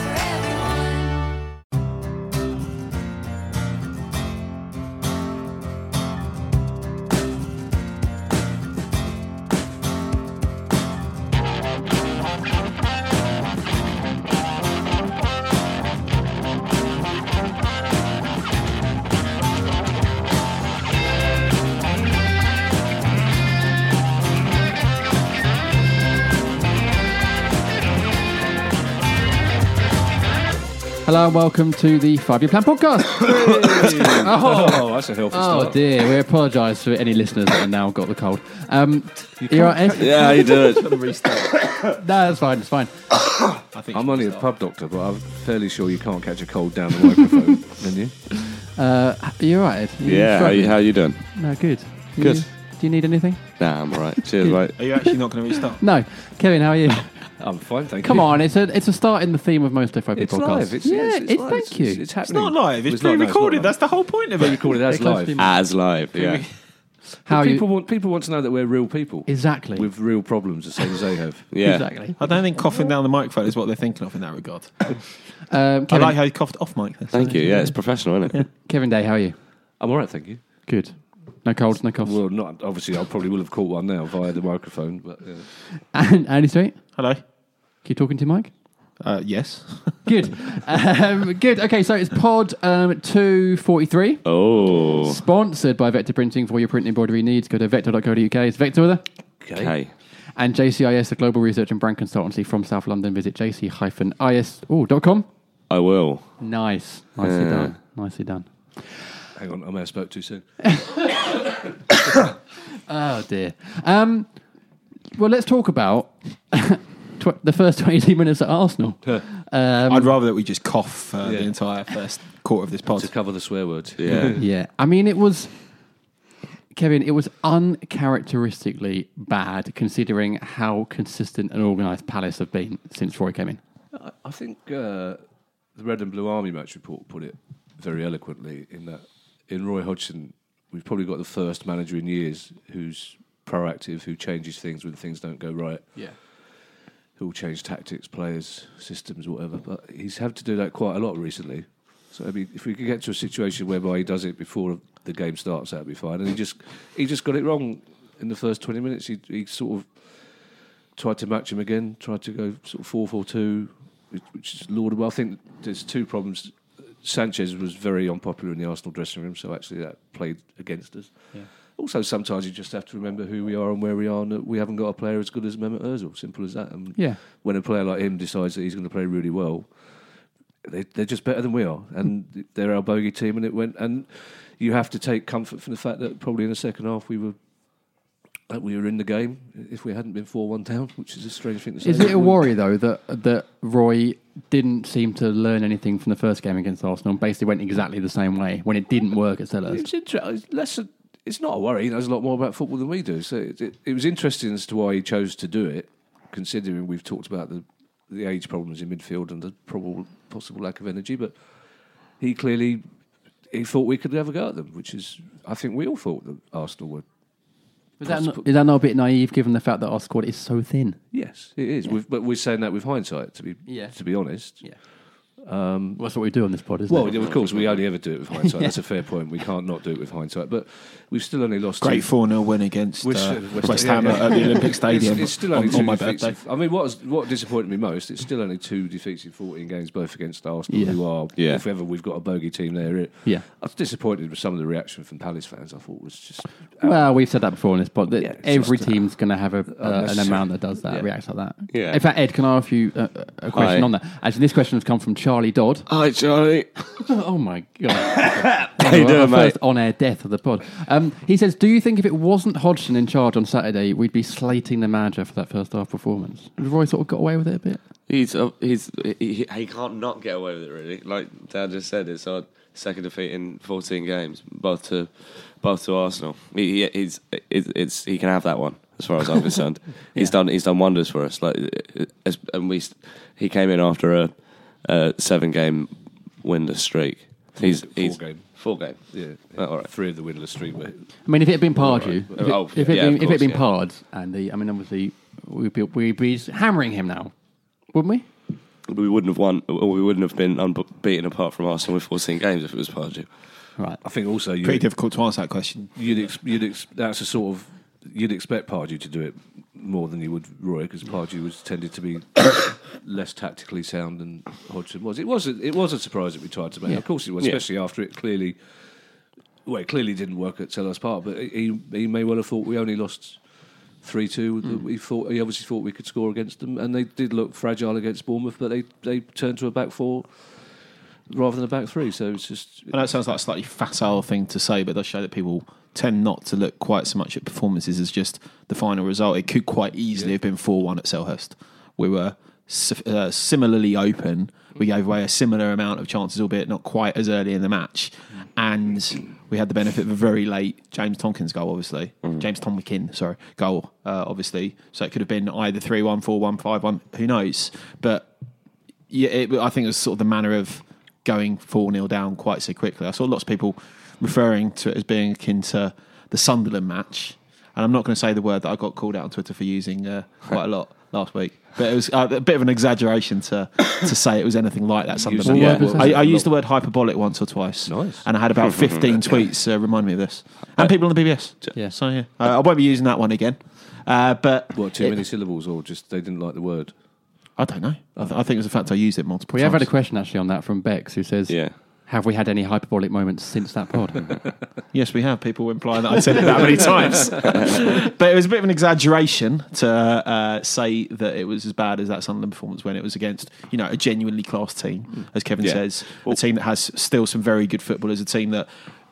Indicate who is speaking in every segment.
Speaker 1: for everyone.
Speaker 2: Hello and welcome to the Five Year Plan podcast. oh,
Speaker 3: Oh, that's a healthy
Speaker 2: oh
Speaker 3: start.
Speaker 2: dear, we apologise for any listeners that have now got the cold. Um, you are
Speaker 3: Yeah, you did.
Speaker 2: No, that's fine. It's fine.
Speaker 3: I'm only a pub doctor, but I'm fairly sure you can't catch a cold down the microphone, can you?
Speaker 2: Uh, you're right. Ed? You
Speaker 3: Yeah, how
Speaker 2: struggling?
Speaker 3: you, how you doing?
Speaker 2: No, good. You-
Speaker 3: Good.
Speaker 2: do you need anything?
Speaker 3: Nah, I'm all right. Cheers, mate.
Speaker 4: Are you actually not going to restart?
Speaker 2: No, Kevin, how are you?
Speaker 3: I'm fine, thank
Speaker 2: Come on, it's a it's a start in the theme of most of Five Year
Speaker 3: It's
Speaker 2: podcasts.
Speaker 3: live. It's,
Speaker 2: yeah,
Speaker 3: yes, it's
Speaker 2: it-
Speaker 3: live.
Speaker 2: thank
Speaker 3: It's-
Speaker 2: you.
Speaker 3: It's, it's
Speaker 4: It's
Speaker 3: happening.
Speaker 4: not live. It's
Speaker 3: not- no,
Speaker 4: pre-recorded.
Speaker 3: not
Speaker 4: That's the whole point of it.
Speaker 3: recorded as
Speaker 2: Close
Speaker 3: live.
Speaker 2: to me.
Speaker 5: As live, yeah.
Speaker 2: how are
Speaker 3: people
Speaker 2: you?
Speaker 3: want people want to know that we're real people
Speaker 2: Exactly.
Speaker 3: with real problems, the same as they have.
Speaker 5: Yeah.
Speaker 2: Exactly.
Speaker 4: I don't think coughing down the microphone is what they're thinking of in that regard.
Speaker 2: Um,
Speaker 4: I
Speaker 2: Kevin,
Speaker 4: like how you coughed off mic. That's
Speaker 5: Thank you. Yeah, it's professional, isn't it?
Speaker 2: Kevin Day, how are you?
Speaker 3: I'm all right, thank you.
Speaker 2: Good. No colds, no coughs.
Speaker 3: Well, not obviously. I probably will have caught one now via the microphone, but uh, yeah.
Speaker 2: And Andy Street,
Speaker 4: Hello.
Speaker 2: you talking to Mike?
Speaker 4: Uh, yes.
Speaker 2: Good. Um, good. Okay, so it's pod um, 243,
Speaker 5: Oh.
Speaker 2: sponsored by Vector Printing for your print embroidery needs. Go to vector.co.uk. It's Vector with a-
Speaker 5: Okay.
Speaker 2: And JCIS, the global research and brand consultancy from South London. Visit jc-is.com.
Speaker 5: I will.
Speaker 2: Nice. Nicely done. Nicely done.
Speaker 3: Hang on, I may have spoke too soon.
Speaker 2: Oh, dear. Um, well, let's talk about tw- the first 22 minutes at Arsenal.
Speaker 4: I'd rather that we just cough uh,
Speaker 3: Um, Yeah.
Speaker 4: the entire first quarter of this pod.
Speaker 3: To cover the swear words.
Speaker 5: Yeah.
Speaker 2: Yeah, I mean, it was Kevin. It was uncharacteristically bad, considering how consistent and organised Palace have been since Roy came in.
Speaker 3: I- I think uh, the Red and Blue Army match report put it very eloquently in that in Roy Hodgson, we've probably got the first manager in years who's proactive, who changes things when things don't go right,
Speaker 2: Yeah,
Speaker 3: who will change tactics, players, systems, whatever. But he's had to do that quite a lot recently. So I mean, if we could get to a situation whereby he does it before the game starts, that'd be fine. And he just he just got it wrong in the first twenty minutes. He he sort of tried to match him again, tried to go sort of 4 4 2, which- which is laudable. I think there's two problems. Sanchez was very unpopular in the Arsenal dressing room, so actually that played against us. Also, sometimes you just have to remember who we are and where we are, and that we haven't got a player as good as Mehmet Ozil. Simple as that. And
Speaker 2: Yeah.
Speaker 3: when a player like him decides that he's going to play really well, they, they're just better than we are, and they're our bogey team, and it went. And you have to take comfort from the fact that probably in the second half we were that we were in the game if we hadn't been four one down, which is a strange thing to say.
Speaker 2: is it a worry though that that Roy didn't seem to learn anything from the first game against Arsenal and basically went exactly the same way when it didn't work at Sellers?
Speaker 3: It's interesting. It's, less a, it's not a worry. He knows a lot more about football than we do. So it, it, it was interesting as to why he chose to do it, considering we've talked about the the age problems in midfield and the probable possible lack of energy. But he clearly he thought we could have a go at them, which is I think we all thought that Arsenal would.
Speaker 2: Is that, not, is that not a bit naive given the fact that our squad is so thin?
Speaker 3: Yes, it is. We've, but we're saying that with hindsight. To be
Speaker 2: Yeah.
Speaker 3: to be honest.
Speaker 2: Um, Well, that's what we do on this pod, isn't
Speaker 3: Well,
Speaker 2: it?
Speaker 3: of course, we only ever do it with hindsight. That's a fair point. We can't not do it with hindsight. But we've still only lost two-
Speaker 4: Great 4 0 win against uh,
Speaker 3: Which-
Speaker 4: West,
Speaker 3: West-
Speaker 4: Ham
Speaker 3: yeah,
Speaker 4: at the Olympic Stadium
Speaker 3: It's, it's still only
Speaker 4: on,
Speaker 3: two
Speaker 4: on my
Speaker 3: defeats.
Speaker 4: birthday.
Speaker 3: I mean, what was, what disappointed me most? It's still only two defeats in fourteen games, both against Arsenal,
Speaker 2: Yeah.
Speaker 3: who are
Speaker 5: Yeah.
Speaker 3: if ever we've got a bogey team there. It,
Speaker 2: Yeah.
Speaker 3: I was disappointed with some of the reaction from Palace fans. I thought was just
Speaker 2: Well, we've said that before on this pod. That
Speaker 3: Yeah, it's
Speaker 2: every
Speaker 3: just, uh,
Speaker 2: team's going to have a, uh, an
Speaker 3: unnecessary.
Speaker 2: amount that does that,
Speaker 3: Yeah.
Speaker 2: reacts like that.
Speaker 5: Yeah.
Speaker 2: In fact, Ed, can I ask you a, a question
Speaker 5: Hi.
Speaker 2: on that? Actually, this question has come from Charlie Dodd.
Speaker 5: Hi, Charlie.
Speaker 2: Oh my god!
Speaker 5: How you doing,
Speaker 2: My
Speaker 5: mate?
Speaker 2: First on-air death of the pod. Um, he says, "Do you think if it wasn't Hodgson in charge on Saturday, we'd be slating the manager for that first half performance?" Roy sort of got away with it a bit.
Speaker 5: He's uh, he's he, he- he can't not get away with it really. Like Dad just said, it's our second defeat in 14 games, both to both to Arsenal. He, he he's it's, it's he can have that one as far as I'm concerned. He's done he's done wonders for us. Like uh, as- and we s- he came in after a, a seven game winless streak. He's
Speaker 3: Four
Speaker 5: he's
Speaker 3: game.
Speaker 5: four game.
Speaker 3: Yeah,
Speaker 5: Oh, all right.
Speaker 3: three of the winless street. But
Speaker 2: I mean, if it had been Pardew,
Speaker 5: right.
Speaker 2: if it,
Speaker 5: Oh,
Speaker 2: if it
Speaker 5: yeah,
Speaker 2: had
Speaker 5: of
Speaker 2: been, if it had
Speaker 5: course,
Speaker 2: been
Speaker 5: yeah.
Speaker 2: Pard, and the, I mean, obviously, we'd be, we'd be hammering him now, wouldn't we?
Speaker 5: We wouldn't have won, or we wouldn't have been unbeaten apart from Arsenal with 14 games if it was Pardew.
Speaker 2: Right.
Speaker 3: I think also you
Speaker 4: Pretty difficult to answer that question.
Speaker 3: you'd ex- you'd ex- that's a sort of you'd expect Pardew to do it more than you would Roy because Pardew was tended to be less tactically sound than Hodgson was. It was a, it was a surprise that we tried to make.
Speaker 2: Yeah.
Speaker 3: Of course it was,
Speaker 5: Yeah.
Speaker 3: especially after it clearly well it clearly didn't work at Sellers Park. But he he may well have thought we only lost. Three two. We thought he obviously thought we could score against them, and they did look fragile against Bournemouth. But they they turned to a back four rather than a back three. So it's just
Speaker 4: I know it sounds like a slightly facile thing to say, but it does show that people tend not to look quite so much at performances as just the final result. It could quite easily have been 4 1 at Selhurst. We were si- uh, similarly open. We gave away a similar amount of chances, albeit not quite as early in the match. And we had the benefit of a very late James Tompkins goal, obviously. James Tomkin, sorry, goal, uh, obviously. So it could have been either 3 1, 4 1, 5 1, who knows. But yeah, it, I think it was sort of the manner of going 4 0 down quite so quickly. I saw lots of people referring to it as being akin to the Sunderland match. And I'm not going to say the word that I got called out on Twitter for using uh, quite a lot last week. But it was uh, a bit of an exaggeration to, to say it was anything like that Sunderland
Speaker 2: Well,
Speaker 4: match.
Speaker 2: what was
Speaker 4: I,
Speaker 2: it?
Speaker 4: I used the word hyperbolic once or twice.
Speaker 3: Nice.
Speaker 4: And I had about 15 tweets uh, remind me of this. And people on the BBS.
Speaker 2: Yeah.
Speaker 4: So, yeah. Uh, I won't be using that one again. Uh, but
Speaker 3: what too
Speaker 4: it-
Speaker 3: many syllables, or just they didn't like the word.
Speaker 4: I don't know. I, th- I think it was the fact I used it multiple
Speaker 2: We
Speaker 4: times.
Speaker 2: have had a question actually on that from Bex, who says,
Speaker 5: Yeah.
Speaker 2: "Have we had any hyperbolic moments since that pod?"
Speaker 4: Yes, we have. People implying that I said it that many times. but it was a bit of an exaggeration to uh, say that it was as bad as that Sunderland performance when it was against, you know, a genuinely class team, as Kevin
Speaker 5: Yeah.
Speaker 4: says, a
Speaker 5: Well-
Speaker 4: team that has still some very good footballers, a team that.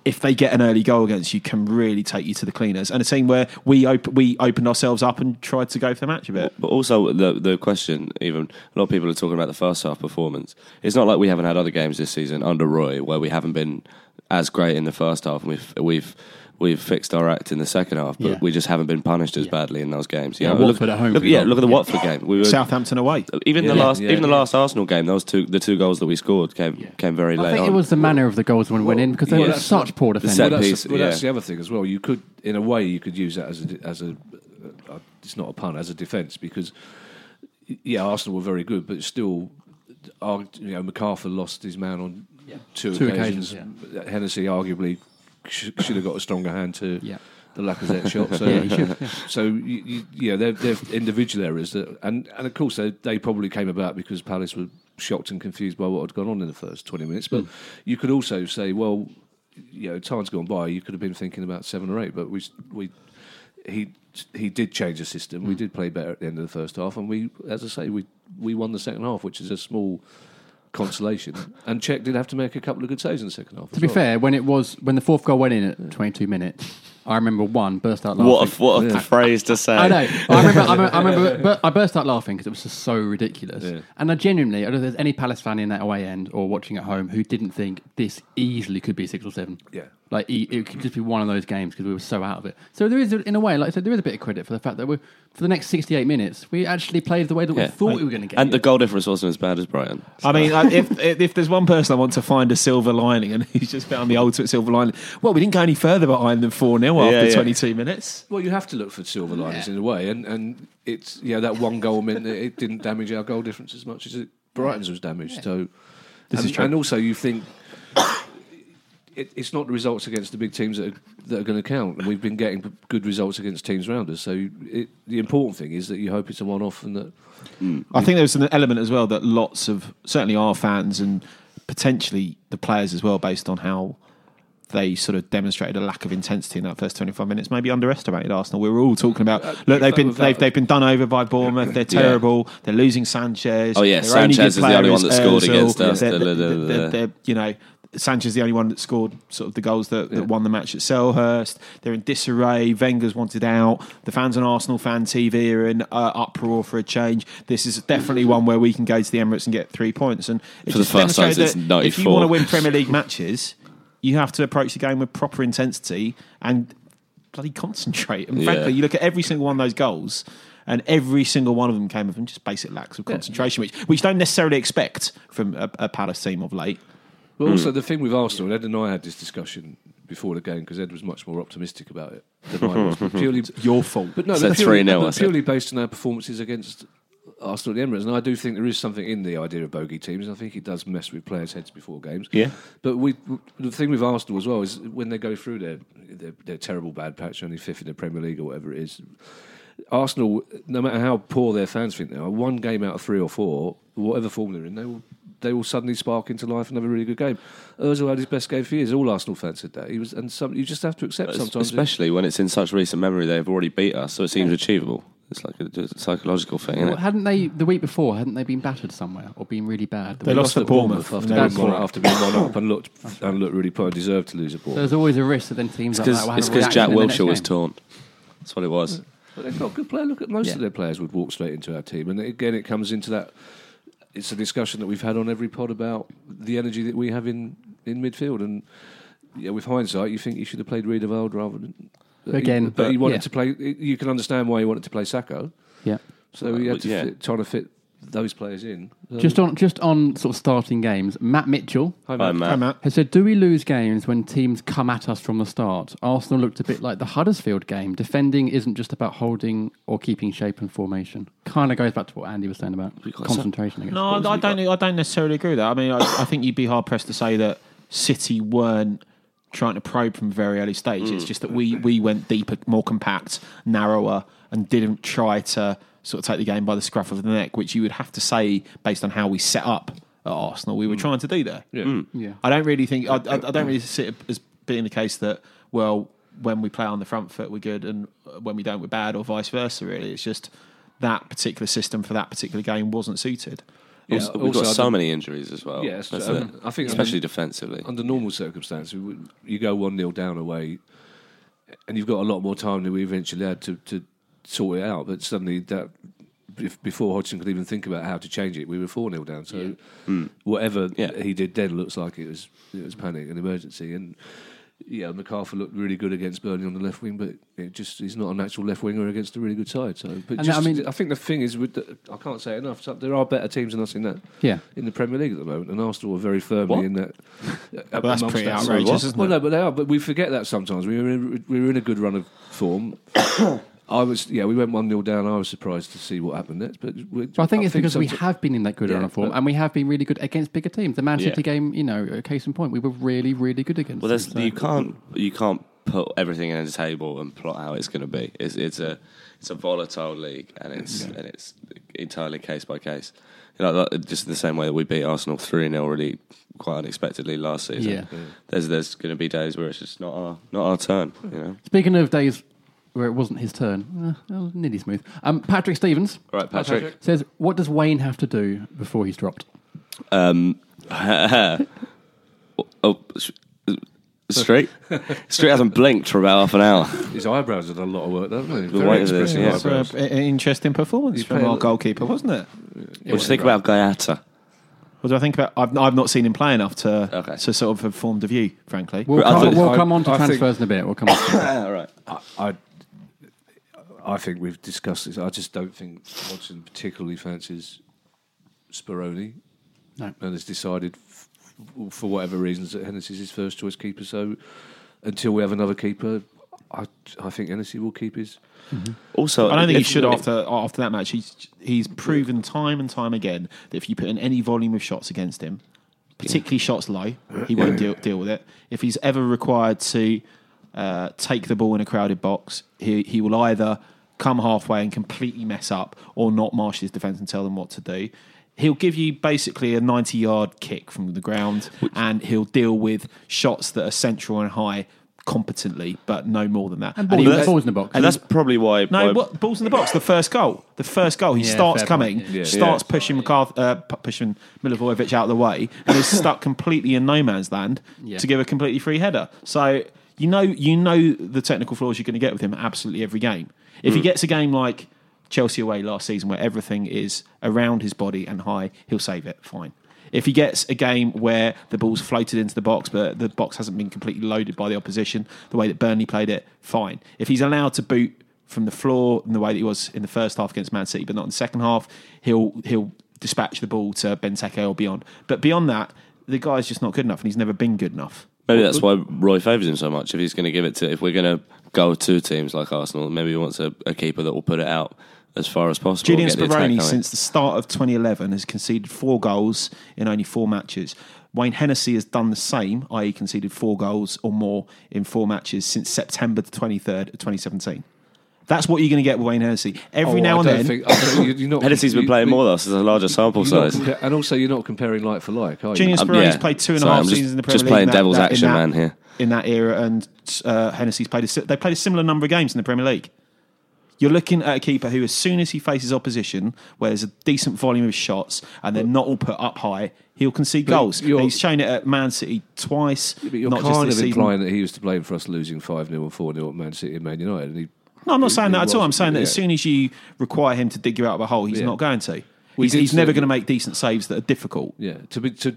Speaker 4: If they get an early goal against you, can really take you to the cleaners, and a team where we op- we opened ourselves up and tried to go for the match a bit.
Speaker 5: But also the the question, even a lot of people are talking about the first half performance. It's not like we haven't had other games this season under Roy where we haven't been as great in the first half, and we've we've we've fixed our act in the second half, but
Speaker 2: Yeah.
Speaker 5: we just haven't been punished as badly in those games. You
Speaker 2: Yeah,
Speaker 5: know,
Speaker 2: Watford at home,
Speaker 5: Look,
Speaker 2: for
Speaker 5: yeah,
Speaker 2: example.
Speaker 5: look at the Watford game. We were,
Speaker 4: Southampton away,
Speaker 5: even the
Speaker 3: Yeah.
Speaker 5: last
Speaker 3: Yeah,
Speaker 5: even the
Speaker 3: yeah.
Speaker 5: last Arsenal game. Those two the two goals that we scored came came very late.
Speaker 2: I think it
Speaker 5: on.
Speaker 2: was the manner of the goals when we went in because they
Speaker 3: yeah,
Speaker 2: were
Speaker 3: that's-
Speaker 2: such poor defenders.
Speaker 5: set
Speaker 3: well, that's,
Speaker 5: piece,
Speaker 3: well, that's
Speaker 5: yeah.
Speaker 3: the other thing as well. You could, in a way, you could use that as a, as a uh, it's not a pun as a defence because yeah, Arsenal were very good, but still, arg- you know, MacArthur lost his man on two,
Speaker 2: Two
Speaker 3: occasions.
Speaker 2: occasions,
Speaker 3: Hennessy arguably sh- should have got a stronger hand to
Speaker 2: Yeah.
Speaker 3: the Lacazette shot. So,
Speaker 2: Yeah, he should,
Speaker 3: so you, you, yeah, they're, they're individual errors that, and and of course they they probably came about because Palace were shocked and confused by what had gone on in the first twenty minutes.
Speaker 2: Hmm.
Speaker 3: But you could also say, well, you know, time's gone by. You could have been thinking about seven or eight, but we we he he did change the system.
Speaker 2: Hmm.
Speaker 3: We did play better at the end of the first half, and we, as I say, we we won the second half, which is a small consolation. and Czech did have to make a couple of good saves in the second half.
Speaker 2: To be fair, when it was when the fourth goal went in at 22 minutes, I remember one burst out laughing.
Speaker 5: what a phrase to say.
Speaker 2: I know. I remember. I remember. I, remember but I burst out laughing because it was just so ridiculous. And I genuinely, I don't know if there's any Palace fan in that away end or watching at home who didn't think this easily could be six or seven.
Speaker 3: Yeah.
Speaker 2: Like e- it could just be one of those games because we were so out of it. So there is, a- in a way, like I said, there is a bit of credit for the fact that we, for the next 68 minutes, we actually played the way that we
Speaker 5: Yeah.
Speaker 2: thought we were going to get.
Speaker 5: and the
Speaker 2: it.
Speaker 5: goal difference wasn't as bad as Brighton.
Speaker 4: I mean, I- if, if if there's one person I want to find a silver lining, and who's just found the ultimate silver lining, well, we didn't go any further behind than four 0 after
Speaker 5: Yeah, yeah.
Speaker 4: 22 minutes.
Speaker 3: Well, you have to look for silver linings in a way, and and it's yeah that one goal meant that it didn't damage our goal difference as much as it Brighton's was damaged. So this and,
Speaker 4: is true.
Speaker 3: And also, you think it, it's not the results against the big teams that are, that are going to count. And we've been getting good results against teams round us. So it, the important thing is that you hope it's a one-off and that
Speaker 4: I think there was an element as well that lots of certainly our fans and potentially the players as well, based on how they sort of demonstrated a lack of intensity in that first 25 minutes. Maybe underestimated Arsenal. We were all talking about
Speaker 5: Uh,
Speaker 4: look, they've been they've, they've been done over by Bournemouth. They're terrible. They're losing Sanchez.
Speaker 5: Oh, yeah,
Speaker 4: Their only
Speaker 5: Sanchez
Speaker 4: good
Speaker 5: is the
Speaker 4: player
Speaker 5: only one
Speaker 4: is
Speaker 5: that scored
Speaker 4: Ozil.
Speaker 5: against us.
Speaker 4: They're-
Speaker 5: Da, da, da,
Speaker 4: they're-
Speaker 5: da, da.
Speaker 4: they're- You know, Sanchez is the only one that scored sort of the goals that, that won the match at Selhurst. They're in disarray. Wenger's wanted out. The fans on Arsenal fan TV are in uh, uproar for a change. This is definitely one where we can go to the Emirates and get three points. And it
Speaker 5: For the
Speaker 4: just
Speaker 5: first time
Speaker 4: demonstrated
Speaker 5: since
Speaker 4: that if you
Speaker 5: 94.
Speaker 4: want to win Premier League matches, you have to approach the game with proper intensity and bloody concentrate. And
Speaker 5: Yeah.
Speaker 4: frankly, you look at every single one of those goals, and every single one of them came from just basic lacks of concentration, which which don't necessarily expect from a, a Palace team of late.
Speaker 3: But also the thing with Arsenal, and Ed and I had this discussion before the game because Ed was much more optimistic about it than I was. but purely,
Speaker 4: Your fault.
Speaker 3: but no,
Speaker 5: Said
Speaker 3: but purely,
Speaker 5: 3-0, I
Speaker 3: but
Speaker 5: said.
Speaker 3: purely based on our performances against Arsenal at the Emirates, and I do think there is something in the idea of bogey teams. I think it does mess with players' heads before games.
Speaker 4: Yeah.
Speaker 3: But we, the thing with Arsenal as well is when they go through their their, their terrible bad patch, only fifth in the Premier League or whatever it is. Arsenal, no matter how poor their fans think they are, one game out of three or four, whatever form they're in, they will they will suddenly spark into life and have a really good game. Ozil had his best game for years. All Arsenal fans said that. He was, and some you just have to accept sometimes.
Speaker 5: Especially when it's in such recent memory, they've already beat us, so it seems achievable. It's like a, just a psychological thing, isn't
Speaker 2: Well, hadn't they the week before? Hadn't they been battered somewhere or been really bad? The
Speaker 4: They
Speaker 2: week-
Speaker 4: lost at Bournemouth.
Speaker 3: after
Speaker 4: and they
Speaker 3: being,
Speaker 2: That's
Speaker 3: one,
Speaker 2: right.
Speaker 3: after being one up and looked and looked really poor, and deserved to lose a ball.
Speaker 2: There's always a risk that then teams like that will have
Speaker 5: It's
Speaker 2: a
Speaker 5: because
Speaker 2: reaction
Speaker 5: Jack
Speaker 2: in the next
Speaker 5: Wilshere was
Speaker 2: game.
Speaker 5: torn. That's what it was.
Speaker 3: But they've got good players. Look at most
Speaker 2: Yeah.
Speaker 3: of their players would walk straight into our team, and again, it comes into that. It's a discussion that we've had on every pod about the energy that we have in in midfield, and yeah, with hindsight, you think you should have played Riedewald rather than
Speaker 2: Again,
Speaker 3: but, he
Speaker 2: but-
Speaker 3: wanted
Speaker 2: yeah.
Speaker 3: to play. You can understand why he wanted to play Sacco,
Speaker 2: Yeah.
Speaker 3: so he
Speaker 5: Well,
Speaker 3: had to
Speaker 5: yeah.
Speaker 3: fit, trying to fit those players in. So-
Speaker 2: Just on just on sort of starting games, Matt Mitchell
Speaker 3: Hi,
Speaker 5: Hi,
Speaker 3: Matt.
Speaker 5: Matt.
Speaker 4: Hi, Matt.
Speaker 2: has said, "Do we lose games when teams come at us from the start?" Arsenal looked a bit like the Huddersfield game. Defending isn't just about holding or keeping shape and formation. Kind of goes back to what Andy was saying about
Speaker 5: got
Speaker 2: concentration. I guess.
Speaker 4: No, I, I don't. I don't necessarily agree with that. I mean, I, I think you'd be hard pressed to say that City weren't trying to probe from a very early stage. It's just that we we went deeper, more compact, narrower, and didn't try to sort of take the game by the scruff of the neck, which you would have to say based on how we set up at Arsenal. We were trying to do there.
Speaker 3: Yeah.
Speaker 2: Yeah.
Speaker 4: I don't really think I, I, I don't really see it as being the case that well when we play on the front foot we're good and when we don't we're bad or vice versa. Really, it's just that particular system for that particular game wasn't suited.
Speaker 3: Yeah,
Speaker 5: Also, we've
Speaker 3: also,
Speaker 5: got
Speaker 3: I
Speaker 5: so
Speaker 3: don't-
Speaker 5: many injuries as well.
Speaker 3: Yeah, it's
Speaker 5: That's
Speaker 3: true.
Speaker 5: it.
Speaker 3: I think-
Speaker 5: especially defensively.
Speaker 3: under normal circumstances, we- you go one 0 down away, and you've got a lot more time than we eventually had to, to sort it out. But suddenly that. If, before Hodgson could even think about how to change it, we were four 0 down. So
Speaker 2: Hmm.
Speaker 3: whatever
Speaker 5: Yeah.
Speaker 3: he did then looks like it was it was panic and emergency. And yeah, MacArthur looked really good against Burnley on the left wing, but it just he's not a natural left winger against a really good side. So, but
Speaker 2: that-
Speaker 3: just,
Speaker 2: I
Speaker 3: I
Speaker 2: mean-
Speaker 3: mean, I think the thing is, with the, I can't say it enough. so There are better teams than us in that.
Speaker 2: Yeah.
Speaker 3: in the Premier League at the moment, and Arsenal are very firmly
Speaker 5: What?
Speaker 3: in that. uh,
Speaker 4: Well, that's
Speaker 3: amongst
Speaker 4: pretty
Speaker 3: that-
Speaker 4: outrageous,
Speaker 3: Sorry, what?
Speaker 4: isn't
Speaker 3: well,
Speaker 4: it?
Speaker 3: no, but they are. But we forget that sometimes. We were in, we were in a good run of form. I was, yeah, we went one 0 down. I was surprised to see what happened next. But we,
Speaker 2: Well, I think it's because we
Speaker 3: someti-
Speaker 2: have been in that good
Speaker 3: Yeah,
Speaker 2: run of form,
Speaker 3: but-
Speaker 2: and we have been really good against bigger teams. The Man
Speaker 5: Yeah.
Speaker 2: City game, you know, a case in point, we were really, really good against.
Speaker 5: Well,
Speaker 2: them,
Speaker 5: there's,
Speaker 2: so-
Speaker 5: you can't you can't put everything in a table and plot how it's going to be. It's it's a it's a volatile league, and it's and it's entirely case by case. You know, like, just the same way that we beat Arsenal three 0 really quite unexpectedly last season.
Speaker 2: Yeah. Yeah.
Speaker 5: There's there's going to be days where it's just not our not our turn. You know,
Speaker 2: Speaking of days where it wasn't his turn, uh, well, nearly smooth. Um, Patrick Stevens
Speaker 5: all right, Patrick.
Speaker 2: says, "What does Wayne have to do before he's dropped?"
Speaker 5: Oh, sh- straight straight hasn't blinked for about half an hour.
Speaker 3: his eyebrows had a lot of work, don't they?
Speaker 5: The weight of it, yeah.
Speaker 4: That's an interesting performance from
Speaker 3: play
Speaker 4: our
Speaker 3: a-
Speaker 4: goalkeeper, wasn't it?
Speaker 5: What do you think about Gaiata?
Speaker 4: What do I think about? I've, I've not seen him play enough to
Speaker 5: Okay.
Speaker 4: to sort of have formed a view, frankly.
Speaker 2: We'll,
Speaker 5: I
Speaker 2: come,
Speaker 5: think-
Speaker 2: we'll
Speaker 3: I-
Speaker 2: come on to
Speaker 3: I think-
Speaker 2: transfers in a bit. We'll come on. To that.
Speaker 5: All right.
Speaker 3: I, I think we've discussed this. I just don't think Hodgson particularly fancies Speroni,
Speaker 2: No.
Speaker 3: and has decided, f- for whatever reasons, that Hennessy's his first choice keeper. So, until we have another keeper, I, I think Hennessy will keep his.
Speaker 5: Also,
Speaker 4: I don't think
Speaker 5: if-
Speaker 4: he should after after that match. He's he's proven time and time again that if you put in any volume of shots against him, particularly shots low, he won't deal deal with it. If he's ever required to uh, take the ball in a crowded box, he he will either come halfway and completely mess up, or not marshal his defence and tell them what to do. He'll give you basically a 90 yard kick from the ground and he'll deal with shots that are central and high competently, but no more than that.
Speaker 2: And
Speaker 4: he-
Speaker 2: balls, balls in the box.
Speaker 6: And that's probably why. why-
Speaker 4: no, what, balls in the box. The first goal, the first goal, he
Speaker 2: Yeah,
Speaker 4: starts
Speaker 2: fair
Speaker 4: coming,
Speaker 2: point, yeah.
Speaker 6: Yeah.
Speaker 4: starts pushing McCarthy, uh, pu- pushing Milivojevic out of the way, and is stuck completely in no man's land
Speaker 2: Yeah.
Speaker 4: to give a completely free header. So you know, you know the technical flaws you're going to get with him absolutely every game. If he gets a game like Chelsea away last season, where everything is around his body and high, he'll save it. Fine. If he gets a game where the ball's floated into the box, but the box hasn't been completely loaded by the opposition, the way that Burnley played it, fine. If he's allowed to boot from the floor in the way that he was in the first half against Man City, but not in the second half, he'll he'll dispatch the ball to Benteke or beyond. But beyond that, the guy's just not good enough, and he's never been good enough.
Speaker 5: Maybe that's why Roy favours him so much. If he's going to give it to, if we're going to go to teams like Arsenal, maybe he wants a, a keeper that will put it out as far as possible.
Speaker 4: Julian
Speaker 5: get the attack
Speaker 4: Speroni,
Speaker 5: going.
Speaker 4: since the start of 2011, has conceded four goals in only four matches. Wayne Hennessy has done the same, i.e., conceded four goals or more in four matches since September the 23rd of 2017. That's what you're going to get with Wayne Hennessy. Every
Speaker 3: Oh,
Speaker 4: now
Speaker 3: I
Speaker 4: and
Speaker 3: don't
Speaker 4: then,
Speaker 3: think- I don't- you- you're not-
Speaker 5: Hennessy's
Speaker 3: you-
Speaker 5: been playing
Speaker 3: you-
Speaker 5: more though, so there's a larger sample
Speaker 3: you're not
Speaker 5: size.
Speaker 3: compa- and also, you're not comparing like for like, are you?
Speaker 4: Julian
Speaker 5: Um,
Speaker 4: Speroni's
Speaker 5: yeah.
Speaker 4: played two and a
Speaker 5: Sorry,
Speaker 4: half
Speaker 5: I'm just-
Speaker 4: seasons in the Premier
Speaker 5: just
Speaker 4: League.
Speaker 5: playing
Speaker 4: in that-
Speaker 5: devil's
Speaker 4: that- in
Speaker 5: action
Speaker 4: that-
Speaker 5: man here.
Speaker 4: In that era, and uh, Hennessy's played. A, si- they played a similar number of games in the Premier League. You're looking at a keeper who, as soon as he faces opposition, where there's a decent volume of shots and they're not all put up high, he'll concede goals. And
Speaker 3: you're-
Speaker 4: he's shown it at Man City twice.
Speaker 3: But you're
Speaker 4: not just
Speaker 3: kind
Speaker 4: this
Speaker 3: of
Speaker 4: season.
Speaker 3: implying that he was to blame for us losing 5 0 and 4 0 at Man City and Man United. And he,
Speaker 4: No, I'm not saying
Speaker 3: he
Speaker 4: that at all.
Speaker 3: was,
Speaker 4: I'm saying that as
Speaker 3: yeah.
Speaker 4: soon as you require him to dig you out of a hole, he's
Speaker 3: Yeah.
Speaker 4: not going to.
Speaker 3: We
Speaker 4: He's,
Speaker 3: did
Speaker 4: he's
Speaker 3: say
Speaker 4: never
Speaker 3: that-
Speaker 4: going to make decent saves that are difficult.
Speaker 3: Yeah, to be to,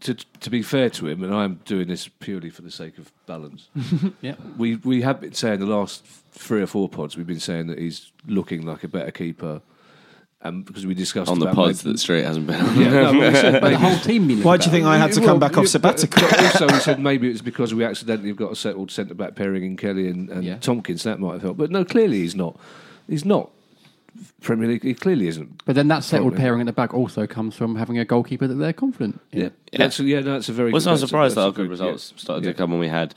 Speaker 3: to to be fair to him, and I'm doing this purely for the sake of balance.
Speaker 2: Yeah.
Speaker 3: we we have been saying the last three or four pods, we've been saying that he's looking like a better keeper, and because we discussed
Speaker 5: On the
Speaker 3: about
Speaker 5: pods
Speaker 3: maybe-
Speaker 5: that Street hasn't been on.
Speaker 3: Yeah, no, but we said
Speaker 2: the
Speaker 3: maybe-
Speaker 2: whole team. mean
Speaker 4: Why do you think I had to
Speaker 3: Well,
Speaker 4: come back
Speaker 3: you-
Speaker 4: off sabbatical?
Speaker 3: but Also, we said maybe it's because we accidentally have got a settled centre back pairing in Kelly and, and
Speaker 2: Yeah.
Speaker 3: Tompkins. That might have helped, but no, clearly he's not. He's not Premier League. He clearly isn't.
Speaker 2: But then that settled
Speaker 3: Probably.
Speaker 2: pairing at the back also comes from having a goalkeeper that they're confident. in.
Speaker 3: Yeah, that's, yeah, no, that's a very.
Speaker 5: Wasn't I
Speaker 3: that's a-
Speaker 5: surprised that
Speaker 3: that's a
Speaker 5: our good results
Speaker 3: yeah.
Speaker 5: started
Speaker 3: Yeah.
Speaker 5: to come when we had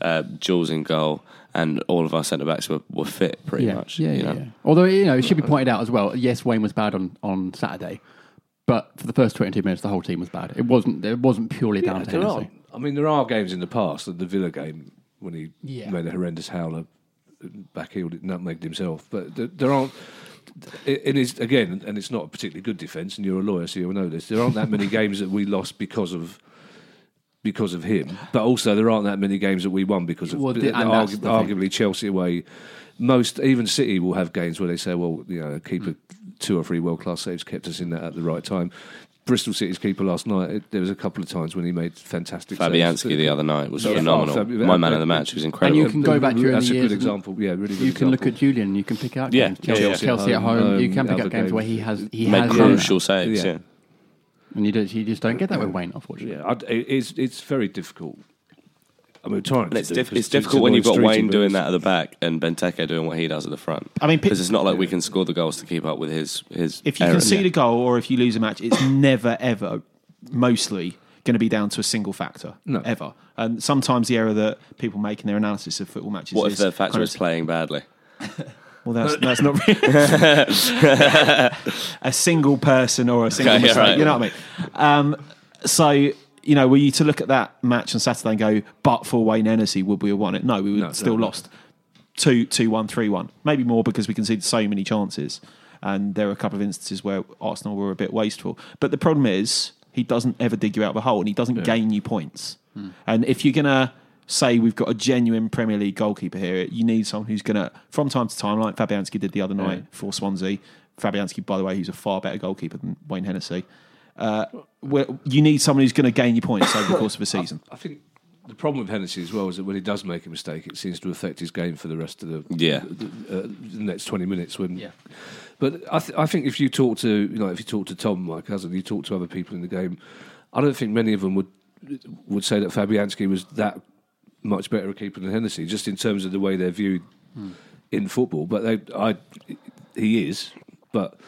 Speaker 5: uh, Jules in goal and all of our centre backs were, were fit pretty
Speaker 2: yeah,
Speaker 5: much.
Speaker 2: yeah,
Speaker 5: you
Speaker 2: yeah,
Speaker 5: know?
Speaker 2: yeah. Although you know, it should be pointed out as well. Yes, Wayne was bad on, on Saturday, but for the first twenty two minutes, the whole team was bad. It wasn't. It wasn't purely down
Speaker 3: Yeah,
Speaker 2: to
Speaker 3: there are,
Speaker 2: Hennessy.
Speaker 3: I mean, there are games in the past, the Villa game when he
Speaker 2: Yeah.
Speaker 3: made a horrendous howler, backheeled it, nutmegged himself. But there, there aren't. It is again, and it's not a particularly good defence. And you're a lawyer, so you'll know this. There aren't that many games that we lost because of because of him. But also, there aren't that many games that we won because of.
Speaker 2: Well, the- and
Speaker 3: argu-
Speaker 2: that's the thing.
Speaker 3: arguably, Chelsea away. Most even City will have games where they say, "Well, you know, keeper two or three world class saves kept us in that at the right time." Bristol City's keeper last night. It, there was a couple of times when he made fantastic. saves.
Speaker 5: Fabianski the other night was
Speaker 3: Yeah.
Speaker 5: phenomenal.
Speaker 3: Fab-
Speaker 5: My man of the
Speaker 3: Fab-
Speaker 5: match was
Speaker 2: And
Speaker 5: incredible.
Speaker 2: you can go back during
Speaker 3: Uh, That's
Speaker 2: the
Speaker 3: a
Speaker 2: years.
Speaker 3: good example. Yeah, really. Good
Speaker 2: You can look
Speaker 3: example.
Speaker 2: at Julian. You can pick out
Speaker 5: Yeah.
Speaker 2: games. Chelsea,
Speaker 5: Yeah.
Speaker 2: Chelsea at home.
Speaker 3: Um,
Speaker 2: you can pick
Speaker 3: other
Speaker 2: out games
Speaker 3: games.
Speaker 2: where he has he
Speaker 5: Made
Speaker 2: has
Speaker 5: crucial saves,
Speaker 3: Yeah.
Speaker 5: yeah.
Speaker 2: and you, don't, you just don't get that with Wayne, unfortunately.
Speaker 3: Yeah, I'd- it- it's it's very difficult. I mean, Torrance.
Speaker 5: And it's,
Speaker 3: did
Speaker 5: diff-
Speaker 3: this
Speaker 5: it's
Speaker 3: to-
Speaker 5: difficult
Speaker 3: to
Speaker 5: when you've got
Speaker 3: Lloyd Streety,
Speaker 5: Wayne
Speaker 3: but
Speaker 5: doing
Speaker 3: it's-
Speaker 5: that at the back and Benteke doing what he does at the front.
Speaker 4: I mean, pi-
Speaker 5: because it's not like we can score the goals to keep up with his his.
Speaker 4: if you
Speaker 5: errors.
Speaker 4: concede a goal or if you lose a match, it's never ever mostly going to be down to a single factor.
Speaker 3: No.
Speaker 4: ever. And sometimes the error that people make in their analysis of football matches.
Speaker 5: what if
Speaker 4: is
Speaker 5: the factor
Speaker 4: kind
Speaker 5: is
Speaker 4: of-
Speaker 5: playing badly?
Speaker 4: Well, that's that's not really a single person or a single
Speaker 5: Okay, yeah,
Speaker 4: mistake.
Speaker 5: right.
Speaker 4: You know what I mean? Um, so you know, were you to look at that match on Saturday and go, but for Wayne Hennessy, would we have won it? No, we would
Speaker 3: No,
Speaker 4: still
Speaker 3: no, no.
Speaker 4: lost two, two, one, three, one. Maybe more because we conceded so many chances, and there are a couple of instances where Arsenal were a bit wasteful. But the problem is, he doesn't ever dig you out of a hole, and he doesn't gain you points. And if you're gonna say we've got a genuine Premier League goalkeeper here, you need someone who's gonna, from time to time, like Fabianski did the other night for Swansea. Fabianski, by the way, who's a far better goalkeeper than Wayne Hennessy. Uh, where- you need someone who's going to gain you points over the course of a season.
Speaker 3: I think the problem with Hennessy as well is that when he does make a mistake, it seems to affect his game for the rest of the
Speaker 5: Yeah,
Speaker 3: uh, the next twenty minutes. When, but I, th- I think if you talk to you know if you talk to Tom, my cousin, you talk to other people in the game, I don't think many of them would would say that Fabianski was that much better a keeper than Hennessy, just in terms of the way they're viewed
Speaker 5: Hmm.
Speaker 3: in football. But they, I, he is, but.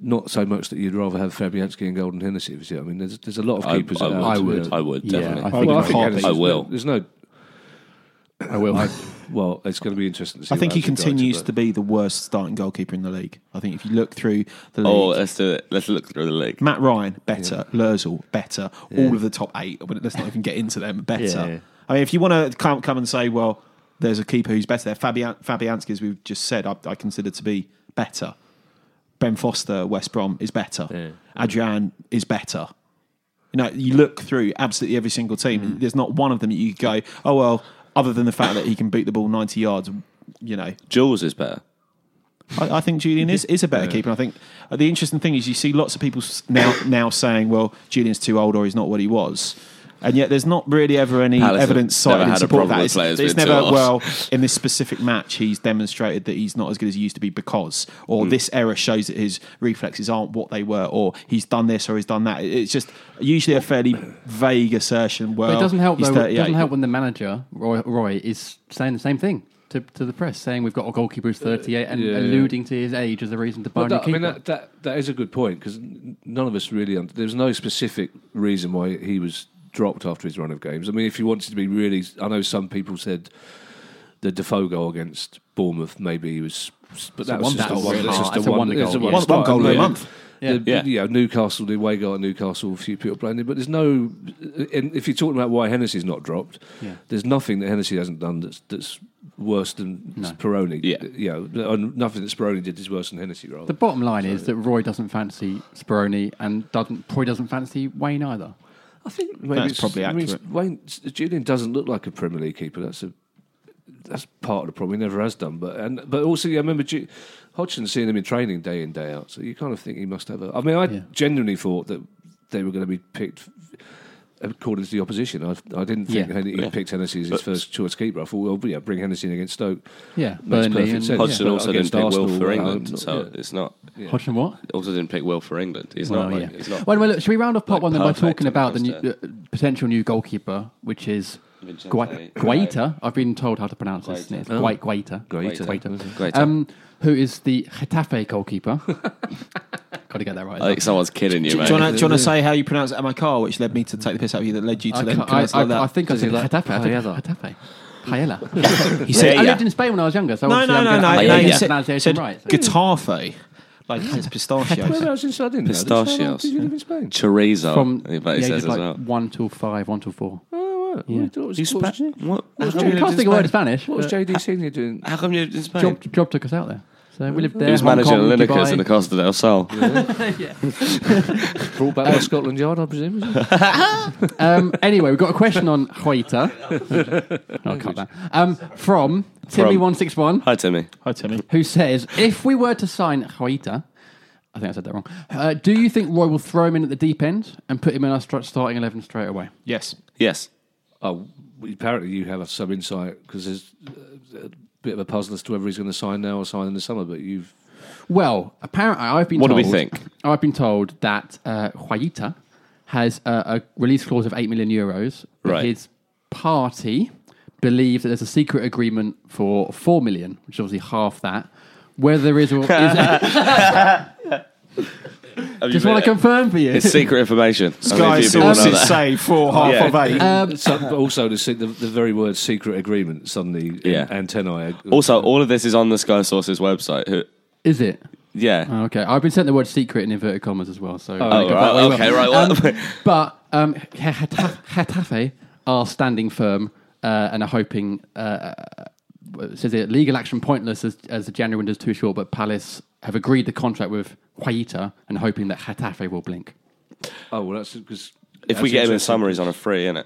Speaker 3: Not so much that you'd rather have Fabianski and Golden Hennessy. If you see what I mean, there's there's a lot of
Speaker 5: I,
Speaker 3: keepers.
Speaker 5: I
Speaker 3: that
Speaker 5: would,
Speaker 3: are-
Speaker 5: I would
Speaker 2: Yeah,
Speaker 5: definitely.
Speaker 2: I think
Speaker 3: well, I
Speaker 2: it's
Speaker 3: think
Speaker 2: hard.
Speaker 3: Hennessy's-
Speaker 5: I will.
Speaker 3: There's no
Speaker 2: I will.
Speaker 3: well, it's going to be interesting to see.
Speaker 4: I think
Speaker 3: what
Speaker 4: he
Speaker 3: happens with
Speaker 4: continues
Speaker 3: Brighton,
Speaker 4: to be the worst starting goalkeeper in the league. I think if you look through the league,
Speaker 5: Oh,
Speaker 6: uh,
Speaker 5: let's do it. Let's look through the league.
Speaker 4: Matt Ryan better, Lurzel better, all of the top eight. But let's not even get into them. Better.
Speaker 6: Yeah, yeah.
Speaker 4: I mean, if you want to come come and say, well, there's a keeper who's better there. Fabian, Fabianski, as we've just said, I, I consider to be better. Ben Foster, West Brom is better. Adrian is better. You know, you look through absolutely every single team.
Speaker 6: Mm-hmm.
Speaker 4: and There's not one of them that you go, oh well, other than the fact that he can beat the ball 90 yards. You know,
Speaker 5: Jules is better.
Speaker 4: I, I think Julian is, is a better keeper. And I think uh, the interesting thing is you see lots of people s- now now saying, "Well, Julian's too old, or he's not what he was." And yet, there's not really ever any
Speaker 5: Palace have
Speaker 4: evidence
Speaker 5: never
Speaker 4: cited in
Speaker 5: had a
Speaker 4: support
Speaker 5: problem
Speaker 4: of that.
Speaker 5: with
Speaker 4: It's,
Speaker 5: players
Speaker 4: it's
Speaker 5: being
Speaker 4: never
Speaker 5: too old.
Speaker 4: well in this specific match. He's demonstrated that he's not as good as he used to be because, or
Speaker 5: Hmm.
Speaker 4: this error shows that his reflexes aren't what they were, or he's done this or he's done that. It- It's just usually a fairly vague assertion. Well,
Speaker 2: But it doesn't help
Speaker 4: he's
Speaker 2: though. It
Speaker 4: 38.
Speaker 2: doesn't help when the manager Roy, Roy is saying the same thing to, to the press, saying we've got a goalkeeper who's 38, and
Speaker 3: Uh, Yeah.
Speaker 2: alluding to his age as a reason to buy
Speaker 3: Well,
Speaker 2: a new
Speaker 3: that- I
Speaker 2: keeper.
Speaker 3: mean, that, that, that is a good point because none of us really. Un- there's no specific reason why he was dropped after his run of games. I mean, if you wanted to be really, I know some people said the Defoe goal against Bournemouth maybe he was, but that
Speaker 2: a
Speaker 3: was
Speaker 2: wonder-
Speaker 3: just a
Speaker 2: that's
Speaker 3: one.
Speaker 2: really
Speaker 3: That's
Speaker 2: hard.
Speaker 3: just
Speaker 2: That's
Speaker 3: a
Speaker 2: a
Speaker 3: one.
Speaker 2: wonder
Speaker 3: It's a
Speaker 2: goal,
Speaker 3: one
Speaker 2: yeah.
Speaker 3: spot.
Speaker 4: One goal a
Speaker 3: Yeah.
Speaker 4: month.
Speaker 3: The-
Speaker 5: Yeah.
Speaker 3: You know, Newcastle, the way goal at Newcastle, a few people playing it, but there's no. And if you're talking about why Hennessy's not dropped,
Speaker 2: Yeah.
Speaker 3: there's nothing that Hennessy hasn't done that's that's worse than
Speaker 2: No.
Speaker 3: Speroni.
Speaker 5: Yeah.
Speaker 3: you know, and nothing that Speroni did is worse than Hennessy. Rather,
Speaker 2: The bottom line is that Roy doesn't fancy Speroni and doesn't probably doesn't fancy Wayne either.
Speaker 3: I think maybe
Speaker 4: That's
Speaker 3: it's-
Speaker 4: probably
Speaker 3: I mean, it's-
Speaker 4: accurate.
Speaker 3: Wayne s- Julian doesn't look like a Premier League keeper. That's a that's part of the problem. He never has done, but and but also yeah, I remember Ju- Hodgson seeing him in training day in day out. So you kind of think he must have a. I mean, I
Speaker 2: Yeah.
Speaker 3: genuinely thought that they were going to be picked according to the opposition. I, I didn't think
Speaker 2: Yeah.
Speaker 3: Hen- he picked Hennessy as his first choice keeper. I thought, well, yeah, bring Hennessy in against Stoke.
Speaker 2: Yeah, Burnley
Speaker 3: makes perfect
Speaker 2: and-
Speaker 3: sense.
Speaker 5: Hodgson
Speaker 3: But
Speaker 5: also didn't
Speaker 3: against
Speaker 5: pick Will
Speaker 3: Arsenal,
Speaker 5: for
Speaker 3: I'm
Speaker 5: England,
Speaker 3: not-
Speaker 5: so
Speaker 3: yeah.
Speaker 5: it's not.
Speaker 2: Hodgson, what?
Speaker 5: Also didn't pick Will for England. He's
Speaker 2: Well,
Speaker 5: not. Like,
Speaker 2: yeah.
Speaker 5: He's not.
Speaker 2: Wait, wait, look, should we round off part
Speaker 5: Like
Speaker 2: one then by
Speaker 5: perfect
Speaker 2: talking about the new,
Speaker 5: because
Speaker 2: uh, potential new goalkeeper, which is
Speaker 5: Vicente
Speaker 2: Gua-
Speaker 5: Guaita.
Speaker 2: Guaita. I've been told how to pronounce this.
Speaker 5: Guaita.
Speaker 2: It's Gua- Guaita.
Speaker 3: Guaita.
Speaker 5: Guaita.
Speaker 2: Um, who is the Getafe goalkeeper? Got to get that right.
Speaker 5: I think someone's kidding you,
Speaker 4: Do
Speaker 5: mate.
Speaker 4: you want to say how you pronounce Amakar, which led me to take the piss out of you, that led you to
Speaker 2: I,
Speaker 4: then
Speaker 2: can't- I,
Speaker 4: pronounce it like
Speaker 2: I-
Speaker 4: that?
Speaker 2: I think I said
Speaker 3: like
Speaker 2: Getafe. I think
Speaker 3: paella?
Speaker 2: Getafe. Paella.
Speaker 4: he
Speaker 2: I
Speaker 4: said,
Speaker 2: lived in Spain when I was younger, so
Speaker 4: No,
Speaker 2: obviously
Speaker 4: no,
Speaker 2: I'm
Speaker 4: no,
Speaker 2: gonna
Speaker 4: no.
Speaker 2: have
Speaker 4: no,
Speaker 2: to
Speaker 5: yeah,
Speaker 2: get
Speaker 4: he
Speaker 5: yeah.
Speaker 2: the
Speaker 4: said,
Speaker 2: pronunciation
Speaker 4: said
Speaker 2: right.
Speaker 4: guitarfe, like it's
Speaker 3: Where
Speaker 4: pistachios.
Speaker 3: else in- I didn't know this. How long
Speaker 5: Pistachios.
Speaker 3: Did you live in Spain?
Speaker 5: chorizo.
Speaker 2: From
Speaker 5: he
Speaker 2: the uh,
Speaker 5: basically
Speaker 2: ages
Speaker 5: says
Speaker 2: like
Speaker 5: as well.
Speaker 2: one till five, one till four.
Speaker 3: Oh, right.
Speaker 2: Yeah.
Speaker 3: I thought it was- what was-
Speaker 5: What?
Speaker 3: what was
Speaker 2: I
Speaker 3: Julian
Speaker 2: can't
Speaker 3: in Uh,
Speaker 2: think of a word in
Speaker 3: Spain?
Speaker 2: Spanish.
Speaker 3: What was
Speaker 2: but
Speaker 3: JD Senior doing?
Speaker 5: How come you lived in Spain?
Speaker 2: Job, job took us out there. So we lived there.
Speaker 5: he was
Speaker 2: Hong
Speaker 5: managing
Speaker 2: Kong,
Speaker 5: Olympiacos
Speaker 2: Dubai.
Speaker 5: in the Costa del Sol.
Speaker 3: Brought back by Scotland Yard, I presume. is it?
Speaker 2: Um, anyway, we've got a question on Hoita. oh, cut that. Um, from Timmy161,
Speaker 5: Hi, Timmy.
Speaker 4: Hi, Timmy.
Speaker 2: who says, If we were to sign Hoita, I think I said that wrong, uh, do you think Roy will throw him in at the deep end and put him in our str- starting 11 straight away?
Speaker 4: Yes.
Speaker 5: Yes.
Speaker 3: Oh, apparently you have some insight because there's uh, a bit of a puzzle as to whether he's going to sign now or sign in the summer. But you've
Speaker 2: Well, apparently, I've been
Speaker 5: What do
Speaker 2: told,
Speaker 5: we think?
Speaker 2: I've been told that uh, Huayita has uh, a, a release clause of 8 million euros. but
Speaker 5: Right.
Speaker 2: His party believe that there's a secret agreement for 4 million, which is obviously half that. Whether there is or is just want to confirm for you.
Speaker 5: It's secret information.
Speaker 4: Sky sources
Speaker 5: that.
Speaker 4: say four half
Speaker 5: Yeah.
Speaker 4: of eight.
Speaker 2: Uh, Um,
Speaker 3: some, but also the, se- the, the very word "secret agreement" suddenly
Speaker 5: Yeah.
Speaker 3: an- antennae. uh,
Speaker 5: Also, all of this is on the Sky Sources website. Who,
Speaker 2: Is it?
Speaker 5: yeah.
Speaker 2: Oh, Okay, I've been sent the word secret in inverted commas as well. So
Speaker 5: Oh,
Speaker 2: Okay,
Speaker 5: right.
Speaker 2: but we will.
Speaker 5: Okay, right. Well,
Speaker 2: Um, but um, Geta- Getafe are standing firm uh, and are hoping. Uh, it says it legal action pointless as, as the January window is too short, but Palace have agreed the contract with Huayita and hoping that Getafe will blink.
Speaker 3: oh well, that's because
Speaker 5: if we get him in summer, he's on a free, innit?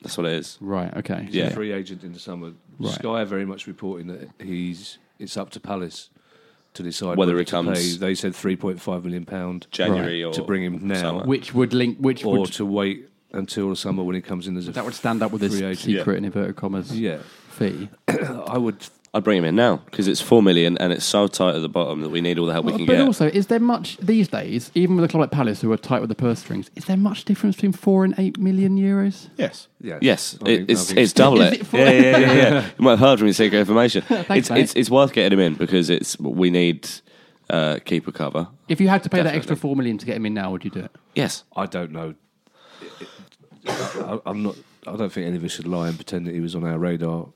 Speaker 5: That's what it is.
Speaker 2: Right. Okay.
Speaker 5: Yeah.
Speaker 3: free agent in the summer.
Speaker 2: Right.
Speaker 3: Sky are very much reporting that he's it's up to Palace to decide
Speaker 5: Whether he
Speaker 3: to Pay.
Speaker 5: comes-
Speaker 3: They said three point five million pound
Speaker 5: January or
Speaker 3: to bring him now,
Speaker 5: summer.
Speaker 2: Which would link? Which
Speaker 3: or
Speaker 2: would
Speaker 3: to wait until the summer when he comes in as a
Speaker 2: that would stand up with this
Speaker 3: free agent.
Speaker 2: secret in inverted commas
Speaker 3: Yeah,
Speaker 2: fee?
Speaker 3: I would
Speaker 5: I'd bring him in now because it's four million and it's so tight at the bottom that we need all the help we can
Speaker 2: Oh, but
Speaker 5: get.
Speaker 2: also, is there much these days, even with a club like Palace who are tight with the purse strings, is there much difference between four and eight million euros?
Speaker 4: Yes.
Speaker 3: Yeah.
Speaker 5: yes,
Speaker 3: I
Speaker 2: Oh,
Speaker 5: it-
Speaker 3: think- I
Speaker 5: it's
Speaker 3: think
Speaker 5: it's double
Speaker 2: Is
Speaker 5: it.
Speaker 2: it four?
Speaker 5: yeah, yeah, yeah, yeah. you might have heard from me secret information. it's,
Speaker 2: mate.
Speaker 5: it's it's worth getting him in because it's we need uh, keeper cover.
Speaker 2: If you had to pay that
Speaker 5: Definitely.
Speaker 2: extra four million to get him in now, would you do it?
Speaker 5: Yes,
Speaker 3: I don't know. I, I'm not. I don't think any of us should lie and pretend that he was on our radar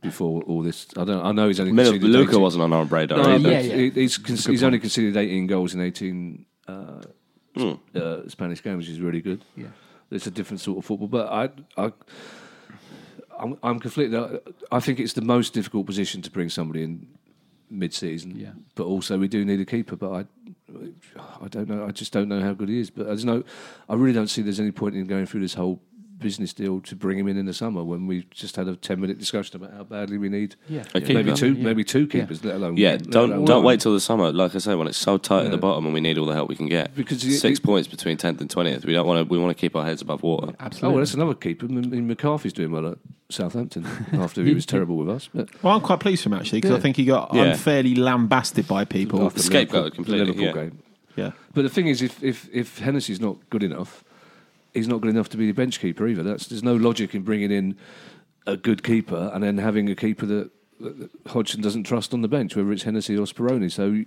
Speaker 3: before all this. I don't. I know he's only conceded
Speaker 5: Luca
Speaker 3: 18
Speaker 5: wasn't on our radar.
Speaker 3: No,
Speaker 5: either.
Speaker 3: but
Speaker 2: Oh, yeah, um, yeah.
Speaker 3: he- he's con- he's only conceded 18 goals in 18 uh,
Speaker 5: Hmm.
Speaker 3: uh, Spanish games, which is really good. Yeah, it's a different sort of football. But I, I, I'm, I'm conflicted. I, I think it's the most difficult position to bring somebody in mid-season.
Speaker 2: Yeah.
Speaker 3: But also, we do need a keeper. But I, I don't know. I just don't know how good he is. But there's no. I really don't see there's any point in going through this whole business deal to bring him in in the summer when we just had a 10 minute discussion about how badly we need
Speaker 2: Yeah.
Speaker 5: A
Speaker 3: maybe
Speaker 5: keeper.
Speaker 3: two
Speaker 2: Yeah.
Speaker 3: maybe two keepers let alone
Speaker 5: Yeah,
Speaker 3: let alone
Speaker 5: don't don't
Speaker 3: one.
Speaker 5: wait till the summer. Like I say, when it's so tight at
Speaker 3: Yeah.
Speaker 5: the bottom and we need all the help we can get.
Speaker 3: Because it-
Speaker 5: six
Speaker 3: it-
Speaker 5: points between tenth and twentieth. We don't want to. We want to keep our heads above water.
Speaker 3: Oh,
Speaker 2: Absolutely.
Speaker 3: well, that's another keeper. I mean, McCarthy's doing well at Southampton after he was terrible with us. But
Speaker 4: Well, I'm quite pleased with him actually because I think he got
Speaker 5: Yeah.
Speaker 4: unfairly lambasted by people.
Speaker 3: after the
Speaker 5: scapegoat
Speaker 3: Liverpool- the
Speaker 5: completely,
Speaker 3: Liverpool
Speaker 5: yeah.
Speaker 3: game.
Speaker 4: Yeah,
Speaker 3: But the thing is, if if if Hennessy's not good enough, he's not good enough to be the bench keeper either. That's there's no logic in bringing in a good keeper and then having a keeper that. that Hodgson doesn't trust on the bench, whether it's Hennessy or Speroni. So,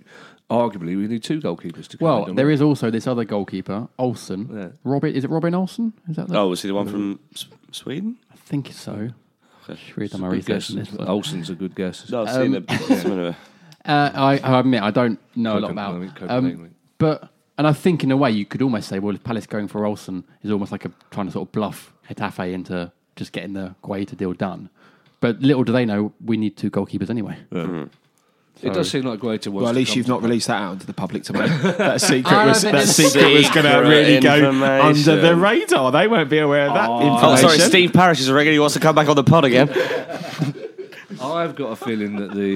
Speaker 3: arguably, we need two goalkeepers to. Come
Speaker 2: Well,
Speaker 3: in, don't
Speaker 2: there
Speaker 3: we?
Speaker 2: is also this other goalkeeper, Olsen.
Speaker 3: Yeah.
Speaker 2: Robin, is it Robin Olsen? Is that the?
Speaker 5: Oh, was he the one from S- Sweden?
Speaker 2: I think so.
Speaker 5: Okay.
Speaker 2: Should read on my
Speaker 3: Good
Speaker 2: research
Speaker 3: guess.
Speaker 2: on this one.
Speaker 3: Olsen's a good guess.
Speaker 5: No, I've seen a, some of
Speaker 2: Uh, I, I admit I don't know a lot
Speaker 3: Copen- I
Speaker 2: about.
Speaker 3: mean, Copenhagen,
Speaker 2: Um,
Speaker 3: mate.
Speaker 2: but and I think in a way you could almost say, well, if Palace going for Olsen is almost like a trying to sort of bluff Hetafe into just getting the Guaita deal done. But little do they know we need two goalkeepers anyway.
Speaker 3: It does seem like Guaita was.
Speaker 4: well, at
Speaker 3: to
Speaker 4: least
Speaker 3: come
Speaker 4: you've not released that out into the public domain. that secret
Speaker 2: I
Speaker 4: was
Speaker 2: don't
Speaker 4: that
Speaker 2: think-
Speaker 4: secret was going to
Speaker 5: Secret
Speaker 4: really go
Speaker 5: information.
Speaker 4: under the radar. They won't be aware of that
Speaker 5: Oh,
Speaker 4: information.
Speaker 5: sorry, Steve Parish is a regular. He wants to come back on the pod again.
Speaker 3: I've got a feeling that the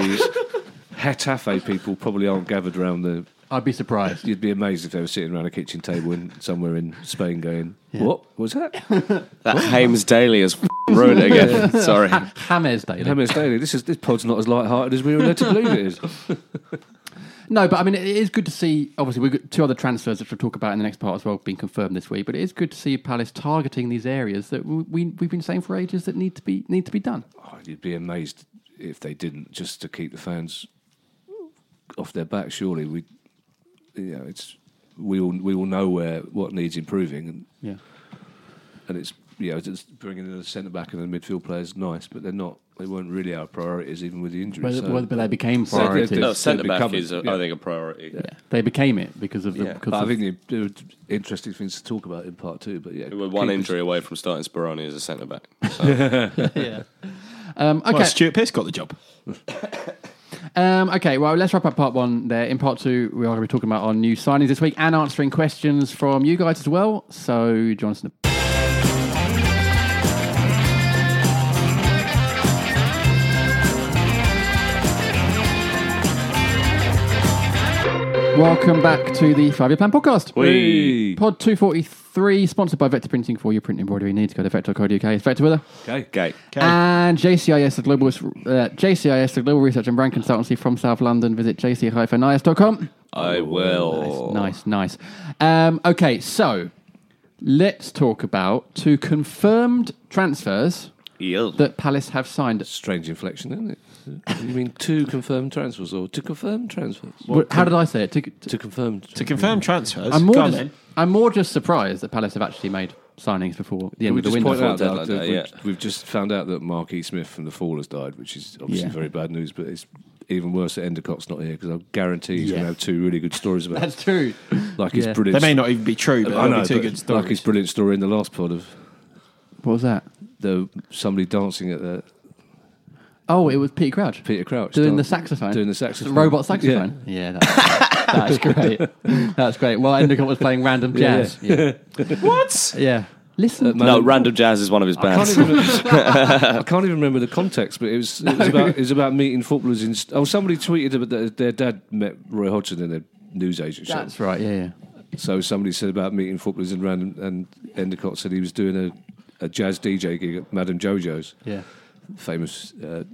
Speaker 3: Hetafe people probably aren't gathered around the.
Speaker 2: I'd be surprised.
Speaker 3: You'd be amazed if they were sitting around a kitchen table in somewhere in Spain going, What was that?
Speaker 5: That Hames Daily has ruined it again. Sorry.
Speaker 2: James Daily.
Speaker 3: Hammers Daily, this, is, this pod's not as light hearted as we were led to believe it is.
Speaker 2: No, but I mean, it is good to see. Obviously, we've got two other transfers which we'll talk about in the next part as well, being confirmed this week. But it is good to see Palace targeting these areas that we, we we've been saying for ages that need to be need to be done.
Speaker 3: Oh, you'd be amazed if they didn't, just to keep the fans off their back, surely. We, you know, it's, we, all, we all know where what needs improving, and,
Speaker 2: Yeah,
Speaker 3: and it's yeah, it's just bringing in the centre back and the midfield players, nice, but they're not. They weren't really our priorities, even with the injuries.
Speaker 2: but,
Speaker 3: so- uh,
Speaker 2: well, but uh, they became
Speaker 3: So they've-
Speaker 2: priorities.
Speaker 3: they've-
Speaker 5: No,
Speaker 3: It's
Speaker 5: centre back
Speaker 3: become-
Speaker 5: is, a,
Speaker 3: yeah.
Speaker 5: I think, a priority.
Speaker 2: Yeah. They became it because of the.
Speaker 5: Yeah.
Speaker 2: Because
Speaker 3: But I
Speaker 2: of-
Speaker 3: think there are interesting things to talk about in part two. But yeah,
Speaker 5: We We're one
Speaker 3: keepers-
Speaker 5: injury away from starting Speroni as a centre back. So.
Speaker 2: yeah. Um, okay.
Speaker 4: Well, Stuart Pearce got the job.
Speaker 2: um, okay. Well, let's wrap up part one there. In part two, we are going to be talking about our new signings this week and answering questions from you guys as well. So, Johnson. Welcome back to the Five Year Plan podcast.
Speaker 5: Whee.
Speaker 2: Pod 243, sponsored by Vector Printing for your print embroidery needs. Go to vector.co.uk. It's Vector with her.
Speaker 3: Okay.
Speaker 5: Okay.
Speaker 2: And JCIS, the global, uh, JCIS, the global research and brand consultancy from South London. Visit jc-is.com.
Speaker 5: I will.
Speaker 2: Nice, nice. Um, okay, so let's talk about two confirmed transfers
Speaker 5: Yeah.
Speaker 2: that Palace have signed.
Speaker 3: Strange inflection, isn't it? you mean two confirmed transfers or to confirm transfers?
Speaker 2: How did I say it? To- to-
Speaker 3: To confirm.
Speaker 4: To confirm
Speaker 5: Hmm.
Speaker 4: transfers,
Speaker 2: I'm, more
Speaker 4: Go on
Speaker 2: just,
Speaker 4: then.
Speaker 2: I'm more just surprised that Palace have actually made signings before the end
Speaker 3: we
Speaker 2: of the
Speaker 3: just
Speaker 2: window.
Speaker 3: point out that
Speaker 5: deadline day,
Speaker 3: we've,
Speaker 5: yeah.
Speaker 3: we've just found out that Marquis Smith from the Fall has died, which is obviously
Speaker 2: Yeah.
Speaker 3: very bad news. But it's even worse that Endicott's not here because I guarantee he's
Speaker 2: Yeah.
Speaker 3: going to have two really good stories about.
Speaker 2: That's true.
Speaker 3: like his
Speaker 2: yeah.
Speaker 4: they
Speaker 3: brilliant.
Speaker 4: may not even be true, but
Speaker 3: I
Speaker 4: they'll
Speaker 3: know,
Speaker 4: be two
Speaker 3: but
Speaker 4: good
Speaker 3: like
Speaker 4: stories.
Speaker 3: his brilliant story in the last pod of
Speaker 2: What was that?
Speaker 3: the somebody dancing at the
Speaker 2: Oh, it was Peter Crouch.
Speaker 3: Peter Crouch
Speaker 2: doing
Speaker 3: dan-
Speaker 2: the saxophone,
Speaker 3: doing the saxophone,
Speaker 2: robot saxophone. Yeah, that's, that's great. That's great. Well, Endicott was playing random jazz. Yeah,
Speaker 4: what?
Speaker 2: Yeah. listen. to
Speaker 5: No, Random Jazz is one of his
Speaker 3: I can't,
Speaker 5: bands.
Speaker 3: even remember, I can't even remember the context, but it was it was, about, it was about meeting footballers in. Oh, somebody tweeted about that their dad met Roy Hodgson in a newsagent shop.
Speaker 2: that's right. Yeah, yeah.
Speaker 3: So somebody said about meeting footballers in random, and Endicott said he was doing a, a jazz DJ gig at Madame Jojo's,
Speaker 2: yeah.
Speaker 3: famous uh,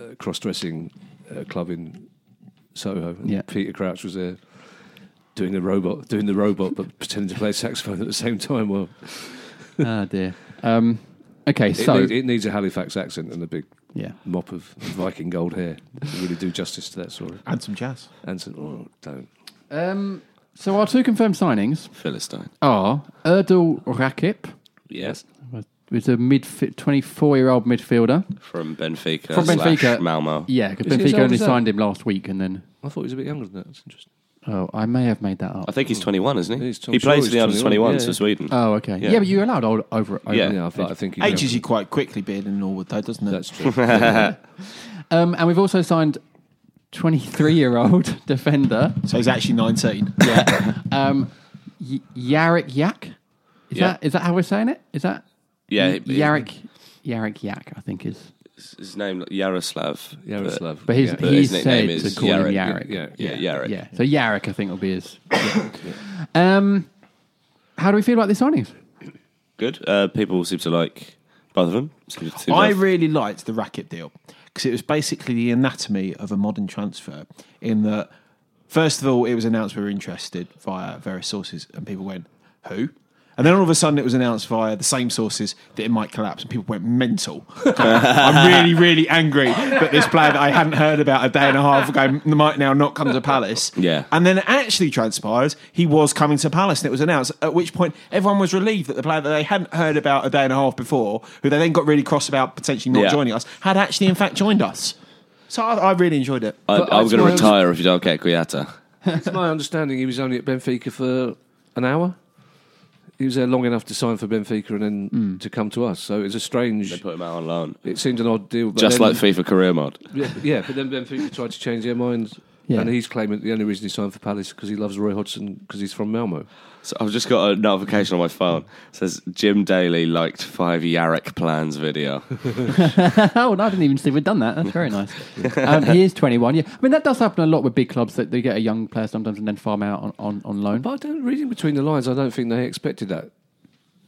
Speaker 3: uh, cross-dressing uh, club in Soho. And
Speaker 2: Yeah.
Speaker 3: Peter Crouch was there doing the robot, doing the robot, but pretending to play saxophone at the same time. Well,
Speaker 2: Oh dear. Um, okay,
Speaker 3: it,
Speaker 2: so
Speaker 3: need- it needs a Halifax accent and a big
Speaker 2: yeah,
Speaker 3: mop of Viking gold hair to really do justice to that story.
Speaker 4: And some jazz.
Speaker 3: Anson, oh, don't.
Speaker 2: um, so our two confirmed signings
Speaker 5: Philistine.
Speaker 2: are Erdal Rakip.
Speaker 5: Yes.
Speaker 2: Was was a midfi- 24 year old midfielder.
Speaker 5: from Benfica
Speaker 2: From
Speaker 5: slash
Speaker 2: Benfica.
Speaker 5: Malmo.
Speaker 2: Yeah, because
Speaker 3: Is he as
Speaker 2: Benfica
Speaker 3: old
Speaker 2: only
Speaker 3: as that?
Speaker 2: signed him last week, and then
Speaker 3: I thought he was a bit younger than that. That's interesting.
Speaker 2: oh, I may have made that up.
Speaker 5: I think he's 21, isn't he?
Speaker 3: He's tw-
Speaker 5: he
Speaker 3: sure
Speaker 5: plays
Speaker 3: he's
Speaker 5: for the under
Speaker 3: 21,
Speaker 5: 21
Speaker 3: yeah.
Speaker 5: for Sweden.
Speaker 2: Oh, okay. Yeah,
Speaker 5: Yeah.
Speaker 2: but you're allowed old over. over
Speaker 5: Yeah.
Speaker 3: Yeah, I, thought, I think he
Speaker 4: Ages you quite quickly being in Norwood, though, doesn't it?
Speaker 3: That's true.
Speaker 2: Um, and we've also signed 23 year old defender
Speaker 4: so he's actually 19.
Speaker 2: um, y- Yarik Yak. Is
Speaker 5: Yeah.
Speaker 2: that is that how we're saying it? Is that
Speaker 5: yeah,
Speaker 2: Y-
Speaker 5: he-
Speaker 2: Yarik Yarik Yak? I think is.
Speaker 5: His name Yaroslav.
Speaker 3: Yaroslav.
Speaker 2: But his
Speaker 3: yeah.
Speaker 5: but
Speaker 2: he
Speaker 5: his nickname
Speaker 2: said to
Speaker 5: is
Speaker 2: call him Yarik.
Speaker 5: Yarrick.
Speaker 3: yeah,
Speaker 5: Yeah,
Speaker 3: yeah.
Speaker 5: Yarik.
Speaker 2: Yeah. So Yarik, I think, will be his. um, how do we feel about these signings?
Speaker 5: Good. Uh, people seem to like both of them. Seem- seem
Speaker 4: I
Speaker 5: to-
Speaker 4: really liked the racket deal because it was basically the anatomy of a modern transfer. In that, first of all, it was announced we were interested via various sources, and people went, "Who?" And then all of a sudden, it was announced via the same sources that it might collapse, and people went mental. I'm really, really angry that this player that I hadn't heard about a day and a half ago might now not come to Palace.
Speaker 5: Yeah.
Speaker 4: And then it actually transpires he was coming to Palace and it was announced, at which point everyone was relieved that the player that they hadn't heard about a day and a half before, who they then got really cross about potentially not
Speaker 5: Yeah.
Speaker 4: joining us, had actually in fact joined us. So I, I really enjoyed it.
Speaker 5: I,
Speaker 2: But I
Speaker 5: I'm going to
Speaker 2: suppose-
Speaker 5: retire if you don't get Kuyata.
Speaker 3: It's my understanding he was only at Benfica for an hour. He was there long enough to sign for Benfica and then to come to us. So it's a
Speaker 5: Hmm. They
Speaker 3: strange.
Speaker 5: put him out on loan.
Speaker 3: It seemed an odd deal. But
Speaker 5: Just
Speaker 3: then-
Speaker 5: like FIFA career mod.
Speaker 3: yeah, yeah, but then Benfica tried to change their minds.
Speaker 2: Yeah.
Speaker 3: And he's claiming the only reason he signed for Palace because he loves Roy Hodgson because he's from Malmo.
Speaker 5: So I've just got a notification on my phone. It says Jim Daly liked five Yarrick plans video.
Speaker 2: Oh, no, I didn't even see we'd done that. That's very nice. um, he is 21. Yeah, I mean that does happen a lot with big clubs that they get a young player sometimes and then farm out on, on, on loan.
Speaker 3: But I don't, reading between the lines, I don't think they expected that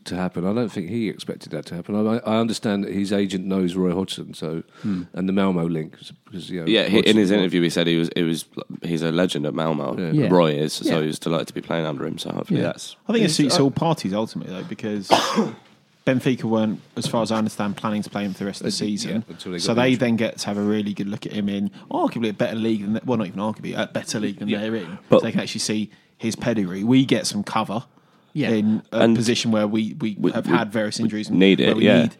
Speaker 3: to happen. I don't think he expected that to happen. I, I understand that his agent knows Roy Hodgson, so
Speaker 5: Hmm.
Speaker 3: and the Malmo link because you know,
Speaker 5: Yeah, he, in
Speaker 3: Hodgson-
Speaker 5: his interview he said he was it was he's a legend at Malmo.
Speaker 2: Yeah.
Speaker 5: Roy is, so
Speaker 2: Yeah.
Speaker 5: he was delighted to be playing under him. So hopefully
Speaker 2: Yeah.
Speaker 5: that's
Speaker 4: I think it suits
Speaker 5: uh,
Speaker 4: all parties ultimately, though, because Benfica weren't, as far as I understand, planning to play him for the rest of the season.
Speaker 3: until they got
Speaker 4: so they
Speaker 3: injured.
Speaker 4: then get to have a really good look at him in arguably a better league than well, not even arguably a better league than they're in.
Speaker 5: But-
Speaker 4: so they can actually see his pedigree. We get some cover
Speaker 2: Yeah.
Speaker 4: in a
Speaker 5: And-
Speaker 4: position where we, we,
Speaker 5: We-
Speaker 4: have
Speaker 5: we-
Speaker 4: had various injuries and
Speaker 5: need
Speaker 4: where
Speaker 5: it,
Speaker 4: we
Speaker 5: yeah.
Speaker 4: need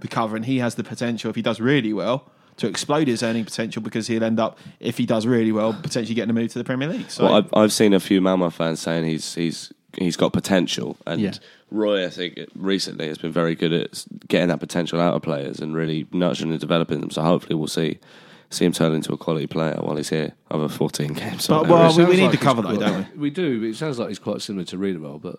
Speaker 4: the cover, and he has the potential if he does really well. To explode his earning potential because he'll end up, if he does really well, potentially getting a move to the Premier League. So
Speaker 5: Well, I've, I've seen a few Malmo fans saying he's he's he's got potential, and
Speaker 2: Yeah.
Speaker 5: Roy, I think recently has been very good at s- getting that potential out of players and really nurturing and developing them. So hopefully we'll see see him turn into a quality player while he's here over 14 games.
Speaker 4: But,
Speaker 5: I don't
Speaker 4: well,
Speaker 5: know.
Speaker 4: we- we need
Speaker 3: Sounds
Speaker 4: the
Speaker 3: he's
Speaker 4: cover though,
Speaker 3: quite-
Speaker 4: don't
Speaker 3: We do. but It sounds like he's quite similar to Riedewald, but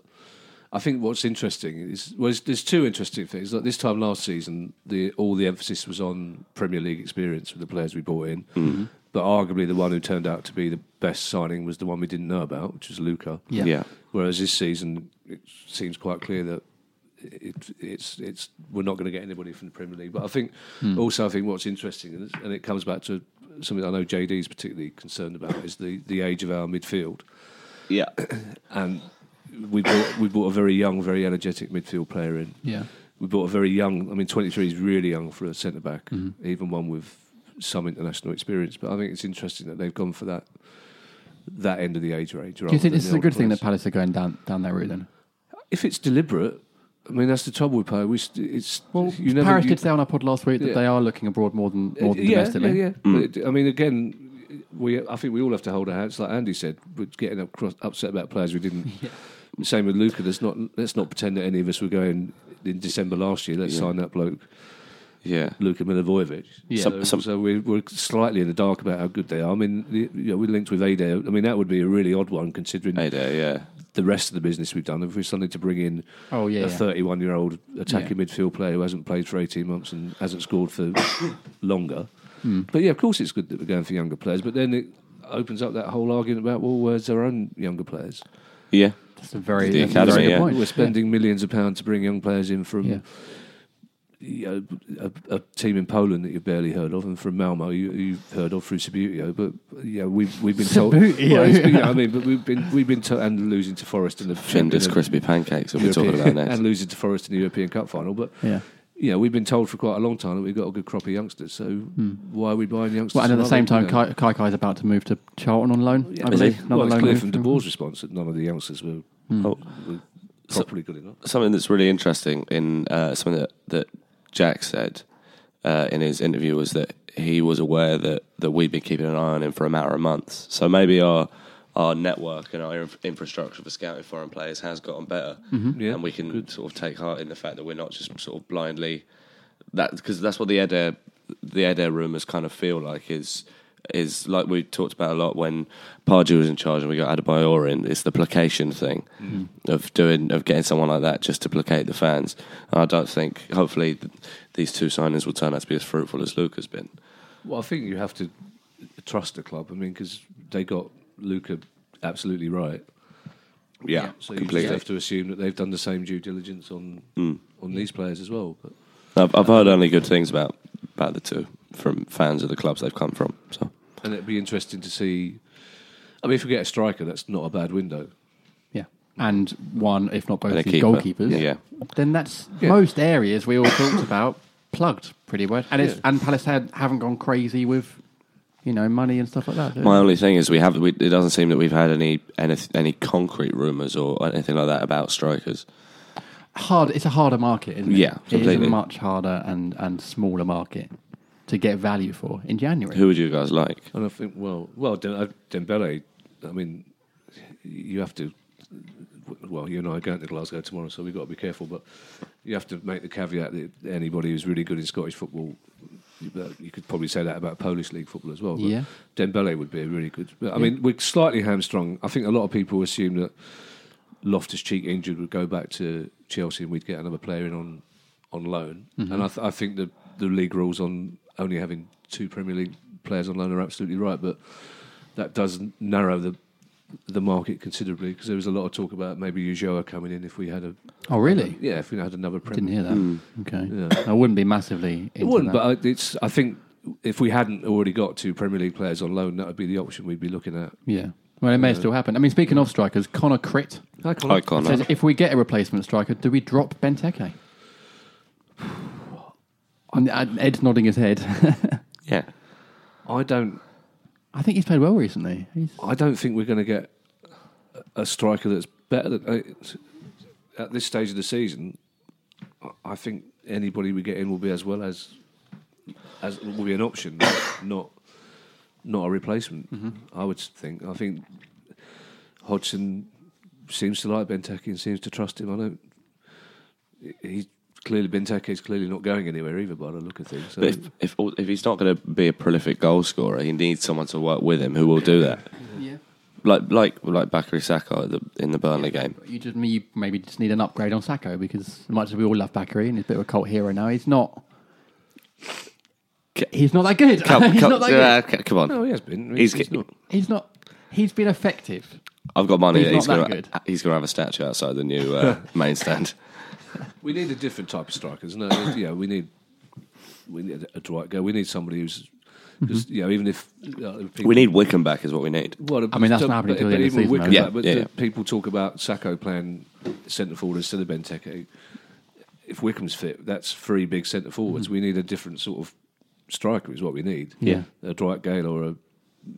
Speaker 3: I think what's interesting is well, there's, there's two interesting things. Like this time last season, the all the emphasis was on Premier League experience with the players we brought in.
Speaker 4: Mm-hmm.
Speaker 3: But arguably, the one who turned out to be the best signing was the one we didn't know about, which was Luca.
Speaker 2: Yeah.
Speaker 5: yeah,
Speaker 3: Whereas this season, it seems quite clear that it, it's it's we're not going to get anybody from the Premier League. But I think
Speaker 2: Hmm.
Speaker 3: also I think what's interesting and, it's, and it comes back to something I know JD is particularly concerned about is the, the age of our midfield.
Speaker 5: yeah,
Speaker 3: And we bought, we bought a very young, very energetic midfield player in.
Speaker 2: Yeah.
Speaker 3: We bought a very young. I mean, twenty three is really young for a centre back,
Speaker 2: Mm-hmm.
Speaker 3: even one with some international experience. But I think it's interesting that they've gone for that that end of the age range.
Speaker 2: Do you think this is a good thing that Palace are going down down that route then?
Speaker 3: if it's deliberate, I mean that's the trouble with Poe. We st- it's
Speaker 2: Well,
Speaker 3: you never
Speaker 2: Paris
Speaker 3: you-
Speaker 2: did say on our pod last week that
Speaker 3: Yeah. Uh,
Speaker 2: they are looking abroad more than more than
Speaker 3: yeah,
Speaker 2: domestically.
Speaker 3: Yeah, yeah.
Speaker 5: Mm.
Speaker 3: But it- I mean, again, we I think we all have to hold our hands, like Andy said, with getting up, cross, upset about players we didn't. Same with Luca. Let's not let's not pretend that any of us were going in December last year. Let's sign that bloke,
Speaker 5: yeah.
Speaker 3: Luka Milivojevic.
Speaker 2: Yeah.
Speaker 3: So,
Speaker 5: Some-
Speaker 3: so we're, we're slightly in the dark about how good they are. I mean, the, you know, we linked with Adair. I mean, that would be a really odd one considering
Speaker 5: Hey there, yeah.
Speaker 3: the rest of the business we've done. If we're suddenly to bring in
Speaker 2: Oh, yeah,
Speaker 3: a
Speaker 2: yeah.
Speaker 3: 31 year old attacking
Speaker 2: Yeah.
Speaker 3: midfield player who hasn't played for 18 months and hasn't scored for longer.
Speaker 2: Hmm.
Speaker 3: But yeah, of course it's good that we're going for younger players, but then it opens up that whole argument about, well, where's our own younger players?
Speaker 5: Yeah,
Speaker 2: That's a very,
Speaker 5: The
Speaker 2: that's a very
Speaker 5: academy,
Speaker 2: good
Speaker 5: yeah.
Speaker 2: point.
Speaker 3: We're spending millions of pounds to bring young players in from.
Speaker 2: Yeah.
Speaker 3: You know, a, a team in Poland that you've barely heard of, and from Malmo you, you've heard of through Subutio. But yeah, we've we've been told.
Speaker 2: Subutio.
Speaker 3: Well, it's been- yeah, I mean, but we've been we've been told, and losing to Forest in the
Speaker 5: Findus
Speaker 3: in the-
Speaker 5: crispy pancakes that we're talking
Speaker 3: European-
Speaker 5: about next.
Speaker 3: and losing to Forest in the European Cup final. But
Speaker 2: Yeah.
Speaker 3: you know, we've been told for quite a long time that we've got a good crop of youngsters. So why are we buying youngsters?
Speaker 2: Hmm. Well, and at the
Speaker 3: from
Speaker 2: same
Speaker 3: other-
Speaker 2: time,
Speaker 3: you know?
Speaker 2: Kai Kai Kai's about to move to Charlton on loan. I believe.
Speaker 5: Is he?
Speaker 2: Another
Speaker 3: well, it's
Speaker 2: loan
Speaker 3: clear
Speaker 2: move Hmm.
Speaker 3: from De Boer's response that none of the youngsters were
Speaker 5: Oh,
Speaker 3: properly good enough.
Speaker 5: something that's really interesting in uh, something that, that Jack said uh, in his interview was that he was aware that, that we've been keeping an eye on him for a matter of months. So maybe our our network and our inf- infrastructure for scouting foreign players has gotten better,
Speaker 3: Yeah,
Speaker 5: and we can sort of take heart in the fact that we're not just sort of blindly that because that's what the Ed Air the Ed Air rumours kind of feel like is is like we talked about a lot when Pardew was in charge and we got Adebayor in. It's the placation thing
Speaker 3: Mm-hmm.
Speaker 5: of doing of getting someone like that just to placate the fans. And I don't think hopefully th- these two signings will turn out to be as fruitful as Luke has been.
Speaker 3: Well, I think you have to trust the club. I mean, because they got Luca absolutely right.
Speaker 5: Yeah,
Speaker 3: So you
Speaker 5: completely.
Speaker 3: just have to assume that they've done the same due diligence on
Speaker 2: Hmm.
Speaker 3: on these players as well. But
Speaker 5: I've, I've heard only good things about about the two from fans of the clubs they've come from. So
Speaker 3: and it'd be interesting to see. I mean, if we get a striker, that's not a bad window.
Speaker 2: Yeah. And one, if not both,
Speaker 5: And a
Speaker 2: is
Speaker 5: keeper.
Speaker 2: goalkeepers.
Speaker 5: Yeah.
Speaker 2: Then that's most areas we all talked about plugged pretty much. And it's
Speaker 3: Yeah.
Speaker 2: and Palace had, haven't gone crazy with, you know, money and stuff like that. do
Speaker 5: My
Speaker 2: they?
Speaker 5: only thing is we have we, it doesn't seem that we've had any any, any concrete rumours or anything like that about strikers.
Speaker 2: hard. It's a harder market, isn't it? it
Speaker 5: Yeah,
Speaker 2: is a
Speaker 5: completely.
Speaker 2: much harder and and smaller market to get value for in January.
Speaker 5: Who would you guys like?
Speaker 3: And I think, well, well, Dem- uh, Dembele. I mean, you have to. Well, you and I are going to Glasgow tomorrow, so we've got to be careful. But you have to make the caveat that anybody who's really good in Scottish football, you- that you could probably say that about Polish league football as well. But
Speaker 2: Yeah.
Speaker 3: Dembele would be a really good. But, I mean, we're slightly hamstrung. I think a lot of people assume that Loftus Cheek injured would go back to Chelsea and we'd get another player in on on loan. And I, th- I think the the league rules on only having two Premier League players on loan are absolutely right, but that does narrow the the market considerably because there was a lot of talk about maybe Ujoa coming in if we had a
Speaker 2: Oh, really?
Speaker 3: yeah if we had another Premier
Speaker 2: Didn't hear that.
Speaker 5: Hmm.
Speaker 2: Okay, I wouldn't be massively. Into
Speaker 3: it wouldn't,
Speaker 2: that.
Speaker 3: but I- it's I think if we hadn't already got two Premier League players on loan, that would be the option we'd be looking at.
Speaker 2: yeah. Well, it may still happen. I mean, speaking of strikers, Connor Crit
Speaker 3: Hi, Colin.
Speaker 5: Icon.
Speaker 2: says if we get a replacement striker, do we drop Benteke? And, uh, Ed's nodding his head.
Speaker 5: Yeah.
Speaker 3: I don't
Speaker 2: I think he's played well recently. He's,
Speaker 3: I don't think we're going to get a a striker that's better than uh, at this stage of the season. I- I think anybody we get in will be as well as as will be an option, not not a replacement.
Speaker 5: Mm-hmm.
Speaker 3: I would think. I think Hodgson seems to like Benteke and seems to trust him. I don't. he- He's clearly Benteke is clearly not going anywhere either by the look of things. So.
Speaker 5: But if, if all- if he's not going to be a prolific goal scorer, he needs someone to work with him who will do that.
Speaker 2: yeah.
Speaker 5: Like like like Bakary Saka at the, in the Burnley game.
Speaker 2: You just you maybe just need an upgrade on Sacco because as much as we all love Bakary and he's a bit of a cult hero now, he's not.
Speaker 5: Ca-
Speaker 2: He's not that good.
Speaker 5: Come,
Speaker 2: he's
Speaker 5: come,
Speaker 2: not that good.
Speaker 5: yeah, ca- come on.
Speaker 3: no, oh, he has been.
Speaker 5: He's
Speaker 3: he's
Speaker 5: get-
Speaker 3: not.
Speaker 2: He's not. He's been effective.
Speaker 5: I've got money.
Speaker 2: He's
Speaker 5: that
Speaker 2: not
Speaker 5: He's,
Speaker 2: that
Speaker 5: gonna,
Speaker 2: good.
Speaker 5: he's going to have a statue outside the new uh, main stand.
Speaker 3: We need a different type of strikers. No, yeah, we need we need a Dwight go. We need somebody who's
Speaker 2: Mm-hmm.
Speaker 3: just you know even if uh, people,
Speaker 5: We need Wickham back, is what we need.
Speaker 3: Well,
Speaker 2: I mean, that's
Speaker 3: so-
Speaker 2: not happening
Speaker 3: but-
Speaker 2: till the
Speaker 3: but
Speaker 2: end of the
Speaker 3: even
Speaker 2: season,
Speaker 3: Wickham
Speaker 5: though.
Speaker 3: back, but
Speaker 5: Yeah,
Speaker 3: the
Speaker 5: yeah.
Speaker 3: people talk about Sacco playing centre forward instead of Benteke. If Wickham's fit, that's three big centre forwards. We need a different sort of striker, is what we need.
Speaker 2: Mm-hmm. Yeah.
Speaker 3: a Dwight Gale or a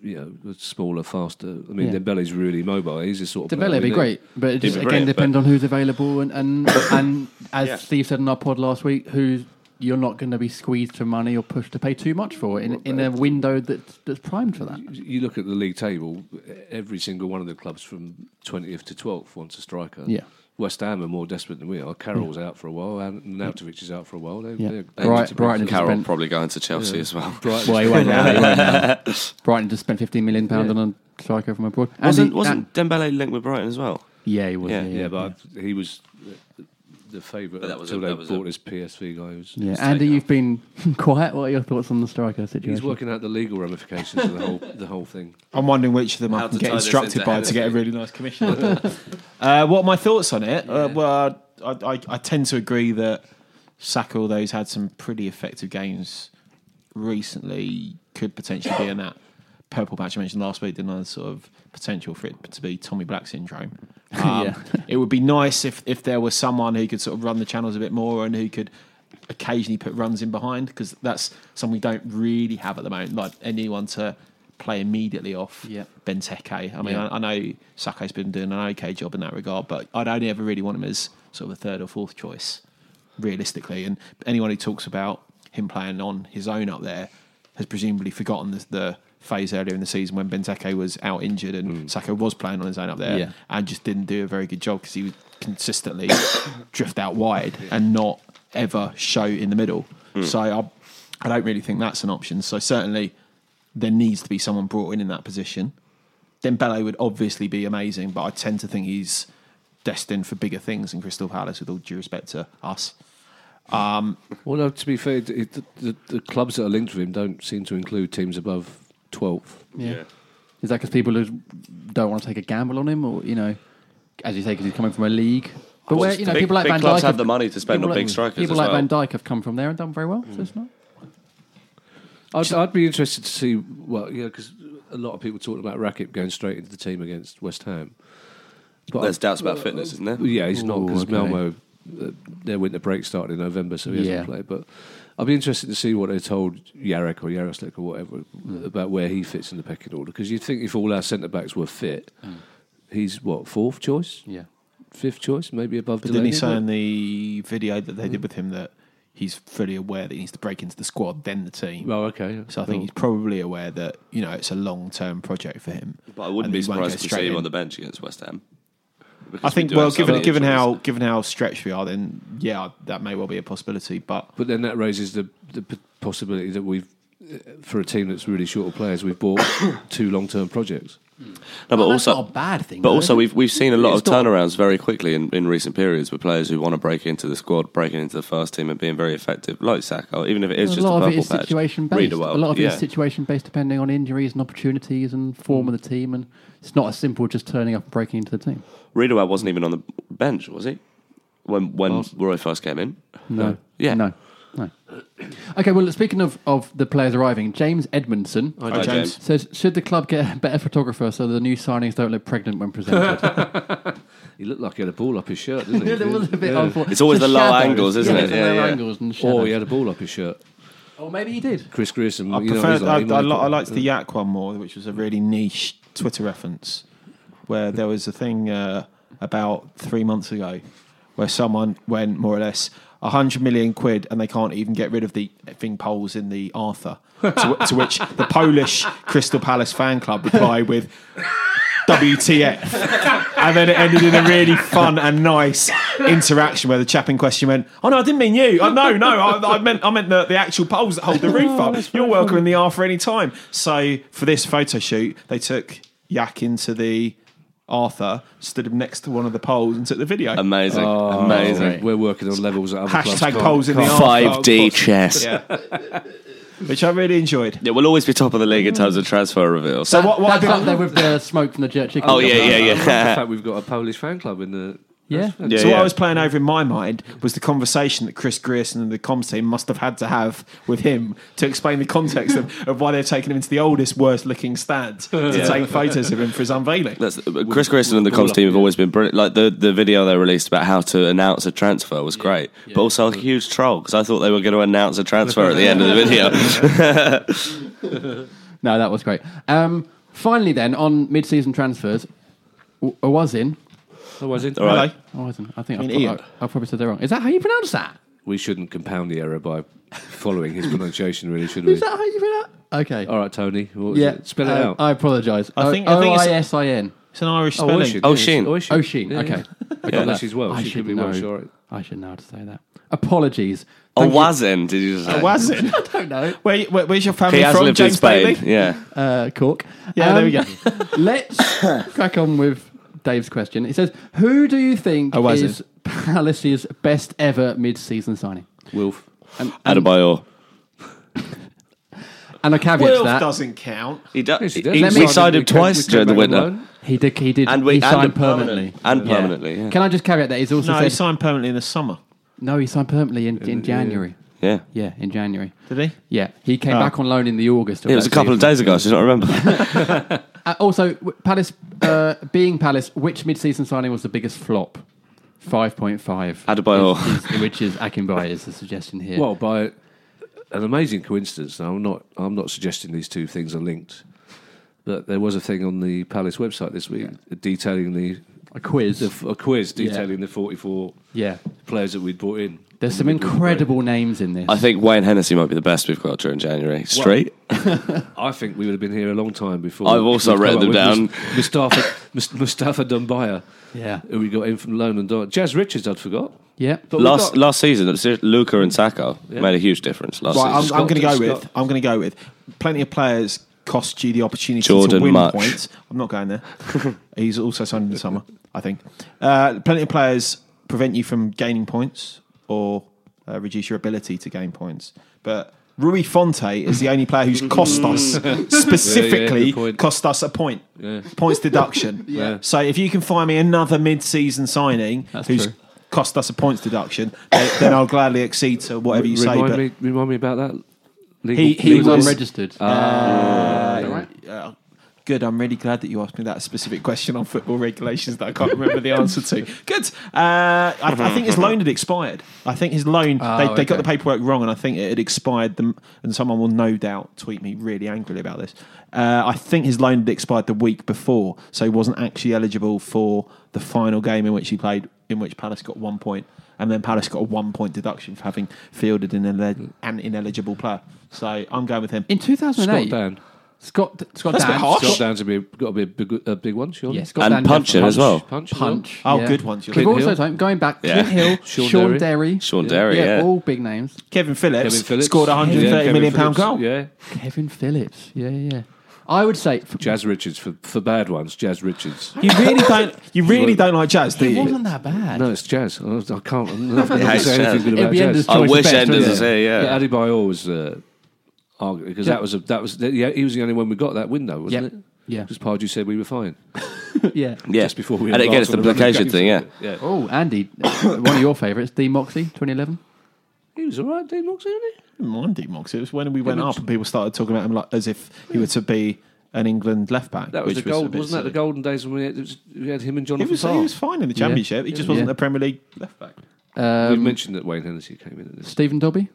Speaker 3: you know a smaller, faster. I mean,
Speaker 2: Yeah.
Speaker 3: Dembele's really mobile. He's the sort of player
Speaker 2: Dembele would be
Speaker 3: we need.
Speaker 2: great, but it just
Speaker 5: be
Speaker 2: again
Speaker 5: brilliant,
Speaker 2: depends on who's available and and, and as Steve said in our pod last week, who you're not going to be squeezed for money or pushed to pay too much for in, in a window that's that's primed for that.
Speaker 3: You look at the league table, every single one of the clubs from 20th to 12th wants a striker.
Speaker 2: Yeah.
Speaker 3: West Ham are more desperate than we are. Carroll's out for a while, and Nautovic is out for a while. They,
Speaker 2: Yeah.
Speaker 3: they're-
Speaker 2: Bright-
Speaker 3: they're-
Speaker 2: Brighton have
Speaker 5: Carroll
Speaker 2: spent-
Speaker 5: probably going to Chelsea as well.
Speaker 3: Brighton-
Speaker 2: Well, he won't now. He won't now. Brighton just spent fifteen million pound on a striker from abroad. And
Speaker 5: Wasn't
Speaker 2: he-
Speaker 5: wasn't Dembele linked with Brighton as well?
Speaker 2: and- yeah, he was. Yeah,
Speaker 5: Yeah,
Speaker 3: yeah, but he was the- the favourite
Speaker 5: But that was a-
Speaker 3: until
Speaker 5: that
Speaker 3: they
Speaker 5: was a-
Speaker 3: bought this PSV guy. Who's,
Speaker 2: Yeah, Andy, you've been quiet. What are your thoughts on the striker situation?
Speaker 3: He's working out the legal ramifications of the whole the whole thing.
Speaker 4: I'm wondering which of them
Speaker 5: How
Speaker 4: I can
Speaker 5: to
Speaker 4: get
Speaker 5: tie this
Speaker 4: instructed
Speaker 5: into
Speaker 4: by to get a really nice commission. uh, what are my thoughts on it? Uh, well, I, I, I tend to agree that Saka, although he's had some pretty effective games recently, could potentially be in that purple patch I mentioned last week, didn't I? Sort of potential for it to be Tommy Black syndrome. Um,
Speaker 2: Yeah.
Speaker 4: It would be nice if, if there was someone who could sort of run the channels a bit more and who could occasionally put runs in behind because that's something we don't really have at the moment. Like anyone to play immediately off
Speaker 2: Yeah.
Speaker 4: Benteke. I mean,
Speaker 2: Yeah.
Speaker 4: I, I know Saka's been doing an okay job in that regard, but I'd only ever really want him as sort of a third or fourth choice, realistically. And anyone who talks about him playing on his own up there has presumably forgotten the, the phase earlier in the season when Benteke was out injured and Saka was playing on his own up there
Speaker 2: Yeah.
Speaker 4: and just didn't do a very good job because he would consistently drift out wide and not ever show in the middle. So I, I don't really think that's an option. So certainly there needs to be someone brought in in that position. Dembele would obviously be amazing, but I tend to think he's destined for bigger things in Crystal Palace. With all due respect to us,
Speaker 3: Well, no, to be fair, it, it- the, the clubs that are linked with him don't seem to include teams above 12th.
Speaker 2: Yeah. Is that because people who don't want to take a gamble on him, or you know, as you say, because he's coming from a league? But
Speaker 5: Well,
Speaker 2: where
Speaker 5: it's
Speaker 2: you know
Speaker 5: big-
Speaker 2: people like
Speaker 5: big
Speaker 2: Van
Speaker 5: clubs
Speaker 2: Dijk
Speaker 5: have the money to spend
Speaker 2: people
Speaker 5: on
Speaker 2: like-
Speaker 5: big strikers
Speaker 2: People
Speaker 5: as
Speaker 2: like
Speaker 5: well.
Speaker 2: Van Dijk have come from there and done very well. So it's not.
Speaker 3: I'd, I'd be interested to see, well, yeah, because a lot of people talking about Rakic going straight into the team against West Ham. But
Speaker 5: There's doubts about fitness, isn't there?
Speaker 3: Yeah, he's not
Speaker 2: Ooh,
Speaker 3: because
Speaker 2: okay.
Speaker 3: Melmo, uh, their winter break started in November, so he
Speaker 2: Yeah.
Speaker 3: hasn't played. But I'd be interested to see what they told Yarek or Yaroslik or whatever
Speaker 2: Mm.
Speaker 3: about where he fits in the pecking order. Because you'd think if all our centre backs were fit, he's what fourth choice,
Speaker 2: Mm. Yeah.
Speaker 3: fifth choice, maybe above.
Speaker 4: but didn't he
Speaker 3: Delaney,
Speaker 4: say in the video that
Speaker 3: Mm.
Speaker 4: they did with him that he's fully aware that he needs to break into the squad, then the team?
Speaker 3: Well, Oh, okay.
Speaker 4: So I think he's probably aware that you know it's a long term project for him.
Speaker 5: But I wouldn't
Speaker 4: and
Speaker 5: be
Speaker 4: he won't go
Speaker 5: surprised to
Speaker 4: straight
Speaker 5: see him
Speaker 4: in.
Speaker 5: on the bench against West Ham. Because
Speaker 4: I
Speaker 5: we
Speaker 4: think
Speaker 5: do
Speaker 4: well,
Speaker 5: have so
Speaker 4: given
Speaker 5: many
Speaker 4: given
Speaker 5: injuries.
Speaker 4: how given how stretched we are, then yeah, that may well be a possibility. But
Speaker 3: But then that raises the the p- possibility that we've. uh, For a team that's really short of players, we've bought two long-term projects.
Speaker 5: no, but
Speaker 2: Well, Oh, that's
Speaker 5: also
Speaker 2: not a bad thing.
Speaker 5: But
Speaker 2: though,
Speaker 5: also,
Speaker 2: is it?
Speaker 5: we've we've seen a lot of
Speaker 2: It's not-
Speaker 5: turnarounds very quickly in, in recent periods with players who want to break into the squad, breaking into the first team, and being very effective, like Saka, even if it is
Speaker 2: a
Speaker 5: just a
Speaker 2: lot
Speaker 5: purple
Speaker 2: of it is
Speaker 5: patch.
Speaker 2: situation
Speaker 5: Read
Speaker 2: based.
Speaker 5: well,
Speaker 2: a lot of
Speaker 5: yeah.
Speaker 2: it is situation based, depending on injuries and opportunities and form of the team, and it's not as simple as just turning up and breaking into the team.
Speaker 5: Riedewald wasn't even on the bench, was he? When when Roy first came in,
Speaker 2: No.
Speaker 5: Yeah.
Speaker 2: No. No. Okay. Well, speaking of, of the players arriving, James Edmondson
Speaker 5: Hi,
Speaker 4: James.
Speaker 2: says, "Should the club get a better photographer so the new signings don't look pregnant when presented?"
Speaker 3: He looked like he had a ball up his shirt, didn't he?
Speaker 2: Yeah, there was a bit unfor-
Speaker 5: It's always the low
Speaker 2: shadows.
Speaker 5: angles, isn't
Speaker 2: yeah,
Speaker 5: it?
Speaker 2: it's the
Speaker 5: Yeah,
Speaker 2: low
Speaker 5: yeah.
Speaker 2: angles and shadows.
Speaker 3: Or Oh, he had a ball up his shirt.
Speaker 2: Or maybe he did.
Speaker 3: Chris Grierson.
Speaker 4: I
Speaker 3: you know,
Speaker 4: prefer.
Speaker 3: he's like-
Speaker 4: I, I,
Speaker 3: he
Speaker 4: li- I
Speaker 3: might-
Speaker 4: liked the Yak one more, which was a really niche Twitter reference, where there was a thing uh, about three months ago where someone went more or less a hundred million quid, and they can't even get rid of the thing poles in the Arthur. to, to which the Polish Crystal Palace fan club replied with. WTF. and then it ended in a really fun and nice interaction where the chap in question went, Oh no, I didn't mean you. Oh, no, no, I, I meant I meant the, the actual poles that hold the roof up. You're welcome in the Arthur any time. So for this photo shoot, they took Yak into the Arthur, stood him next to one of the poles and took the video.
Speaker 5: amazing,
Speaker 2: Oh,
Speaker 5: amazing.
Speaker 3: Oh, We're working on levels at other clubs.
Speaker 4: Hashtag
Speaker 3: can't-
Speaker 4: poles in the Arthur.
Speaker 5: Five D chess.
Speaker 4: Yeah. Which I really enjoyed.
Speaker 5: Yeah, we'll always be top of the league in terms of transfer reveals.
Speaker 4: So what, what I've
Speaker 2: That's
Speaker 4: been-
Speaker 2: up there with the smoke from the jet chicken.
Speaker 5: oh yeah, yeah,
Speaker 3: The
Speaker 5: yeah.
Speaker 3: fact we've got a Polish fan club in the.
Speaker 2: yeah.
Speaker 5: yeah,
Speaker 4: so
Speaker 5: yeah.
Speaker 4: what I was playing over in my mind was the conversation that Chris Grierson and the comms team must have had to have with him to explain the context of, of why they've taken him into the oldest, worst looking stand to take photos of him for his unveiling.
Speaker 5: That's, uh, Chris Grierson and the comms team have always been brilliant. Like the, the video they released about how to announce a transfer was great, but also a huge troll because I thought they were going to announce a transfer at the end of the video.
Speaker 2: No, that was great. Um, finally, then on mid-season transfers, Owazin.
Speaker 3: Otherwise, it-
Speaker 5: All right.
Speaker 2: Owazin. I think I
Speaker 4: mean
Speaker 2: have
Speaker 4: Ian?
Speaker 2: probably, I, probably said that wrong. Is that how you pronounce that?
Speaker 3: we shouldn't compound the error by following his pronunciation, really, should
Speaker 2: Is
Speaker 3: we?
Speaker 2: that how you pronounce? Okay.
Speaker 3: All right, Tony. What was
Speaker 2: Yeah.
Speaker 3: it? Spell it
Speaker 2: Uh,
Speaker 3: out.
Speaker 2: I apologise.
Speaker 4: I
Speaker 2: O-
Speaker 4: think- I think it's-
Speaker 2: O-I-S-I-N.
Speaker 4: It's an Irish
Speaker 3: Oh,
Speaker 4: spelling.
Speaker 3: Oisin.
Speaker 5: Oh, Sheen.
Speaker 3: Oisin.
Speaker 2: Oh, Sheen.
Speaker 3: Yeah.
Speaker 2: Okay.
Speaker 3: I don't know if she's Welsh.
Speaker 2: I
Speaker 3: She
Speaker 2: should
Speaker 3: could be
Speaker 2: know.
Speaker 3: Welsh, all right.
Speaker 2: I should know how to say that. Apologies.
Speaker 5: Or
Speaker 2: Thank you-
Speaker 5: was in? Did you just say?
Speaker 4: Was Oh, it?
Speaker 2: I don't know.
Speaker 4: Where, where- where's your
Speaker 5: He
Speaker 4: family
Speaker 5: has
Speaker 4: from?
Speaker 5: lived
Speaker 4: James
Speaker 5: in Spain.
Speaker 4: Bailey?
Speaker 5: Yeah.
Speaker 2: Uh, Cork. Um,
Speaker 4: Yeah, there we go.
Speaker 2: let's crack on with Dave's question. It says, "Who do you think
Speaker 4: Owazin.
Speaker 2: is Palace's best ever mid-season signing?"
Speaker 3: Wilf.
Speaker 5: Adebayor.
Speaker 2: And I caveat
Speaker 4: Wilf
Speaker 2: to that
Speaker 4: doesn't count.
Speaker 5: He, do-
Speaker 3: Yes, he
Speaker 5: he,
Speaker 3: does.
Speaker 5: he,
Speaker 2: Let me-
Speaker 5: signed him
Speaker 3: We came- we
Speaker 5: twice
Speaker 3: came
Speaker 5: during the
Speaker 3: back on
Speaker 5: winter.
Speaker 3: loan.
Speaker 2: he did. He did.
Speaker 5: And we
Speaker 2: he signed
Speaker 5: and
Speaker 2: permanently.
Speaker 5: And
Speaker 2: Yeah.
Speaker 5: permanently, yeah.
Speaker 2: Can I just caveat that he's also
Speaker 4: No,
Speaker 2: said
Speaker 4: he signed permanently in the summer,
Speaker 2: no. He signed permanently in, in January.
Speaker 5: Yeah.
Speaker 2: Yeah, in January.
Speaker 4: did he?
Speaker 2: Yeah, he came
Speaker 4: Oh.
Speaker 2: back on loan in the August.
Speaker 5: It was a couple of days ago, so I don't remember.
Speaker 2: Uh, also, w- Palace uh, being Palace, which mid-season signing was the biggest flop? Five point five.
Speaker 5: Adebayor.
Speaker 2: which is Akinbay is the suggestion here.
Speaker 3: Well, by an amazing coincidence, and I'm not. I'm not suggesting these two things are linked. that there was a thing on the Palace website this week detailing the
Speaker 2: A quiz.
Speaker 3: the f- a quiz detailing the 44
Speaker 2: yeah.
Speaker 3: players that we'd brought in.
Speaker 2: There's some incredible names in this.
Speaker 5: I think Wayne Hennessy might be the best we've got during January. Straight.
Speaker 3: I think we would have been here a long time before.
Speaker 5: I've also
Speaker 3: we'd come
Speaker 5: written
Speaker 3: up
Speaker 5: them
Speaker 3: with Mus- Mustafa, Mus- Mustafa Dumbaya,
Speaker 2: Yeah.
Speaker 3: who we got in from loan and died. Jazz Richards, I'd forgot.
Speaker 2: Yeah.
Speaker 3: But we've
Speaker 5: last
Speaker 3: got-
Speaker 5: last season, Luca and Saka made a huge difference last
Speaker 4: Right, I'm,
Speaker 5: season.
Speaker 3: Scott-
Speaker 4: I'm going to go
Speaker 3: Scott-
Speaker 4: with. I'm going to go with. Plenty of players cost you the opportunity
Speaker 5: Jordan
Speaker 4: to win
Speaker 5: March.
Speaker 4: points. I'm not going there. He's also signed in the summer, I think. Uh, plenty of players prevent you from gaining points or uh, reduce your ability to gain points. But Rui Fonte is the only player who's cost us
Speaker 3: Yeah, yeah,
Speaker 4: specifically
Speaker 3: good point.
Speaker 4: cost us a point.
Speaker 3: Yeah.
Speaker 4: Points deduction.
Speaker 3: Yeah.
Speaker 4: So if you can find me another mid-season signing
Speaker 2: That's
Speaker 4: who's
Speaker 2: true.
Speaker 4: cost us a points deduction, then then I'll gladly accede to whatever you say.
Speaker 3: remind,
Speaker 4: but-
Speaker 3: me, remind me about that. Legal-
Speaker 4: He-
Speaker 2: He was Ah.
Speaker 3: legal-
Speaker 2: unregistered. Is that right?
Speaker 4: Uh, good. I'm really glad that you asked me that specific question on football regulations that I can't remember the answer to. Good. Uh, I, I think his loan had expired. I think his loan,
Speaker 2: Oh,
Speaker 4: they, they got
Speaker 2: okay.
Speaker 4: the paperwork wrong, and I think it had expired. Them, and someone will no doubt tweet me really angrily about this. Uh, I think his loan had expired the week before, so he wasn't actually eligible for the final game in which he played, in which Palace got one point. And then Palace got a one point deduction for having fielded an, ele- an ineligible player. So I'm going with him.
Speaker 2: In
Speaker 3: Scott
Speaker 2: 2008,
Speaker 3: Dan.
Speaker 2: Scott, Scott
Speaker 4: That's a bit
Speaker 2: Dan.
Speaker 4: harsh.
Speaker 3: Scott Dan's a big- got to be a big, a big one, surely.
Speaker 2: Yeah, Scott
Speaker 5: And
Speaker 2: Dan
Speaker 5: Punch
Speaker 2: definitely-
Speaker 5: him as well.
Speaker 3: Punch as well.
Speaker 2: Punch.
Speaker 4: Oh,
Speaker 2: yeah.
Speaker 4: good ones. You're
Speaker 2: We've
Speaker 3: Clint
Speaker 2: also
Speaker 3: Hill.
Speaker 2: time going back.
Speaker 5: Yeah.
Speaker 2: Clint Hill, Sean,
Speaker 3: Sean
Speaker 2: Derry.
Speaker 3: Derry.
Speaker 5: Sean Derry, yeah.
Speaker 2: all big names.
Speaker 4: Kevin Phillips,
Speaker 3: Kevin Phillips.
Speaker 4: scored a hundred
Speaker 3: Yeah,
Speaker 4: thirty
Speaker 3: Kevin
Speaker 4: million pound
Speaker 3: Phillips.
Speaker 4: goal.
Speaker 3: Yeah.
Speaker 2: Kevin Phillips. Yeah, yeah. yeah. I would say f-
Speaker 3: Jazz Richards for, for bad ones. Jazz Richards.
Speaker 4: You really don't. You really don't like jazz, do
Speaker 2: it
Speaker 4: you?
Speaker 2: wasn't that bad.
Speaker 3: No, it's Jazz. I I can't. I'm not going
Speaker 5: Yeah,
Speaker 3: to say
Speaker 5: Jazz.
Speaker 3: anything good
Speaker 2: In
Speaker 3: about
Speaker 2: the end,
Speaker 3: Jazz.
Speaker 2: it's choice
Speaker 5: I wish
Speaker 2: best,
Speaker 5: Enders
Speaker 2: isn't
Speaker 5: was
Speaker 2: it?
Speaker 5: here, yeah.
Speaker 3: Yeah, Adebayor was uh, arguing because
Speaker 2: Yeah.
Speaker 3: that was a, that was yeah he was the only one we got that window wasn't
Speaker 2: Yep.
Speaker 3: it?
Speaker 2: Yeah.
Speaker 3: because Pardew said we were fine
Speaker 2: yeah.
Speaker 5: Yeah.
Speaker 3: just before we
Speaker 5: and again,
Speaker 3: embarked
Speaker 5: it's the
Speaker 3: on the run of
Speaker 5: implication
Speaker 3: games.
Speaker 5: thing. Yeah,
Speaker 3: yeah.
Speaker 2: Oh, Andy, one of your favourites, D Moxley, 2011.
Speaker 3: He was all right, Dean Moxley, wasn't he?
Speaker 4: Mind Deep Mox. It was when we went up and people started talking about him like as if he were to be an England left back.
Speaker 3: That was
Speaker 4: which
Speaker 3: the
Speaker 4: a
Speaker 3: gold,
Speaker 4: bit
Speaker 3: wasn't that the
Speaker 4: silly.
Speaker 3: golden days when we had, it was, we had him and
Speaker 4: He
Speaker 3: Jonathan
Speaker 4: was,
Speaker 3: Parr?
Speaker 4: he was fine in the championship. He just wasn't
Speaker 2: Yeah.
Speaker 4: a Premier League left back.
Speaker 3: we
Speaker 2: Um,
Speaker 3: mentioned that Wayne Hennessy came in at this.
Speaker 2: Stephen Dobby.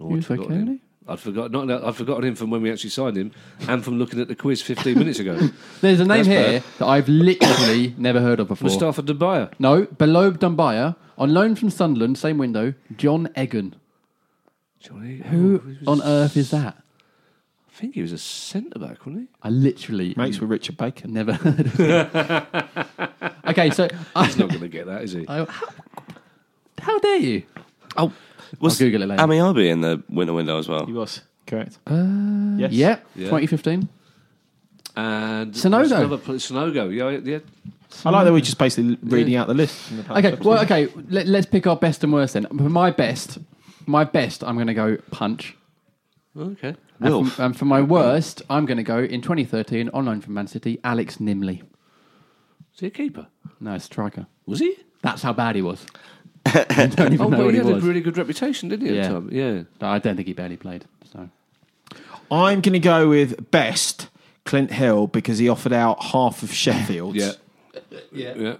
Speaker 3: Oh,
Speaker 2: he
Speaker 3: I'd
Speaker 2: was
Speaker 3: forgotten
Speaker 2: okay,
Speaker 3: him.
Speaker 2: wasn't
Speaker 3: I'd forgotten not that- I'd forgotten him from when we actually signed him, and from looking at the quiz fifteen minutes ago.
Speaker 2: There's a name
Speaker 3: That's
Speaker 2: here that I've literally never heard of before.
Speaker 3: Mustafa Dubaya.
Speaker 2: No, below Dumbaya, on loan from Sunderland, same window, John Egan.
Speaker 3: Johnny,
Speaker 2: Who
Speaker 3: oh, he was-
Speaker 2: on earth is that?
Speaker 3: I think he was a centre back, wasn't he?
Speaker 2: I literally
Speaker 4: Mates with Richard Baker.
Speaker 3: Mm.
Speaker 2: never heard of him. okay, so
Speaker 3: He's
Speaker 2: I,
Speaker 3: not going to get that, is he?
Speaker 2: I- how, how dare you?
Speaker 5: Oh,
Speaker 2: I'll Google it later.
Speaker 5: Ami Arby in the winter window as well.
Speaker 4: He was correct.
Speaker 2: yes.
Speaker 3: Uh,
Speaker 4: Yes.
Speaker 2: Yep,
Speaker 3: Yeah.
Speaker 2: 2015.
Speaker 3: And
Speaker 2: Sonogo.
Speaker 3: there's another pl- Sonogo, yeah, yeah.
Speaker 4: I like that we're just basically reading out the list.
Speaker 2: Okay, well, okay, let, let's pick our best and worst then. For my best, my best, I'm going to go punch.
Speaker 3: Oh, Okay.
Speaker 2: And for, and for my worst, I'm going to go in 2013, on loan from Man City, Alex Nimley.
Speaker 3: Was he a keeper?
Speaker 2: No, striker.
Speaker 3: Was he?
Speaker 2: That's how bad he was. I don't even
Speaker 3: Oh,
Speaker 2: know
Speaker 3: but
Speaker 2: what
Speaker 3: he
Speaker 2: he
Speaker 3: had a
Speaker 2: was.
Speaker 3: really good reputation, didn't he?
Speaker 2: Yeah.
Speaker 3: At the time? yeah.
Speaker 2: No, I don't think he barely played. So
Speaker 4: I'm going to go with best Clint Hill because he offered out half of Sheffield's.
Speaker 3: Yeah. Yeah. Yeah.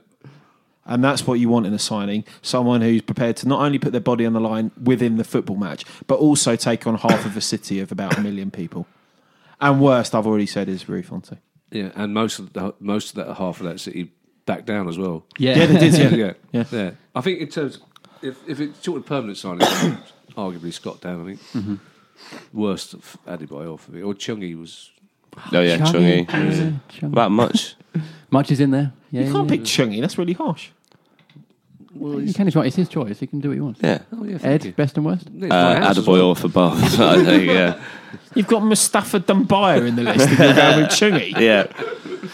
Speaker 4: And that's what you want in a signing someone who's prepared to not only put their body on the line within the football match, but also take on half of a city of about a million people. And worst, I've already said, is Rui Fonte.
Speaker 3: Yeah. And most of the, most of that half of that city backed down as well.
Speaker 2: yeah,
Speaker 4: Yeah, they did, yeah.
Speaker 3: Yeah.
Speaker 4: Yeah.
Speaker 3: I think in terms if if it's sort of permanent signing, then arguably Scott Down, I think.
Speaker 5: Mm-hmm.
Speaker 3: Worst of Adebayor for me. Or Chungi was
Speaker 5: Oh yeah,
Speaker 2: Chungi.
Speaker 5: Chungi.
Speaker 2: Yeah, Chungi.
Speaker 5: That much.
Speaker 2: much is in there. Yeah,
Speaker 4: You can't
Speaker 2: yeah,
Speaker 4: pick Chungy, that's really harsh.
Speaker 3: well
Speaker 2: yeah. He
Speaker 3: he's,
Speaker 2: can if he wants. It's his choice. He can do what he wants.
Speaker 5: Yeah.
Speaker 3: oh yeah,
Speaker 2: Ed,
Speaker 3: thank you.
Speaker 2: best and worst.
Speaker 3: Yeah, it's my
Speaker 5: Uh,
Speaker 3: house as
Speaker 5: Adebayor
Speaker 3: well.
Speaker 5: for both. I think. Yeah.
Speaker 4: You've got Mustafa Dumbaya in the list, and you're going with Chungy.
Speaker 5: Yeah.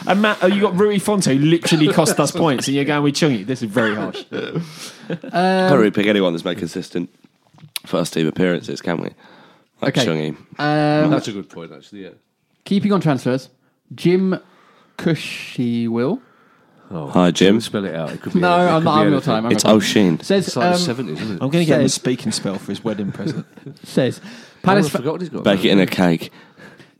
Speaker 4: And Matt, oh, you got Rui Fonte, who literally cost us points, and you're going with Chungy. This is very harsh.
Speaker 5: Can't really pick anyone that's made consistent first team appearances, can we? Like
Speaker 2: Okay.
Speaker 5: Chungi.
Speaker 2: Um,
Speaker 3: That's a good point actually, yeah.
Speaker 2: keeping on transfers, Jim Cushiwill.
Speaker 5: Hi, Jim. Oh,
Speaker 3: Spell it out. It could be
Speaker 2: No,
Speaker 3: it
Speaker 2: I'm
Speaker 3: could
Speaker 2: not
Speaker 3: be
Speaker 2: having your
Speaker 3: anything.
Speaker 2: time. I'm
Speaker 5: It's
Speaker 2: not-
Speaker 5: O'Sheen.
Speaker 2: Says
Speaker 3: It's like the
Speaker 2: um,
Speaker 3: seventies, isn't it?
Speaker 4: I'm going to get him a
Speaker 2: Says-
Speaker 4: speaking spell for his wedding present.
Speaker 2: says
Speaker 3: I
Speaker 2: Palace.
Speaker 3: forgot what he's got.
Speaker 5: Bake it in a cake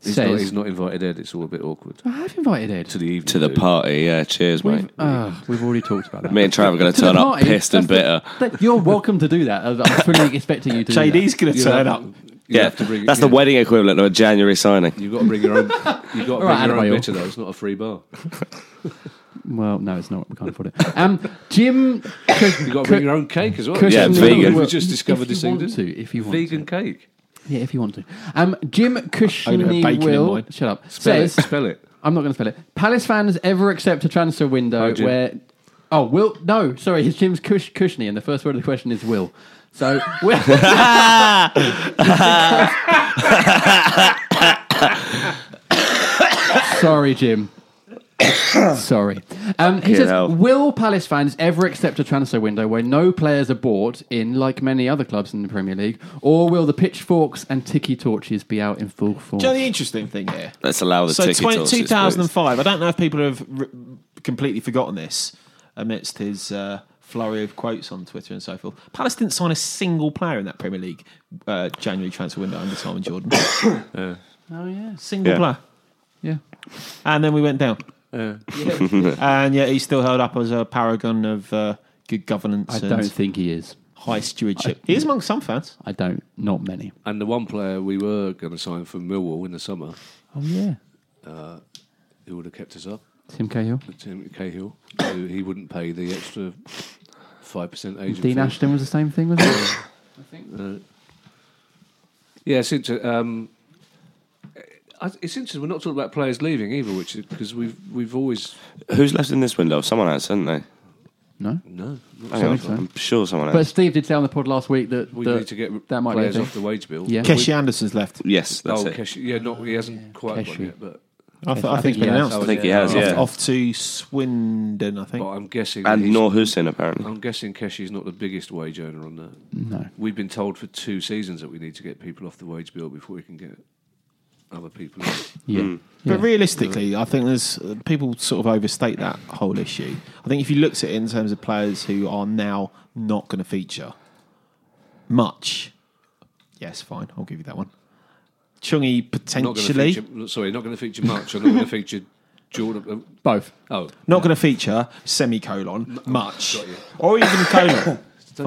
Speaker 3: He's,
Speaker 2: says,
Speaker 3: not, he's not invited Ed. It's all a bit awkward.
Speaker 2: I have invited Ed.
Speaker 3: To the evening.
Speaker 5: to the
Speaker 3: party.
Speaker 5: party. Yeah. Cheers, mate.
Speaker 2: Ah, we've already talked about that.
Speaker 5: Me and Trav are going to
Speaker 2: To the
Speaker 5: turn up
Speaker 2: party,
Speaker 5: pissed and
Speaker 2: that's
Speaker 5: bitter.
Speaker 2: the- that- you're welcome to do that. I'm fully expecting you to. do that.
Speaker 4: JD's going to turn up
Speaker 3: You
Speaker 5: yeah,
Speaker 3: have to bring-
Speaker 5: that's the
Speaker 3: yeah.
Speaker 5: wedding equivalent of a January signing.
Speaker 3: You've got to bring your own. You've got to bring
Speaker 2: right,
Speaker 3: your own
Speaker 2: Adebayo.
Speaker 3: bitter though. It's not a free bar.
Speaker 2: Well, no, it's not. We can't afford it. Um, Jim,
Speaker 3: You've got to bring your own cake as well.
Speaker 2: Cushion
Speaker 5: Yeah, vegan.
Speaker 3: We just discovered
Speaker 2: If you
Speaker 3: this
Speaker 2: want
Speaker 3: evening.
Speaker 2: to, if you want
Speaker 3: vegan cake.
Speaker 2: yeah, if you want to. Um, Jim Cushney
Speaker 4: bacon in
Speaker 2: will
Speaker 4: mine.
Speaker 2: shut up.
Speaker 3: Spell it.
Speaker 2: says
Speaker 3: Spell it.
Speaker 2: I'm not going to spell it. Palace fans ever accept a transfer window
Speaker 3: Oh, Jim.
Speaker 2: where? Oh, will no, sorry, his Jim's Cush, Cushney, and the first word of the question is will. So will. sorry, Jim. sorry. Um, he
Speaker 5: Fucking
Speaker 2: says,
Speaker 5: hell.
Speaker 2: will Palace fans ever accept a transfer window where no players are bought in, like many other clubs in the Premier League, or will the pitchforks and tiki torches be out in full force?
Speaker 4: Do you know the interesting thing here?
Speaker 5: Let's allow the
Speaker 4: so
Speaker 5: ticket
Speaker 4: 20,
Speaker 5: torches, please.
Speaker 4: 2005. I don't know if people have r- completely forgotten this amidst his uh, flurry of quotes on Twitter and so forth. Palace didn't sign a single player in that Premier League uh, January transfer window under Simon Jordan.
Speaker 2: Oh, yeah.
Speaker 4: single
Speaker 5: Yeah.
Speaker 4: player,
Speaker 2: Yeah.
Speaker 4: and then we went down. and yet he's still held up as a paragon of uh, good governance
Speaker 2: I
Speaker 4: and
Speaker 2: don't think he is.
Speaker 4: high stewardship. he is among some fans.
Speaker 2: I don't. Not many.
Speaker 3: And the one player we were going to sign from Millwall in the summer,
Speaker 2: Oh yeah,
Speaker 3: who would have kept us up,
Speaker 2: Tim Cahill.
Speaker 3: Tim Cahill, who he wouldn't pay the extra five percent agent.
Speaker 2: Dean
Speaker 3: fee. Uh,
Speaker 2: Ashton was the same thing, was it?
Speaker 3: Yeah, it's interesting. Um, I- it's interesting. We're not talking about players leaving either, which is because we've we've always
Speaker 5: Who's left in this window? Someone has, haven't they?
Speaker 2: no.
Speaker 3: no.
Speaker 5: Hang on,
Speaker 2: so.
Speaker 5: I'm sure someone
Speaker 2: But
Speaker 5: has.
Speaker 2: Steve did say on the pod last week that
Speaker 3: We
Speaker 2: that,
Speaker 3: need to get
Speaker 2: that might be a
Speaker 3: players
Speaker 2: thing.
Speaker 3: off the wage bill.
Speaker 2: Yeah.
Speaker 4: Keshi Anderson's left.
Speaker 5: Yes, that's
Speaker 3: Oh,
Speaker 5: it.
Speaker 3: Keshi. Yeah, not he hasn't quite
Speaker 2: Keshi.
Speaker 3: gone yet, but
Speaker 4: I, th- I,
Speaker 2: I think
Speaker 4: think he's been
Speaker 2: he has.
Speaker 5: I
Speaker 4: announced.
Speaker 5: think he has. Yeah,
Speaker 4: Off to Swindon, I think.
Speaker 3: but I'm guessing that
Speaker 5: and
Speaker 3: he's-
Speaker 5: Nor Hussein apparently.
Speaker 3: I'm guessing Keshi's not the biggest wage earner on that.
Speaker 2: No.
Speaker 3: We've been told for two seasons that we need to get people off the wage bill before we can get other people. in.
Speaker 2: Yeah.
Speaker 3: Mm.
Speaker 4: But realistically, I think there's uh, people sort of overstate that whole issue. I think if you looked at it in terms of players who are now not going to feature much, yes, fine, I'll give you that one.
Speaker 3: not going
Speaker 4: Chungi
Speaker 3: to
Speaker 4: potentially
Speaker 3: feature. Sorry, not going to feature much. I'm not going to feature Jordan. uh,
Speaker 2: Both.
Speaker 3: Oh,
Speaker 4: not going to feature semicolon much or even colon. Fine.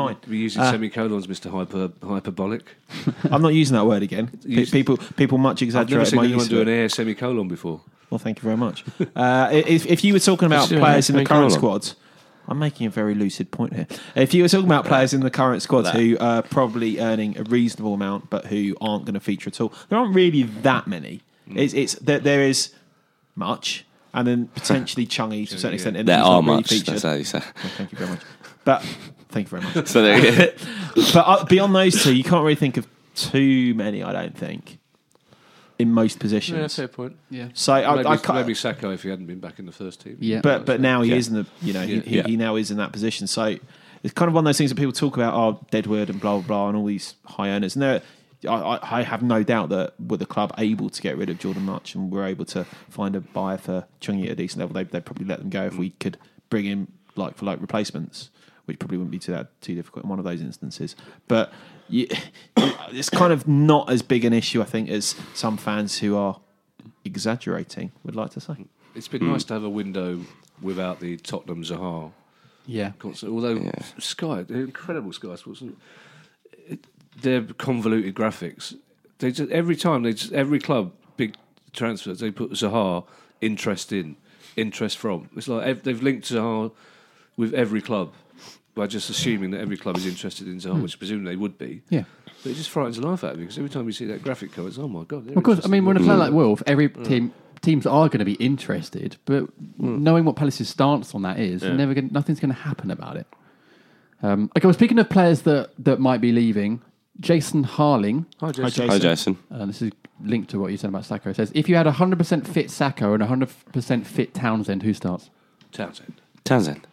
Speaker 3: Don't be using
Speaker 4: Uh,
Speaker 3: semicolons, Mr. Hyper Hyperbolic.
Speaker 4: I'm not using that word again. Pe-
Speaker 3: Use-
Speaker 4: people people much
Speaker 3: I've never
Speaker 4: exaggerate
Speaker 3: seen
Speaker 4: my
Speaker 3: anyone
Speaker 4: use
Speaker 3: do
Speaker 4: of
Speaker 3: an
Speaker 4: it.
Speaker 3: air semicolon before.
Speaker 4: Well, thank you very much. Uh, if, if you were talking about
Speaker 5: Let's do it.
Speaker 4: players in the
Speaker 5: Let's
Speaker 4: current
Speaker 5: make
Speaker 4: squad, I'm making a very lucid point here. If you were talking about players in the current squad who are probably earning a reasonable amount but who aren't going to feature at all, there aren't really that many. It's, it's there, there is much, and then potentially Chungy to a certain extent. and
Speaker 5: There
Speaker 4: he's
Speaker 5: are
Speaker 4: not really
Speaker 5: much.
Speaker 4: featured.
Speaker 5: That's how you say.
Speaker 4: Well, thank you very much. But thank you very much.
Speaker 5: So there you go.
Speaker 4: but uh, beyond those two, you can't really think of too many. I don't think in most positions.
Speaker 3: point.
Speaker 2: Yeah.
Speaker 4: so I,
Speaker 3: maybe,
Speaker 4: I can't.
Speaker 3: maybe Sacco if he hadn't been back in the first team.
Speaker 2: Yeah.
Speaker 4: but but now he
Speaker 5: Yeah.
Speaker 4: is in the you know he, he,
Speaker 5: Yeah.
Speaker 4: he now is in that position. So it's kind of one of those things that people talk about, oh, Deadwood and blah blah blah, and all these high earners. And there, I, I, I have no doubt that were the club able to get rid of Jordan Much and were able to find a buyer for Chungi at a decent level, they they'd probably let them go if we could bring in like for like replacements, which probably wouldn't be too that too difficult in one of those instances. But you, it's kind of not as big an issue, I think, as some fans who are exaggerating would like to say.
Speaker 3: It's been
Speaker 4: Mm.
Speaker 3: nice to have a window without the Tottenham Zaha.
Speaker 2: yeah.
Speaker 3: Constant, although Sky, they're incredible Sky Sports, isn't it? It- their convoluted graphics. They just, every time they just, every club big transfers they put Zaha interest in, interest from. It's like ev- they've linked Zaha with every club by just assuming that every club is interested in Zaha, which presumably they would be.
Speaker 2: Hmm. Yeah.
Speaker 3: But it just frightens the life out of me because every time you see that graphic come, it's oh my god. they're
Speaker 2: Of course. I
Speaker 3: interested
Speaker 2: mean,
Speaker 3: in
Speaker 2: when a
Speaker 3: what
Speaker 2: player
Speaker 3: we
Speaker 2: like
Speaker 3: do."
Speaker 2: Wolf, every
Speaker 3: Mm.
Speaker 2: team teams are going to be interested, but knowing what Palace's stance on that is, they're never gonna, nothing's going to happen about it. Um, okay. Well, speaking of players that that might be leaving, Jason Harling.
Speaker 3: Hi, Jason.
Speaker 5: Hi, Jason.
Speaker 2: Uh, this is linked to what you said about Sacco. It says, if you had 100% fit Sacco and 100% fit Townsend, who starts?
Speaker 3: Townsend.
Speaker 5: Townsend.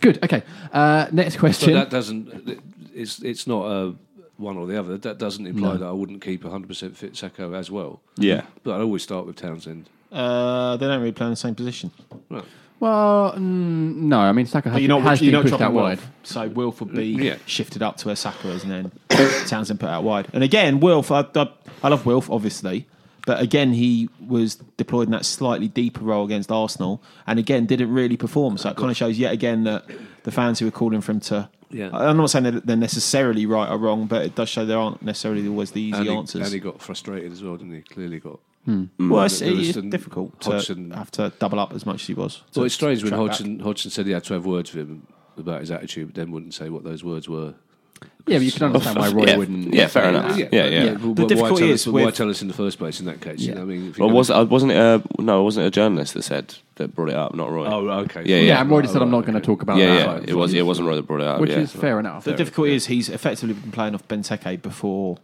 Speaker 2: Good. Okay. Uh, next
Speaker 3: So
Speaker 2: question.
Speaker 3: that doesn't. It's it's not a one or the other. That doesn't imply that I wouldn't keep 100% fit Sacco as well.
Speaker 5: Yeah.
Speaker 3: But I always start with Townsend.
Speaker 4: Uh, they don't really play in the same position.
Speaker 3: Well,
Speaker 2: well, mm, no. I mean, Sacco has,
Speaker 4: But you're not,
Speaker 2: has
Speaker 4: you're
Speaker 2: been
Speaker 4: not
Speaker 2: pushed
Speaker 4: chopping
Speaker 2: out wide.
Speaker 4: Wilf. So Wilf would be
Speaker 3: Yeah.
Speaker 4: shifted up to where Saka is, and then Townsend put out wide. And again, Wilf, I, I, I love Wilf, obviously, But again, he was deployed in that slightly deeper role against Arsenal, and again didn't really perform. So it kind of shows yet again that the fans who were calling for him to.
Speaker 3: Yeah.
Speaker 4: I'm not saying that they're necessarily right or wrong, but it does show there aren't necessarily always the easy
Speaker 3: and he,
Speaker 4: answers.
Speaker 3: and he got frustrated as well, didn't he? Clearly got.
Speaker 4: well, it's,
Speaker 3: There was
Speaker 4: it's
Speaker 3: an
Speaker 4: difficult
Speaker 3: Hodgson-
Speaker 4: to have to double up as much as he was.
Speaker 3: Well,
Speaker 4: to
Speaker 3: it's strange when
Speaker 4: track back.
Speaker 3: Hodgson, Hodgson said he had to have words with him about his attitude, but then wouldn't say what those words were.
Speaker 2: Yeah, but you can understand why Roy
Speaker 5: yeah,
Speaker 2: wouldn't.
Speaker 5: yeah, fair
Speaker 2: say
Speaker 5: enough.
Speaker 2: that.
Speaker 5: Yeah, yeah.
Speaker 3: but- but why
Speaker 4: difficulty
Speaker 3: tell
Speaker 4: is
Speaker 3: us, why
Speaker 4: with-
Speaker 3: tell us in the first place in that case? You
Speaker 2: Yeah.
Speaker 3: know what I mean, if you're
Speaker 5: Well,
Speaker 3: gonna-
Speaker 5: was it, wasn't it? Uh, no, wasn't it a journalist that said that brought it up, not Roy.
Speaker 3: Oh, okay.
Speaker 5: Yeah,
Speaker 2: Yeah,
Speaker 5: yeah.
Speaker 2: I've already said I'm not going to talk about
Speaker 5: yeah,
Speaker 2: that.
Speaker 5: yeah.
Speaker 2: like,
Speaker 5: It was.
Speaker 2: which
Speaker 5: It
Speaker 2: is-
Speaker 5: wasn't Roy that brought it up.
Speaker 2: Which
Speaker 5: yeah.
Speaker 2: is fair enough.
Speaker 4: The difficulty is he's effectively been playing off Benteke before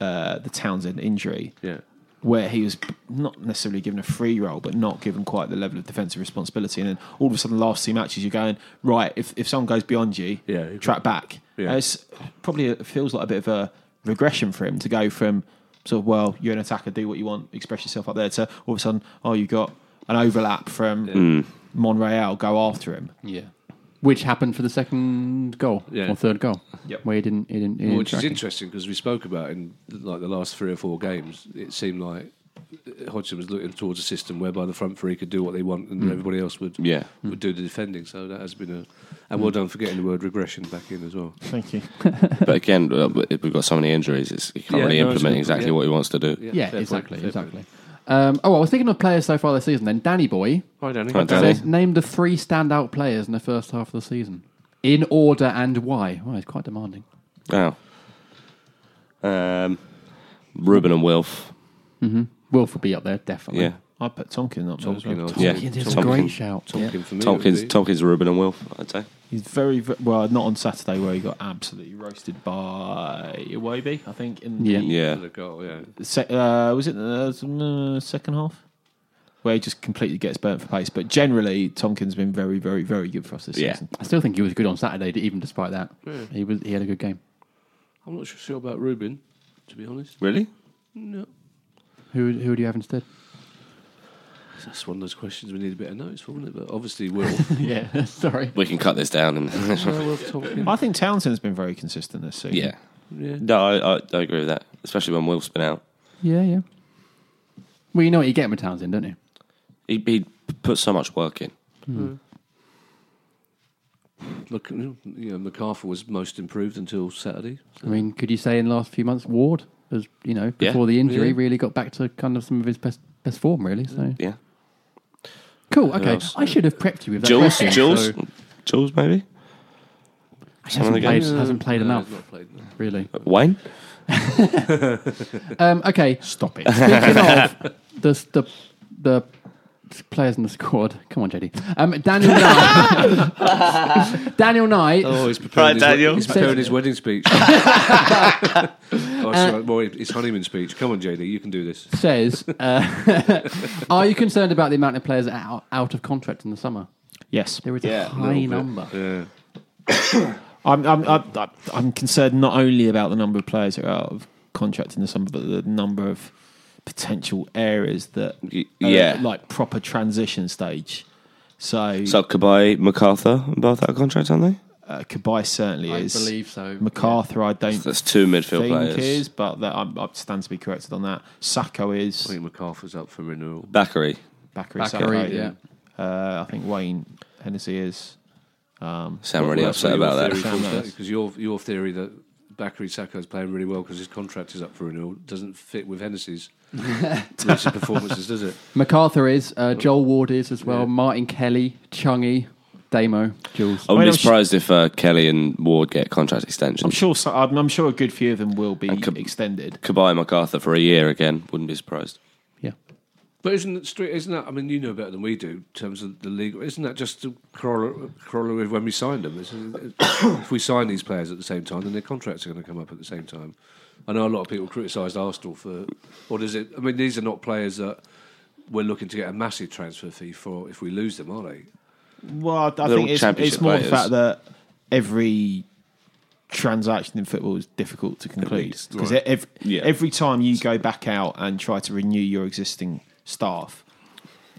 Speaker 4: uh, the Townsend injury,
Speaker 3: Yeah.
Speaker 4: where he was not necessarily given a free role, but not given quite the level of defensive responsibility. And then all of a sudden, last two matches, you're going right. If if someone goes beyond you,
Speaker 3: Yeah, he-
Speaker 4: track back.
Speaker 3: Yeah.
Speaker 4: And It's probably it feels like a bit of a regression for him to go from sort of well, you're an attacker, do what you want, express yourself up there, to all of a sudden, oh, you have got an overlap from Monreal, go after him.
Speaker 2: Yeah. Which happened for the second goal
Speaker 3: Yeah.
Speaker 2: or third goal,
Speaker 4: Yep.
Speaker 2: where he didn't, he didn't, he didn't
Speaker 3: Which
Speaker 2: track
Speaker 3: is
Speaker 2: him.
Speaker 3: interesting because we spoke about in like the last three or four games, it seemed like Hodgson was looking towards a system whereby the front three could do what they want and everybody else would
Speaker 5: Mm. Yeah. Mm.
Speaker 3: would do the defending. So that has been a and well done for getting the word regression back in as well.
Speaker 4: Thank you.
Speaker 5: But again, uh, we- we've got so many injuries. It's, you can't
Speaker 3: Yeah,
Speaker 5: really
Speaker 3: no, it's
Speaker 5: implement
Speaker 3: good,
Speaker 5: exactly
Speaker 3: yeah.
Speaker 5: what he wants to do.
Speaker 2: Yeah,
Speaker 3: fair
Speaker 2: exactly,
Speaker 3: point, fair
Speaker 2: exactly. Um, oh, I was thinking of players so far this season. Then Danny Boy
Speaker 3: Hi, Danny.
Speaker 5: Hi, Danny.
Speaker 2: says, name the three standout players in the first half of the season in order and why. Well, he's quite demanding.
Speaker 5: Oh. Um, Ruben and Wilf.
Speaker 2: Wilf would be up there definitely.
Speaker 5: Yeah.
Speaker 4: I put Tonkin up. there as well.
Speaker 3: Tonkin, I'd
Speaker 5: Yeah.
Speaker 3: say.
Speaker 2: It's a
Speaker 5: Tompkins-
Speaker 2: great shout. Yeah.
Speaker 3: Tonkin for me,
Speaker 5: Tompkins,
Speaker 3: would be-
Speaker 5: Tompkins, Ruben and Wilf. I'd say.
Speaker 4: He's very, ve- well. Not on Saturday where he got absolutely roasted by Iwobi. I think in
Speaker 2: Yeah.
Speaker 5: Yeah.
Speaker 3: the goal, yeah.
Speaker 4: the se- uh, was it the uh, second half where he just completely gets burnt for pace. But generally, Tonkin's been very, very, very good for us this
Speaker 5: Yeah.
Speaker 4: season.
Speaker 2: I still think he was good on Saturday, d- even despite that. He was. He had a good game.
Speaker 3: I'm not sure about Ruben, to be honest.
Speaker 5: Really?
Speaker 3: No.
Speaker 2: Who Who do you have instead?
Speaker 3: That's one of those questions we need a bit of notes for, wouldn't it? But obviously, Will.
Speaker 2: yeah, sorry.
Speaker 5: We can cut this down. And
Speaker 3: no, Will Tompkins.
Speaker 4: I think Townsend's been very consistent this season.
Speaker 5: yeah.
Speaker 3: Yeah.
Speaker 5: No, I, I, I agree with that, especially when Wilf's been out.
Speaker 2: Yeah, yeah. Well, you know what you get with Townsend, don't you?
Speaker 5: He, he put so much work in.
Speaker 3: Mc, you know, MacArthur was most improved until Saturday.
Speaker 2: I mean, could you say in the last few months Ward has you know
Speaker 5: Yeah.
Speaker 2: before the injury
Speaker 3: Yeah.
Speaker 2: really got back to kind of some of his best best form really. So
Speaker 5: Yeah.
Speaker 2: cool. Okay,
Speaker 5: else?
Speaker 2: I should have prepped you with that.
Speaker 5: Jules,
Speaker 2: question,
Speaker 5: Jules,
Speaker 2: so-
Speaker 5: Jules, maybe.
Speaker 2: hasn't
Speaker 5: the
Speaker 2: played,
Speaker 5: games?
Speaker 2: hasn't played
Speaker 3: No,
Speaker 2: enough
Speaker 3: he's not played enough.
Speaker 2: really.
Speaker 5: Wayne.
Speaker 2: Um, okay,
Speaker 4: Stop it.
Speaker 2: Speaking of the, the the players in the squad, come on, JD. Um, Daniel Knight. Daniel Knight.
Speaker 3: Oh, he's preparing,
Speaker 5: Right,
Speaker 3: his,
Speaker 5: Daniel.
Speaker 3: He's preparing his wedding speech. oh, sorry, well, his honeymoon speech. Come on, JD, you can do this.
Speaker 2: Says, uh, are you concerned about the amount of players out, out of contract in the summer?
Speaker 4: yes.
Speaker 2: There is a
Speaker 5: Yeah, a
Speaker 2: high number.
Speaker 3: Yeah.
Speaker 4: I'm, I'm, I'm, I'm concerned not only about the number of players that are out of contract in the summer, but the number of potential areas that
Speaker 5: Y-
Speaker 4: are
Speaker 5: yeah.
Speaker 4: at, like proper transition stage. So,
Speaker 5: So Kabai MacArthur are both out of contract, aren't they?
Speaker 4: uh, Kabay certainly
Speaker 2: I
Speaker 4: is.
Speaker 2: believe so.
Speaker 4: MacArthur, I don't
Speaker 5: That's two midfield
Speaker 4: think
Speaker 5: players.
Speaker 4: is, but that, I'm, I stand to be corrected on that. Sacco
Speaker 3: I
Speaker 4: is
Speaker 3: think MacArthur's up for renewal.
Speaker 5: Bakary.
Speaker 4: Bakary.
Speaker 2: Bakary, yeah.
Speaker 4: Uh, I think Wayne Hennessy is.
Speaker 5: Sound really
Speaker 3: Well, that's what
Speaker 5: upset
Speaker 3: your
Speaker 5: about
Speaker 3: theory
Speaker 5: that.
Speaker 3: falls
Speaker 4: Sound
Speaker 3: down,
Speaker 4: nice.
Speaker 3: Because your, your theory that Bakary Sacco's playing really well because his contract is up for renewal doesn't fit with Hennessy's recent performances, does it?
Speaker 2: MacArthur is. Uh, Joel Ward is as well.
Speaker 3: Yeah.
Speaker 2: Martin Kelly, Chungy, Damo, Jules.
Speaker 5: I wouldn't
Speaker 4: Wait, I'm
Speaker 5: be
Speaker 4: sh-
Speaker 5: surprised if uh, Kelly and Ward get contract
Speaker 4: I'm
Speaker 5: extensions.
Speaker 4: sure. So, I'm, I'm sure a good few of them will be
Speaker 5: And Kab-
Speaker 4: extended.
Speaker 5: Kabai MacArthur for a year again. Wouldn't be surprised.
Speaker 2: Yeah.
Speaker 3: But isn't it straight? Isn't that? I mean, you know better than we do in terms of the league. Isn't that just a corollary, corollary of when we signed them? Isn't it- if we sign these players at the same time, then their contracts are going to come up at the same time. I know a lot of people criticised Arsenal for, or does it? I mean, these are not players that we're looking to get a massive transfer fee for if we lose them, are they?
Speaker 4: Well, I, I
Speaker 5: They're all
Speaker 4: think it's,
Speaker 5: championship
Speaker 4: it's more the
Speaker 5: players.
Speaker 4: fact that every transaction in football is difficult to conclude
Speaker 5: least,
Speaker 4: because
Speaker 5: right.
Speaker 4: every,
Speaker 5: Yeah.
Speaker 4: every time you go back out and try to renew your existing staff,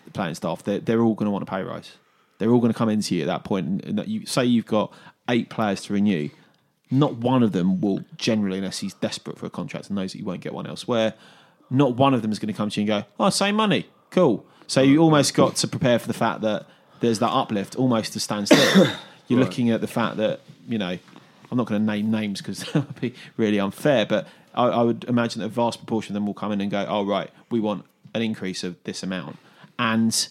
Speaker 4: the playing staff, they're, they're all going to want a pay rise. They're all going to come into you at that point, and, and that you say you've got eight players to renew. Not one of them will generally, unless he's desperate for a contract and knows that he won't get one elsewhere, not one of them is going to come to you and go, "Oh, same money, cool." So you almost got to prepare for the fact that there's that uplift almost to stand still. You're looking at the fact that you know, I'm not going to name names because that would be really unfair, but I, I would imagine that a vast proportion of them will come in and go, "Oh, right, we want an increase of this amount," and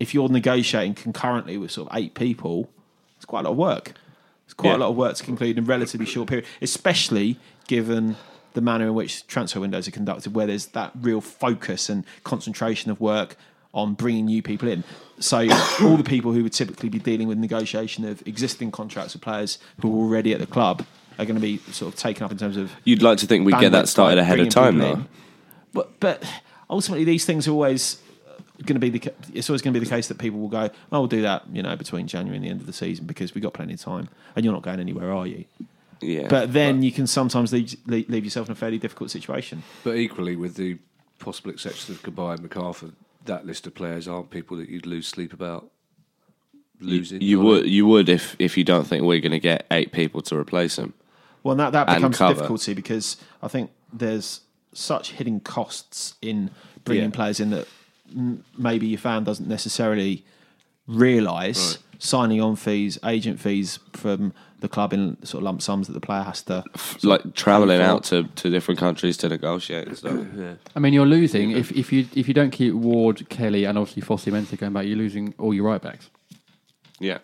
Speaker 4: if you're negotiating concurrently with sort of eight people, it's quite a lot of work. It's quite a
Speaker 5: Yeah.
Speaker 4: lot of work to conclude in a relatively short period, especially given the manner in which transfer windows are conducted, where there's that real focus and concentration of work on bringing new people in. So all the people who would typically be dealing with negotiation of existing contracts with players who are already at the club are going to be sort of taken up in terms of
Speaker 5: You'd like to think we'd get
Speaker 4: bandwidth
Speaker 5: that started
Speaker 4: by
Speaker 5: ahead of
Speaker 4: bringing
Speaker 5: time,
Speaker 4: people
Speaker 5: though.
Speaker 4: in. But but ultimately, these things are always going to be the. ca- It's always going to be the case that people will go, "Oh, we'll do that," you know, between January and the end of the season because we've got plenty of time, and you're not going anywhere, are you?
Speaker 5: Yeah.
Speaker 4: But then you can sometimes leave, leave leave yourself in a fairly difficult situation.
Speaker 3: But equally, with the possible exception of Kabay and MacArthur, that list of players aren't people that you'd lose sleep about losing.
Speaker 5: you
Speaker 3: are
Speaker 5: would you would if if you don't think we're going to get eight people to replace him.
Speaker 4: Well, that that
Speaker 5: And
Speaker 4: becomes the
Speaker 5: cover.
Speaker 4: difficulty because I think there's such hidden costs in bringing
Speaker 5: Yeah.
Speaker 4: players in that m- maybe your fan doesn't necessarily realise. Signing on fees, agent fees from the club in sort of lump sums that the player has to.
Speaker 5: Like traveling out to, to different countries to negotiate and stuff.
Speaker 2: I mean, you're losing if, if you if you don't keep Ward, Kelly, and obviously Fossey Mensah going back. You're losing all your right backs.
Speaker 5: Yeah.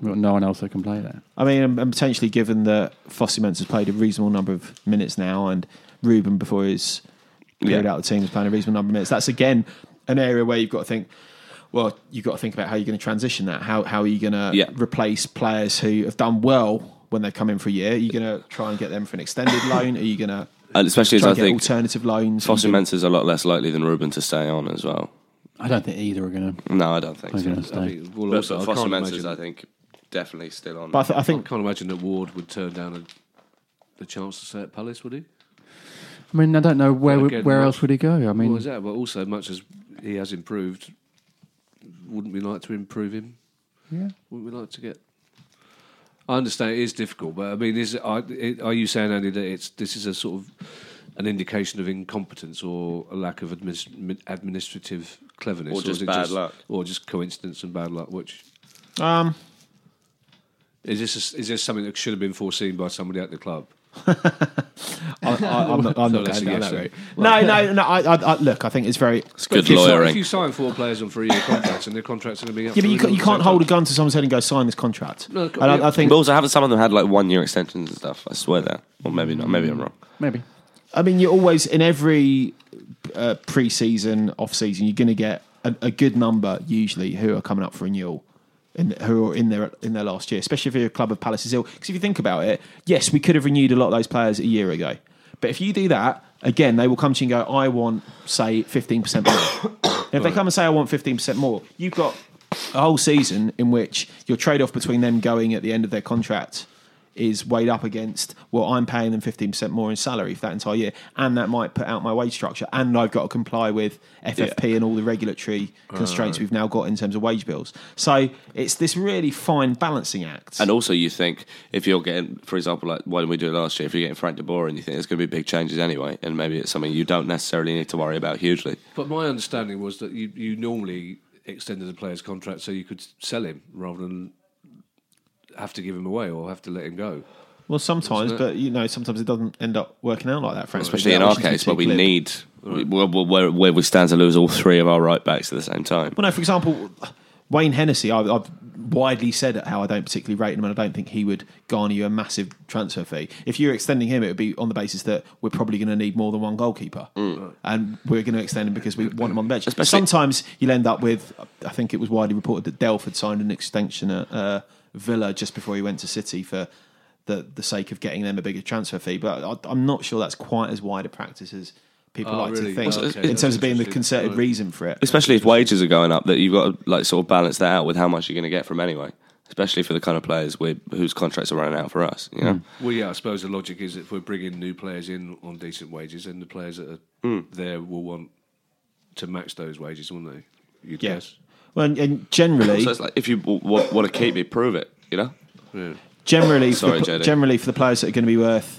Speaker 2: We've got no one else that can play there.
Speaker 4: I mean, and- and potentially given that Fossey Mensah has played a reasonable number of minutes now, and Ruben before his period
Speaker 5: Yeah.
Speaker 4: out of the team has played a reasonable number of minutes. That's again an area where you've got to think. Well, you've got to think about how you're going to transition that. How how are you going to
Speaker 5: Yeah.
Speaker 4: replace players who have done well when they've come in for a year? Are you going to try and get them for an extended loan? Are you going to
Speaker 5: And especially as
Speaker 4: try
Speaker 5: I
Speaker 4: and get
Speaker 5: think
Speaker 4: alternative loans? Are you
Speaker 5: Foster
Speaker 4: gonna-
Speaker 5: Mensah's a lot less likely than Ruben to stay on as well.
Speaker 2: I don't think either are going to.
Speaker 5: No, I don't think
Speaker 2: They're
Speaker 5: so.
Speaker 2: going to
Speaker 3: I
Speaker 2: stay.
Speaker 3: mean, well,
Speaker 5: But,
Speaker 3: also,
Speaker 5: but
Speaker 3: I
Speaker 5: Foster
Speaker 3: can't
Speaker 5: Mensah's, I
Speaker 3: imagine.
Speaker 5: think, definitely still on.
Speaker 4: But I, th- I
Speaker 3: I
Speaker 4: think
Speaker 3: can't imagine that Ward would turn down a, the chance to stay at Palace, would he?
Speaker 2: I mean, I don't know where
Speaker 3: Again,
Speaker 2: where
Speaker 3: much-
Speaker 2: else would he go. I mean,
Speaker 3: well, is that? But also, much as he has improved, wouldn't we like to improve him?
Speaker 2: yeah.
Speaker 3: Wouldn't we like to get? I understand it is difficult, but I mean, is are, are you saying, Andy, that it's this is a sort of an indication of incompetence or a lack of adminis- administrative cleverness,
Speaker 5: Or just
Speaker 3: is it
Speaker 5: bad luck.
Speaker 3: or just coincidence and bad luck? Which
Speaker 4: um,
Speaker 3: is this? is this something that should have been foreseen by somebody at the club?
Speaker 4: I, I, I'm not,
Speaker 3: So
Speaker 4: I'm not
Speaker 3: that's
Speaker 4: going
Speaker 3: a
Speaker 4: down
Speaker 3: yes
Speaker 4: that
Speaker 3: then.
Speaker 4: route. No, no, no. I, I, I, look, I think it's very
Speaker 5: It's good
Speaker 3: if, you sign, if
Speaker 5: lawyering.
Speaker 3: you sign four players on three-year contracts and their contracts are going to be up,
Speaker 4: Yeah,
Speaker 3: for
Speaker 4: but you, ca-
Speaker 3: renewal at
Speaker 4: you
Speaker 3: the
Speaker 4: can't
Speaker 3: same
Speaker 4: hold a
Speaker 3: time.
Speaker 4: gun to someone's head and go sign this contract.
Speaker 3: No,
Speaker 4: and I, I think
Speaker 5: But also, haven't some of them had like one year extensions and stuff? I swear that. Or maybe not. Maybe I'm wrong.
Speaker 2: Maybe.
Speaker 4: I mean you're always in every uh, pre-season, off-season, you're going to get a, a good number usually who are coming up for renewal. In, who are in their in their last year, especially if you're a club of Palace's ill. Because if you think about it, yes, we could have renewed a lot of those players a year ago. But if you do that again, they will come to you and go, "I want say 15 percent more." And if they come and say, "I want 15 percent more," you've got a whole season in which your trade-off between them going at the end of their contract is weighed up against well i'm paying them 15% more in salary for that entire year and that might put out my wage structure and i've got to comply with ffp and all the regulatory constraints we've now got in terms of wage bills so it's this really fine balancing act
Speaker 5: And also, you think if you're getting, for example, like why didn't we do it last year? If you're getting Frank de Boer and you think there's going to be big changes anyway, and maybe it's something you don't necessarily need to worry about hugely.
Speaker 3: But my understanding was that you, you normally extended a player's contract so you could sell him rather than have to give him away or have to let him go.
Speaker 4: well sometimes but you know sometimes it doesn't end up working out like that frankly
Speaker 5: Especially in
Speaker 4: Yeah,
Speaker 5: our
Speaker 4: which is
Speaker 5: case, where we
Speaker 4: particularly-
Speaker 5: need, where, where, where we stand to lose all three of our right backs at the same time.
Speaker 4: Well, no, for example, Wayne Hennessy, I, I've widely said how I don't particularly rate him and I don't think he would garner you a massive transfer fee. If you're extending him, it would be on the basis that we're probably going to need more than one goalkeeper.
Speaker 3: Mm.
Speaker 4: And we're going to extend him because we want him on the bench.
Speaker 5: Especially-
Speaker 4: Sometimes you'll end up with, I think it was widely reported that Delph had signed an extension at uh, Villa just before he went to City for. The, the sake of getting them a bigger transfer fee, but I, I'm not sure that's quite as wide a practice as people
Speaker 3: Oh,
Speaker 4: like
Speaker 3: really?
Speaker 4: to think
Speaker 3: Okay,
Speaker 4: in
Speaker 3: that's
Speaker 4: terms of being the
Speaker 3: interesting.
Speaker 4: concerted
Speaker 3: Right.
Speaker 4: reason for it.
Speaker 5: especially if wages are going up, that you've got to like sort of balance that out with how much you're going to get from anyway. Especially for the kind of players we whose contracts are running out for us. You know,
Speaker 3: Well, yeah, I suppose the logic is if we're bringing new players in on decent wages, then the players that are
Speaker 4: Hmm.
Speaker 3: there will want to match those wages, won't they? You'd
Speaker 4: Yes.
Speaker 3: guess.
Speaker 4: Well, and, and generally,
Speaker 5: so it's like if you w- w- want to keep it, prove it. You know,
Speaker 3: Yeah.
Speaker 4: generally,
Speaker 5: Sorry,
Speaker 4: for the,
Speaker 5: JD.
Speaker 4: generally for the players that are going to be worth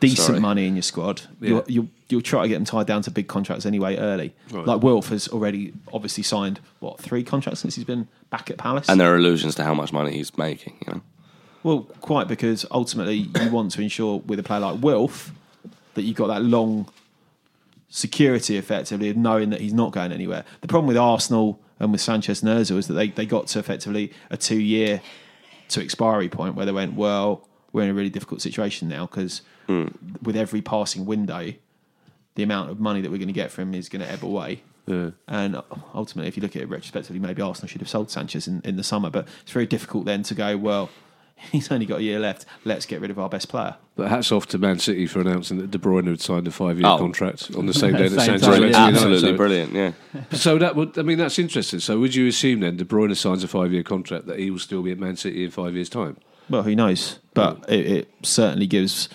Speaker 4: decent
Speaker 5: Sorry.
Speaker 4: money in your squad, you'll, you'll you'll try to get them tied down to big contracts anyway early. Like Wilf has already obviously signed what three contracts since he's been back at Palace,
Speaker 5: And there are allusions to how much money he's making, you know.
Speaker 4: Well, quite because ultimately you want to ensure with a player like Wilf that you've got that long security effectively of knowing that he's not going anywhere. The problem with Arsenal and with Sanchez and Ozil is that they, they got to effectively a two year to expiry point where they went, well, we're in a really difficult situation now because with every passing window, the amount of money that we're going to get from him is going to ebb away. And ultimately, if you look at it retrospectively, maybe Arsenal should have sold Sanchez in, in the summer. But it's very difficult then to go, well, he's only got a year left. Let's get rid of our best player.
Speaker 3: But hats off to Man City for announcing that De Bruyne had signed a five-year
Speaker 5: Oh.
Speaker 3: contract on the same day that
Speaker 2: Same
Speaker 3: Sanchez
Speaker 2: time,
Speaker 3: went to
Speaker 2: yeah.
Speaker 3: United.
Speaker 5: Absolutely
Speaker 3: So-
Speaker 5: brilliant, yeah.
Speaker 3: So that would, I mean, that's interesting. So would you assume then De Bruyne signs a five-year contract that he will still be at Man City in five years' time?
Speaker 4: Well, who knows? But it, it certainly gives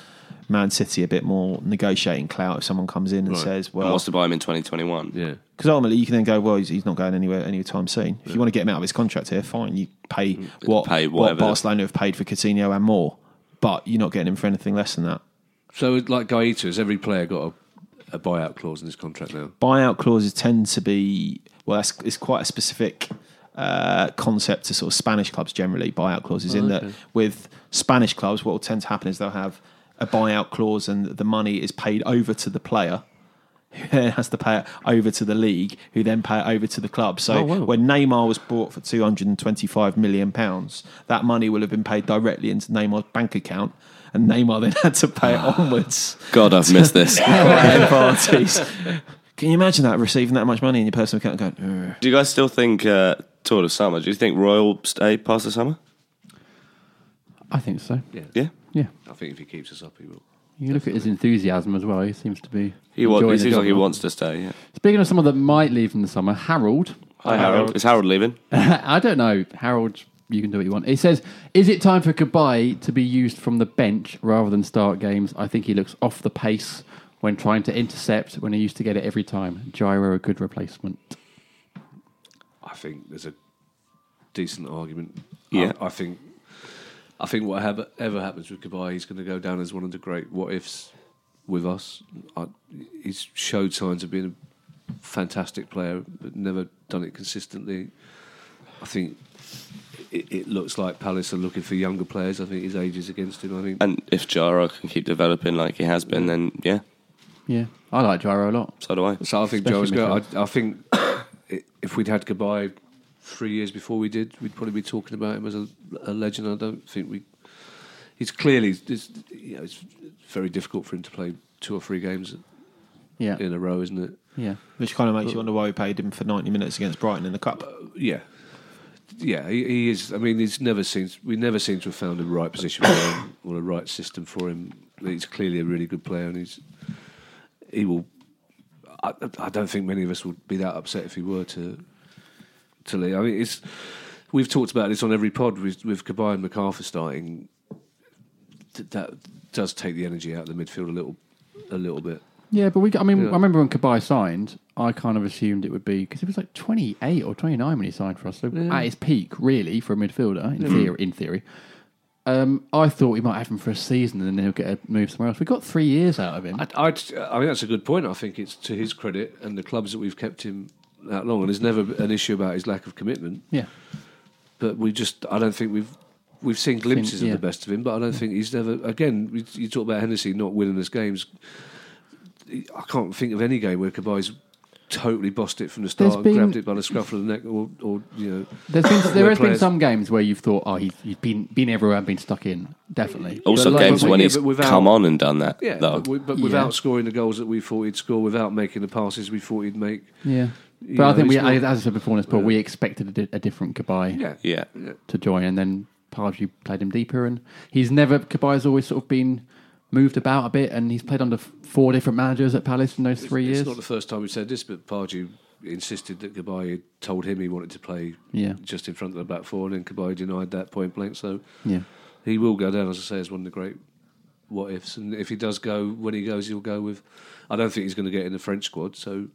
Speaker 4: Man City a bit more negotiating clout if someone comes in and says,
Speaker 5: and
Speaker 4: well,
Speaker 5: wants to buy him in 2021.
Speaker 3: Yeah.
Speaker 4: because ultimately you can then go, well, he's, he's not going anywhere anytime soon. If you want to get him out of his contract here, fine, you pay what,
Speaker 5: Mm. Pay
Speaker 4: what
Speaker 5: whatever.
Speaker 4: Barcelona have paid for Coutinho and more, but you're not getting him for anything less than that.
Speaker 3: So like Gaeta, has every player got a, a buyout clause in his contract now?
Speaker 4: buyout clauses tend to be well. That's it's quite a specific uh, concept to sort of Spanish clubs generally. Buyout clauses in that with Spanish clubs, what will tend to happen is they'll have a buyout clause, and the money is paid over to the player. Who then has to pay it over to the league, who then pay it over to the club. So when Neymar was bought for two hundred and twenty-five million pounds, that money will have been paid directly into Neymar's bank account, and Neymar then had to pay it onwards
Speaker 5: God, I've missed this.
Speaker 4: birthday parties. Can you imagine that receiving that much money in your personal account? Going, "Ugh."
Speaker 5: Do you guys still think uh, Tour de Summer? Do you think Royal stay past the summer?
Speaker 2: I think so.
Speaker 5: Yeah.
Speaker 2: Yeah.
Speaker 3: I think if he keeps us up, he will.
Speaker 2: You look at his enthusiasm as well. He seems to be.
Speaker 5: He, wa-
Speaker 2: enjoying
Speaker 5: he
Speaker 2: the
Speaker 5: seems
Speaker 2: job
Speaker 5: like he
Speaker 2: now.
Speaker 5: wants to stay, yeah.
Speaker 2: Speaking of someone that might leave in the summer, Harold.
Speaker 5: Hi, Harold. Is Harold leaving?
Speaker 2: I don't know, Harold. You can do what you want. It says, "Is it time for goodbye to be used from the bench rather than start games?" I think he looks off the pace when trying to intercept when he used to get it every time. Gyro, a good replacement.
Speaker 3: I think there's a decent argument.
Speaker 5: Yeah.
Speaker 3: I, I think. I think whatever ever happens with Kabay, he's going to go down as one of the great what ifs with us. I, he's showed signs of being a fantastic player, but never done it consistently. I think it, it looks like Palace are looking for younger players. I think his age is against him. I think
Speaker 5: And if Jaro can keep developing like he has been, then yeah,
Speaker 2: Yeah, I like Gyro a lot.
Speaker 5: so do I.
Speaker 3: So I think
Speaker 2: Especially
Speaker 3: Joe's going. I, I think i- if we'd had goodbye three years before we did, we'd probably be talking about him as a, a legend. I don't think we. He's clearly. It's, you know, it's very difficult for him to play two or three games
Speaker 2: Yeah,
Speaker 3: in a row, isn't it?
Speaker 2: yeah.
Speaker 4: Which kind of makes you wonder why we paid him for 90 minutes against Brighton in the cup.
Speaker 3: Yeah. Yeah, he, he is. I mean, he's never seems we never seem to have found the right position for him or the right system for him. He's clearly a really good player, and he's he will. I, I don't think many of us would be that upset if he were to to leave. I mean, it's we've talked about this on every pod with with Kabay and MacArthur starting. Th- That does take the energy out of the midfield a little, a little bit.
Speaker 2: Yeah, but we. I mean,
Speaker 3: Yeah.
Speaker 2: I remember when Kabay signed, I kind of assumed it would be because he was like 28 or 29 when he signed for us. So at his peak, really, for a midfielder in theory. In theory, um, I thought we might have him for a season and then he'll get a move somewhere else. We got three years out of him.
Speaker 3: I, I'd- I mean, that's a good point. I think it's to his credit and the clubs that we've kept him that long, and there's never an issue about his lack of commitment.
Speaker 2: yeah,
Speaker 3: But we just, I don't think we've we've seen glimpses
Speaker 2: yeah.
Speaker 3: of the best of him. But I don't think he's ever. Again, we, you talk about Hennessy not winning us games. I can't think of any game where Kabai's totally bossed it from the start
Speaker 2: There's
Speaker 3: and
Speaker 2: been-
Speaker 3: grabbed it by the scruff of the neck, or, or you know,
Speaker 2: There's been, there
Speaker 3: Where
Speaker 2: has been
Speaker 3: players-
Speaker 2: some games where you've thought, oh, he's, he's been been everywhere and been stuck in. Definitely.
Speaker 5: Also,
Speaker 3: But like-
Speaker 5: games
Speaker 3: but-
Speaker 5: when
Speaker 3: yeah,
Speaker 5: he's
Speaker 3: but without-
Speaker 5: come on and done that,
Speaker 3: yeah,
Speaker 5: though.
Speaker 3: but, we, but
Speaker 2: Yeah.
Speaker 3: without scoring the goals that we thought he'd score, without making the passes we thought he'd make.
Speaker 2: yeah. But
Speaker 3: Yeah,
Speaker 2: I think we,
Speaker 3: he's not-
Speaker 2: as I said before, in this pod, we expected a, di- a different Kabay
Speaker 3: Yeah,
Speaker 5: yeah.
Speaker 2: to join, and then Pardew played him deeper, and he's never Kabay's always sort of been moved about a bit, and he's played under f- four different managers at Palace in those three
Speaker 3: It's
Speaker 2: years.
Speaker 3: not the first time we've said this, but Pardew insisted that Kabay had told him he wanted to play
Speaker 2: Yeah.
Speaker 3: just in front of the back four, and then Kabay denied that point blank. So
Speaker 2: yeah,
Speaker 3: he will go down, as I say, as one of the great what ifs. And if he does go, when he goes, he'll go with. I don't think he's going to get in the French squad, so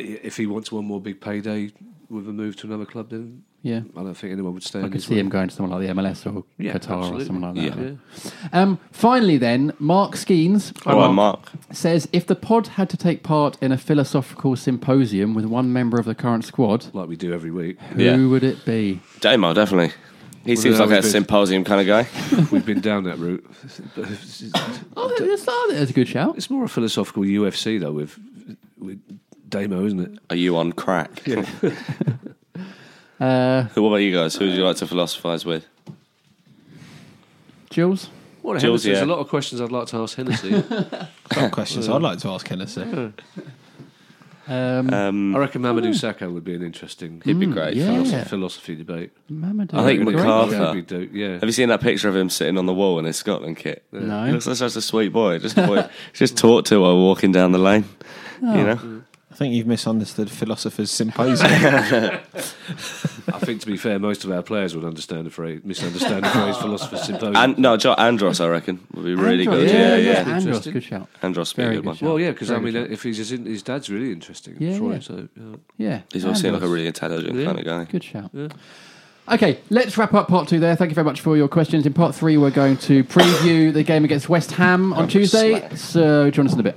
Speaker 3: if he wants one more big payday with a move to another club, then
Speaker 2: Yeah.
Speaker 3: I don't think anyone would stay.
Speaker 2: I
Speaker 3: in
Speaker 2: could
Speaker 3: his
Speaker 2: see
Speaker 3: way.
Speaker 2: him going to someone like the MLS or
Speaker 3: Yeah,
Speaker 2: Qatar or
Speaker 3: absolutely.
Speaker 2: someone like that.
Speaker 5: Yeah.
Speaker 2: Um, finally, then, Mark Skeens
Speaker 5: All right, Mark.
Speaker 2: says if the pod had to take part in a philosophical symposium with one member of the current squad,
Speaker 3: like we do every week.
Speaker 2: who
Speaker 5: Yeah.
Speaker 2: would it be?
Speaker 5: Damo, definitely. He seems
Speaker 3: that
Speaker 5: like a
Speaker 3: was good.
Speaker 5: symposium kind of guy.
Speaker 3: We've been down that route. But it's-
Speaker 2: Oh, that's, that's a good shout.
Speaker 3: It's more a philosophical UFC though with with Damo, isn't it?
Speaker 5: Are you on crack?
Speaker 2: Uh,
Speaker 5: what about you guys? Who would you like to philosophise with?
Speaker 2: Jules?
Speaker 3: What a
Speaker 5: Jules,
Speaker 3: Hennessy. There's
Speaker 5: yeah.
Speaker 3: a lot of questions I'd like to ask Hennessy.
Speaker 4: Some questions I'd like to ask Hennessy.
Speaker 2: Um,
Speaker 5: Um,
Speaker 3: I reckon Mamadou Sakho would be an interesting
Speaker 5: he'd be
Speaker 2: Mm,
Speaker 5: great.
Speaker 2: yeah.
Speaker 5: Phil.
Speaker 3: philosophy, philosophy debate.
Speaker 2: Mamadou.
Speaker 5: I think
Speaker 2: Great.
Speaker 5: McCarthy-
Speaker 3: That'd be dope, yeah.
Speaker 5: Have you seen that picture of him sitting on the wall in his Scotland kit?
Speaker 2: No.
Speaker 5: He looks like such a sweet boy. Just a boy, just talked to while walking down the lane. You know,
Speaker 4: I think you've misunderstood philosophers' symposium.
Speaker 3: I think to be fair, most of our players would understand the phrase, misunderstand the phrase philosopher's symposium.
Speaker 5: and no, Jo- Andros, I reckon would be really
Speaker 2: Andros,
Speaker 5: good. Yeah, yeah.
Speaker 2: Andros,
Speaker 3: Interesting.
Speaker 2: good shout.
Speaker 5: Andros would be a
Speaker 2: Very
Speaker 5: good
Speaker 2: good
Speaker 5: one.
Speaker 2: shout.
Speaker 3: well, yeah, because I
Speaker 2: Very
Speaker 3: mean,
Speaker 2: good.
Speaker 3: if he's in, his dad's really interesting.
Speaker 2: Yeah,
Speaker 3: Troy,
Speaker 2: yeah.
Speaker 3: So, yeah.
Speaker 2: Yeah.
Speaker 5: He's always seemed like a
Speaker 2: Andros.
Speaker 5: really intelligent
Speaker 3: Yeah.
Speaker 5: kind of guy.
Speaker 2: Good shout. Okay, let's wrap up part two there. Thank you very much for your questions. In part three, we're going to preview the game against West Ham on Tuesday. So join us in a bit.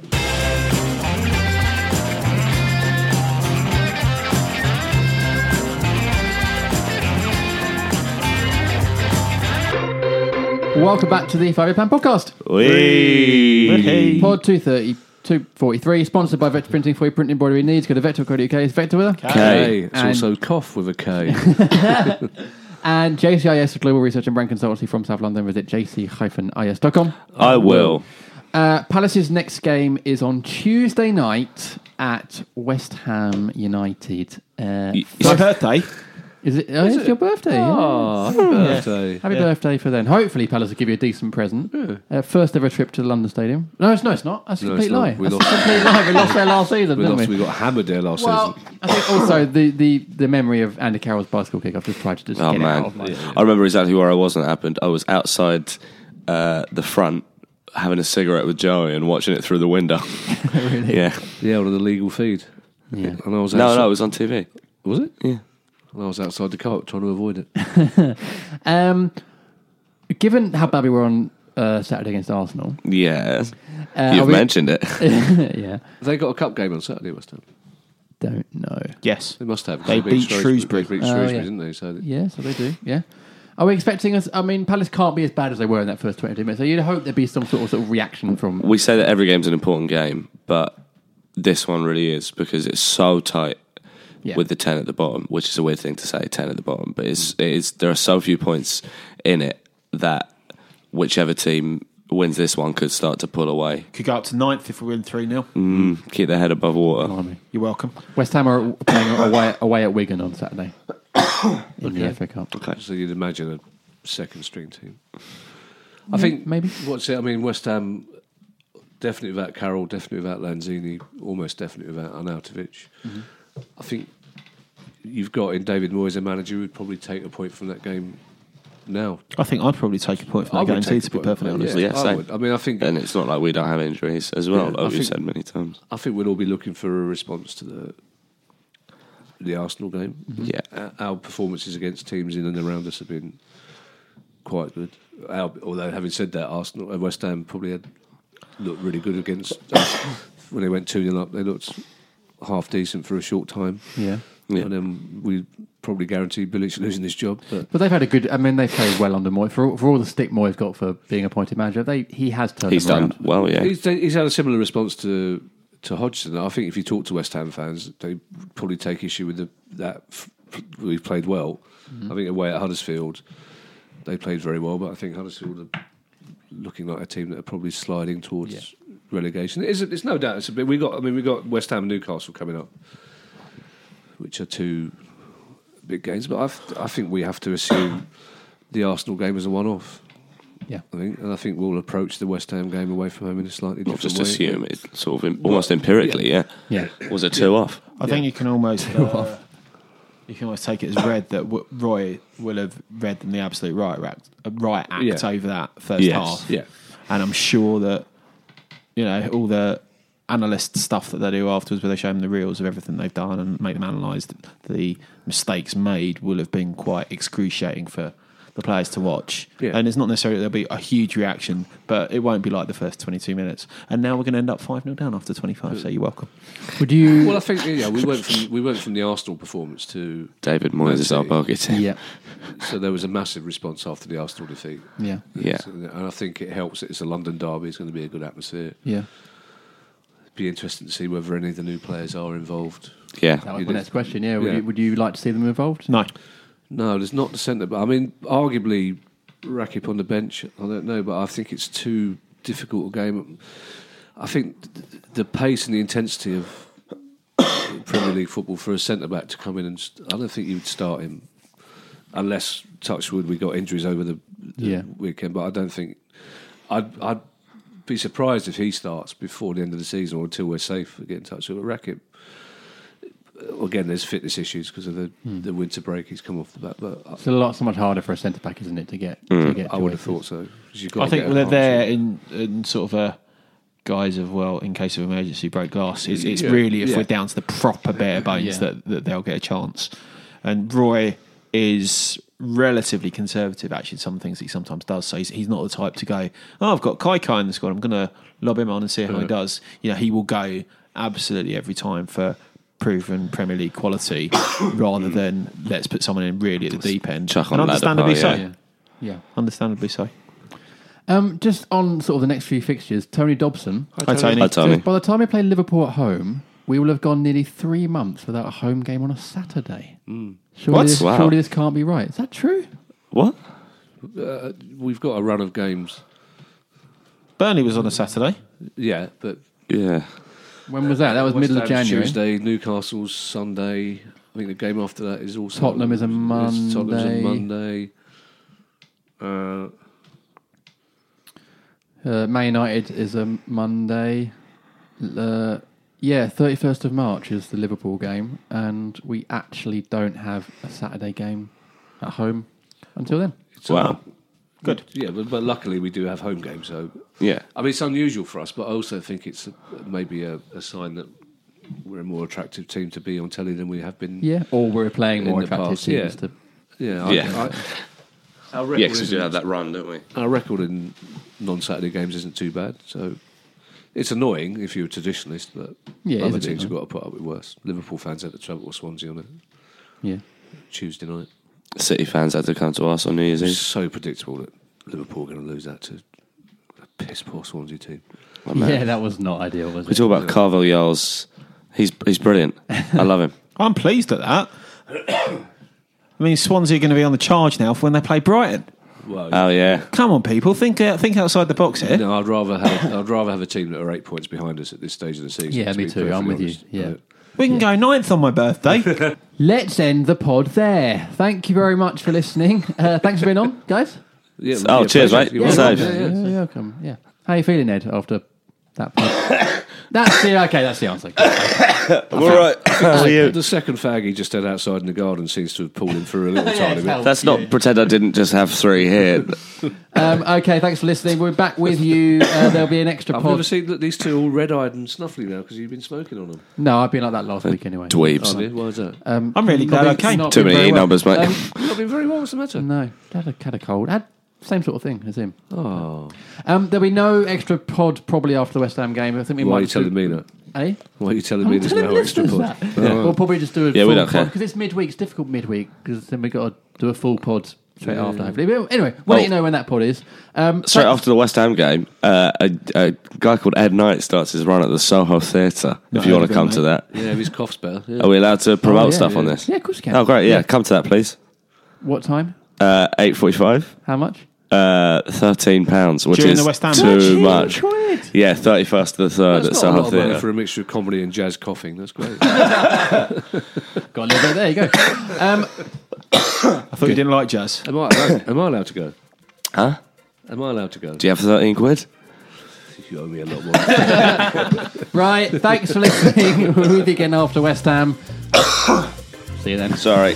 Speaker 2: Welcome back to the Five Pound Podcast.
Speaker 5: Wee.
Speaker 2: Pod 230, 243, sponsored by Vector Printing for your print embroidery needs. Go to vector.co.uk. It's Vector with her.
Speaker 3: K.
Speaker 5: K.
Speaker 3: It's
Speaker 2: And-
Speaker 3: also cough with a K.
Speaker 2: And JCIS, a global research and brand consultancy from South London. Visit jc-is.com.
Speaker 5: I will.
Speaker 2: Uh, Palace's next game is on Tuesday night at West Ham United. Uh,
Speaker 4: My birthday.
Speaker 2: is it? Oh, it's your birthday.
Speaker 3: oh, happy birthday.
Speaker 2: Happy birthday for then. Hopefully, Palace will give you a decent present. Uh, first ever trip to the London Stadium. No, it's no, it's not. That's a
Speaker 3: No,
Speaker 2: complete
Speaker 3: it's not.
Speaker 2: lie.
Speaker 3: We
Speaker 2: That's
Speaker 3: lost.
Speaker 2: a complete lie. We lost there last season,
Speaker 3: We
Speaker 2: didn't
Speaker 3: lost.
Speaker 2: we?
Speaker 3: We got hammered there last
Speaker 2: well,
Speaker 3: season.
Speaker 2: I think also the, the, the memory of Andy Carroll's bicycle kick. I've just tried to just
Speaker 5: Oh
Speaker 2: get it out
Speaker 5: man,
Speaker 2: of my
Speaker 5: I remember exactly where I was when it happened. I was outside uh, the front having a cigarette with Joey and watching it through the window.
Speaker 2: Really?
Speaker 5: yeah.
Speaker 3: Yeah, on the legal feed.
Speaker 2: Yeah.
Speaker 3: And I was
Speaker 5: No,
Speaker 3: outside,
Speaker 5: no, it was on TV.
Speaker 3: was it?
Speaker 5: Yeah.
Speaker 3: And I was outside the car trying to avoid it.
Speaker 2: Um, given how bad we were on uh, Saturday against Arsenal,
Speaker 5: Yeah.
Speaker 2: uh,
Speaker 5: You've
Speaker 2: are we-
Speaker 5: mentioned it.
Speaker 2: yeah,
Speaker 3: They got a cup game on Saturday, West Ham.
Speaker 2: don't know.
Speaker 4: Yes.
Speaker 3: They must have.
Speaker 4: They beat Shrewsbury.
Speaker 3: They beat
Speaker 2: Oh,
Speaker 3: Shrewsbury,
Speaker 2: yeah.
Speaker 3: didn't they? So
Speaker 2: Yeah, so they do. Yeah. Are we expecting us? I mean, Palace can't be as bad as they were in that first 22 minutes. So you'd hope there'd be some sort of, sort of reaction from.
Speaker 5: we say that every game's an important game, but this one really is because it's so tight
Speaker 2: Yeah.
Speaker 5: with the ten at the bottom, which is a weird thing to say, ten at the bottom, but it's it's there are so few points in it that whichever team wins this one could start to pull away,
Speaker 4: Could go up to ninth if we win 3 0.
Speaker 3: Mm.
Speaker 5: keep their head above
Speaker 2: Oh,
Speaker 5: water.
Speaker 4: You're welcome.
Speaker 2: West Ham are playing away, away at Wigan on Saturday in the FA Cup.
Speaker 3: So you'd imagine a second string team. I think
Speaker 2: maybe.
Speaker 3: What's it? I mean, West Ham definitely without Carroll, definitely without Lanzini, almost definitely without Arnautovic. I think you've got in David Moyes a manager who would probably take a point from that game now.
Speaker 4: I think I'd probably take a point
Speaker 3: I
Speaker 4: from that
Speaker 3: would
Speaker 4: guarantee,
Speaker 3: take a
Speaker 4: to be
Speaker 3: point from
Speaker 4: perfectly
Speaker 3: that,
Speaker 4: honest.
Speaker 5: Yeah,
Speaker 3: I
Speaker 5: same.
Speaker 3: would. I mean, I think-
Speaker 5: and it's not like we don't have injuries as well,
Speaker 3: Yeah, I
Speaker 5: like we've
Speaker 3: think-
Speaker 5: said many times.
Speaker 3: I think we'll all be looking for a response to the the Arsenal game.
Speaker 5: Yeah.
Speaker 3: Our- Our performances against teams in and around us have been quite good. Our, although having said that, Arsenal, uh, West Ham probably had looked really good against us when they went two 0 up. They looked half decent for a short time.
Speaker 2: Yeah.
Speaker 5: Yeah.
Speaker 3: And then we probably guaranteed Bilic losing his job. But
Speaker 2: But they've had a good. I mean, they've played well under Moy. For, all- for all the stick Moy's got for being appointed manager, they he has turned
Speaker 5: He's
Speaker 2: them
Speaker 5: done
Speaker 2: around.
Speaker 5: well, yeah.
Speaker 3: he's, he's had a similar response to to Hodgson. I think if you talk to West Ham fans, they probably take issue with the, that f- we played well. I think away at Huddersfield, they played very well, but I think Huddersfield are looking like a team that are probably sliding towards relegation. It is, it's no doubt. It's a bit, we got. I mean, we got West Ham and Newcastle coming up, which are two big games. But I've, I think we have to assume the Arsenal game is a one-off.
Speaker 2: Yeah.
Speaker 3: I think, and I think we'll approach the West Ham game away from home in a slightly
Speaker 5: Not
Speaker 3: different
Speaker 5: just
Speaker 3: way.
Speaker 5: assume it's sort of em- almost empirically, yeah.
Speaker 2: Yeah.
Speaker 5: Was it two off?
Speaker 4: I think you can almost uh, you can almost take it as read that w- Roy will have read them the absolute right act, right act
Speaker 3: Yeah.
Speaker 4: over that first
Speaker 5: Yes.
Speaker 4: half.
Speaker 3: Yeah.
Speaker 4: and I'm sure that you know all the analyst stuff that they do afterwards, where they show them the reels of everything they've done and make them analyse th- the mistakes made, will have been quite excruciating for the players to watch.
Speaker 3: Yeah.
Speaker 4: And it's not necessarily there'll be a huge reaction, but it won't be like the first 22 minutes. And now we're going to end up 5 0 down after 25, so you're welcome.
Speaker 2: Would you?
Speaker 3: Well, I think yeah, we went from we went from the Arsenal performance to
Speaker 5: David Moyes is our bogey team.
Speaker 2: yeah.
Speaker 3: so there was a massive response after the Arsenal defeat.
Speaker 4: Yeah.
Speaker 5: Yeah.
Speaker 3: So- and I think it helps. that It's a London derby. It's going to be a good atmosphere.
Speaker 4: Yeah.
Speaker 3: It'd be interesting to see whether any of the new players are involved.
Speaker 2: That
Speaker 5: Yeah.
Speaker 2: was
Speaker 3: You
Speaker 2: my
Speaker 3: did.
Speaker 2: next question. Yeah. Would,
Speaker 3: Yeah.
Speaker 2: You, would you like to see them involved?
Speaker 4: No.
Speaker 3: No, there's not the centre. But I mean, arguably, Rakip on the bench. I don't know, but I think it's too difficult a game. I think th- th- the pace and the intensity of Premier League football for a centre back to come in and st- I don't think you'd start him unless Touchwood we got injuries over the, the
Speaker 2: Yeah.
Speaker 3: weekend. But I don't think I'd I'd be surprised if he starts before the end of the season or until we're safe. We get in touch with Rakip again, there's fitness issues because of the, the winter break. He's come off the back, but uh, I,
Speaker 2: It's a lot Hmm. so much harder for a centre back, isn't it, to get? To get
Speaker 3: Mm. I would have
Speaker 2: choices?
Speaker 3: thought so. 'cause you've got
Speaker 4: I
Speaker 3: to
Speaker 4: think
Speaker 3: get
Speaker 4: they're
Speaker 3: an
Speaker 4: there
Speaker 3: answer.
Speaker 4: in, in sort of a guise of well, in case of emergency, break glass. It's, it's
Speaker 3: Yeah.
Speaker 4: really if
Speaker 3: Yeah.
Speaker 4: we're down to the proper bare bones
Speaker 2: Yeah.
Speaker 4: that, that they'll get a chance. And Roy is relatively conservative actually in some things he sometimes does. So he's, he's not the type to go, oh, I've got Kai Kai in the squad. I'm going to lob him on and see how he does. You know, he will go absolutely every time for proven Premier League quality rather than let's put someone in really at the deep end.
Speaker 5: Chuck on
Speaker 4: and understandably
Speaker 5: Ladapai,
Speaker 4: so.
Speaker 5: yeah.
Speaker 2: Yeah. Yeah.
Speaker 4: Understandably so.
Speaker 2: Um, just on sort of the next few fixtures, Tony Dobson.
Speaker 4: Hi, Tony.
Speaker 5: Hi, Tommy.
Speaker 2: By the time we play Liverpool at home, we will have gone nearly three months without a home game on a Saturday. Surely,
Speaker 5: What?
Speaker 2: This,
Speaker 5: Wow.
Speaker 2: surely this can't be right. Is that true?
Speaker 5: What?
Speaker 3: Uh, we've got a run of games,
Speaker 4: Burnley was on a Saturday.
Speaker 3: yeah, but
Speaker 5: Yeah.
Speaker 2: When was that? That was
Speaker 3: West
Speaker 2: middle of
Speaker 3: Ham's
Speaker 2: January.
Speaker 3: Tuesday, Newcastle's Sunday. I think the game after that is also
Speaker 2: Tottenham is a
Speaker 3: It's- Tottenham's a
Speaker 2: Monday.
Speaker 3: Monday. Uh,
Speaker 2: Uh, Man United is a Monday. Uh, yeah, 31st of March is the Liverpool game, and we actually don't have a Saturday game at home until then.
Speaker 5: Wow.
Speaker 4: Good.
Speaker 3: yeah, but, but luckily we do have home games, so
Speaker 5: Yeah.
Speaker 3: I mean it's unusual for us, but I also think it's a, maybe a, a sign that we're a more attractive team to be on telly than we have been.
Speaker 2: Yeah, or we're playing
Speaker 3: In
Speaker 2: more
Speaker 3: the
Speaker 2: attractive
Speaker 3: past,
Speaker 2: teams.
Speaker 3: yeah.
Speaker 2: To,
Speaker 3: Yeah, I,
Speaker 5: Yeah.
Speaker 3: I- our record
Speaker 5: Yeah, because we
Speaker 3: isn't-
Speaker 5: do have that run, don't we?
Speaker 3: Our record in non-Saturday games isn't too bad, so it's annoying if you're a traditionalist, but
Speaker 2: Yeah, it is a
Speaker 3: other
Speaker 2: bit
Speaker 3: teams have
Speaker 2: annoying.
Speaker 3: got to put up with worse. Liverpool fans had to travel to Swansea on a
Speaker 2: yeah.
Speaker 3: Tuesday night.
Speaker 5: City fans had to come to us on New Year's
Speaker 3: It's
Speaker 5: Eve.
Speaker 3: so predictable that Liverpool are going to lose that to a piss poor Swansea team.
Speaker 5: My man.
Speaker 2: Yeah, that was not ideal, was
Speaker 5: We
Speaker 2: it?
Speaker 5: talk about Carvel Yarls. He's he's brilliant. I love him.
Speaker 4: I'm pleased at that. I mean, Swansea are going to be on the charge now for when they play Brighton.
Speaker 3: Well,
Speaker 5: Oh yeah.
Speaker 4: Come on, people, think uh, think outside the box here.
Speaker 3: no, I'd rather have I'd rather have a team that are eight points behind us at this stage of the season.
Speaker 2: Yeah,
Speaker 3: to
Speaker 2: me
Speaker 3: be
Speaker 2: too. I'm
Speaker 3: perfectly
Speaker 2: with you.
Speaker 3: honest.
Speaker 2: Yeah.
Speaker 4: We can go ninth on my birthday.
Speaker 2: Let's end the pod there. Thank you very much for listening. Uh, thanks for being on, guys.
Speaker 3: Yeah,
Speaker 5: Oh,
Speaker 3: yeah,
Speaker 5: cheers,
Speaker 3: pleasure.
Speaker 5: mate.
Speaker 3: You're
Speaker 5: Yeah,
Speaker 3: welcome.
Speaker 5: safe.
Speaker 3: Yeah, yeah.
Speaker 2: You're welcome. Yeah. How you feeling, Ed, after that pod? that's the okay. That's the answer. Good.
Speaker 5: I'm all right. How are you?
Speaker 3: The second fag he just had outside in the garden seems to have pulled him through a little tiny bit.
Speaker 5: Let's not pretend I didn't just have three here.
Speaker 2: Um, okay, thanks for listening. We're back with you. Uh, there'll be an extra
Speaker 3: I've
Speaker 2: pod.
Speaker 3: never seen that these two all red-eyed and snuffly now because you've been smoking on them.
Speaker 2: No, I've been like that last week anyway.
Speaker 3: Oh,
Speaker 5: Dweebs.
Speaker 3: dear, why is that?
Speaker 2: Um,
Speaker 4: I'm really glad I came.
Speaker 5: Too many
Speaker 2: very
Speaker 5: E numbers, mate.
Speaker 3: You've not been very well. What's the matter?
Speaker 2: No, had a, had a cold. Had same sort of thing as him. Oh. Um, there'll be no extra pod probably after the West Ham game. I think we
Speaker 3: Why
Speaker 2: might.
Speaker 3: are you
Speaker 2: just
Speaker 3: telling
Speaker 2: do-
Speaker 3: me that?
Speaker 2: Eh?
Speaker 3: Why are you telling me there's
Speaker 2: Tell
Speaker 3: no
Speaker 2: them
Speaker 3: extra
Speaker 2: listeners
Speaker 3: pod?
Speaker 2: that. We'll probably just do a
Speaker 5: Yeah, we
Speaker 2: full
Speaker 5: don't care.
Speaker 2: pod because it's midweek. It's difficult midweek because then we got to do a full pod straight after. Hopefully, but anyway, we'll let
Speaker 5: Oh.
Speaker 2: you know when that pod is. Um,
Speaker 5: Straight
Speaker 2: thanks-
Speaker 5: after the West Ham game, uh, a, a guy called Ed Knight starts his run at the Soho Theatre. If you
Speaker 4: heard
Speaker 5: want
Speaker 4: of
Speaker 5: to
Speaker 4: him,
Speaker 5: come to
Speaker 4: mate.
Speaker 5: that,
Speaker 3: Yeah, if his cough's better. Yeah.
Speaker 5: are we allowed to promote
Speaker 2: Oh, yeah,
Speaker 5: stuff on
Speaker 2: yeah.
Speaker 5: this?
Speaker 2: Yeah, of course you can.
Speaker 5: Oh, great! Yeah, come to that, please.
Speaker 2: What time?
Speaker 5: Uh, Eight forty-five.
Speaker 2: How much?
Speaker 5: Uh, Thirteen pounds, which
Speaker 4: During
Speaker 5: is
Speaker 4: the West Ham match.
Speaker 5: too much.
Speaker 2: Quid.
Speaker 5: Yeah, thirty-first to the third at
Speaker 3: That's not a
Speaker 5: Soho
Speaker 3: lot of money
Speaker 5: Theatre.
Speaker 3: for a mixture of comedy and jazz coughing. That's great.
Speaker 2: Got a little bit. There you go. Um,
Speaker 4: I thought you didn't like jazz.
Speaker 3: am, I allowed, am I allowed to go?
Speaker 5: Huh?
Speaker 3: Am I allowed to go?
Speaker 5: Do you have thirteen quid?
Speaker 3: You owe me a lot more.
Speaker 2: right. Thanks for listening. we'll be with you again after West Ham. See you then.
Speaker 5: Sorry.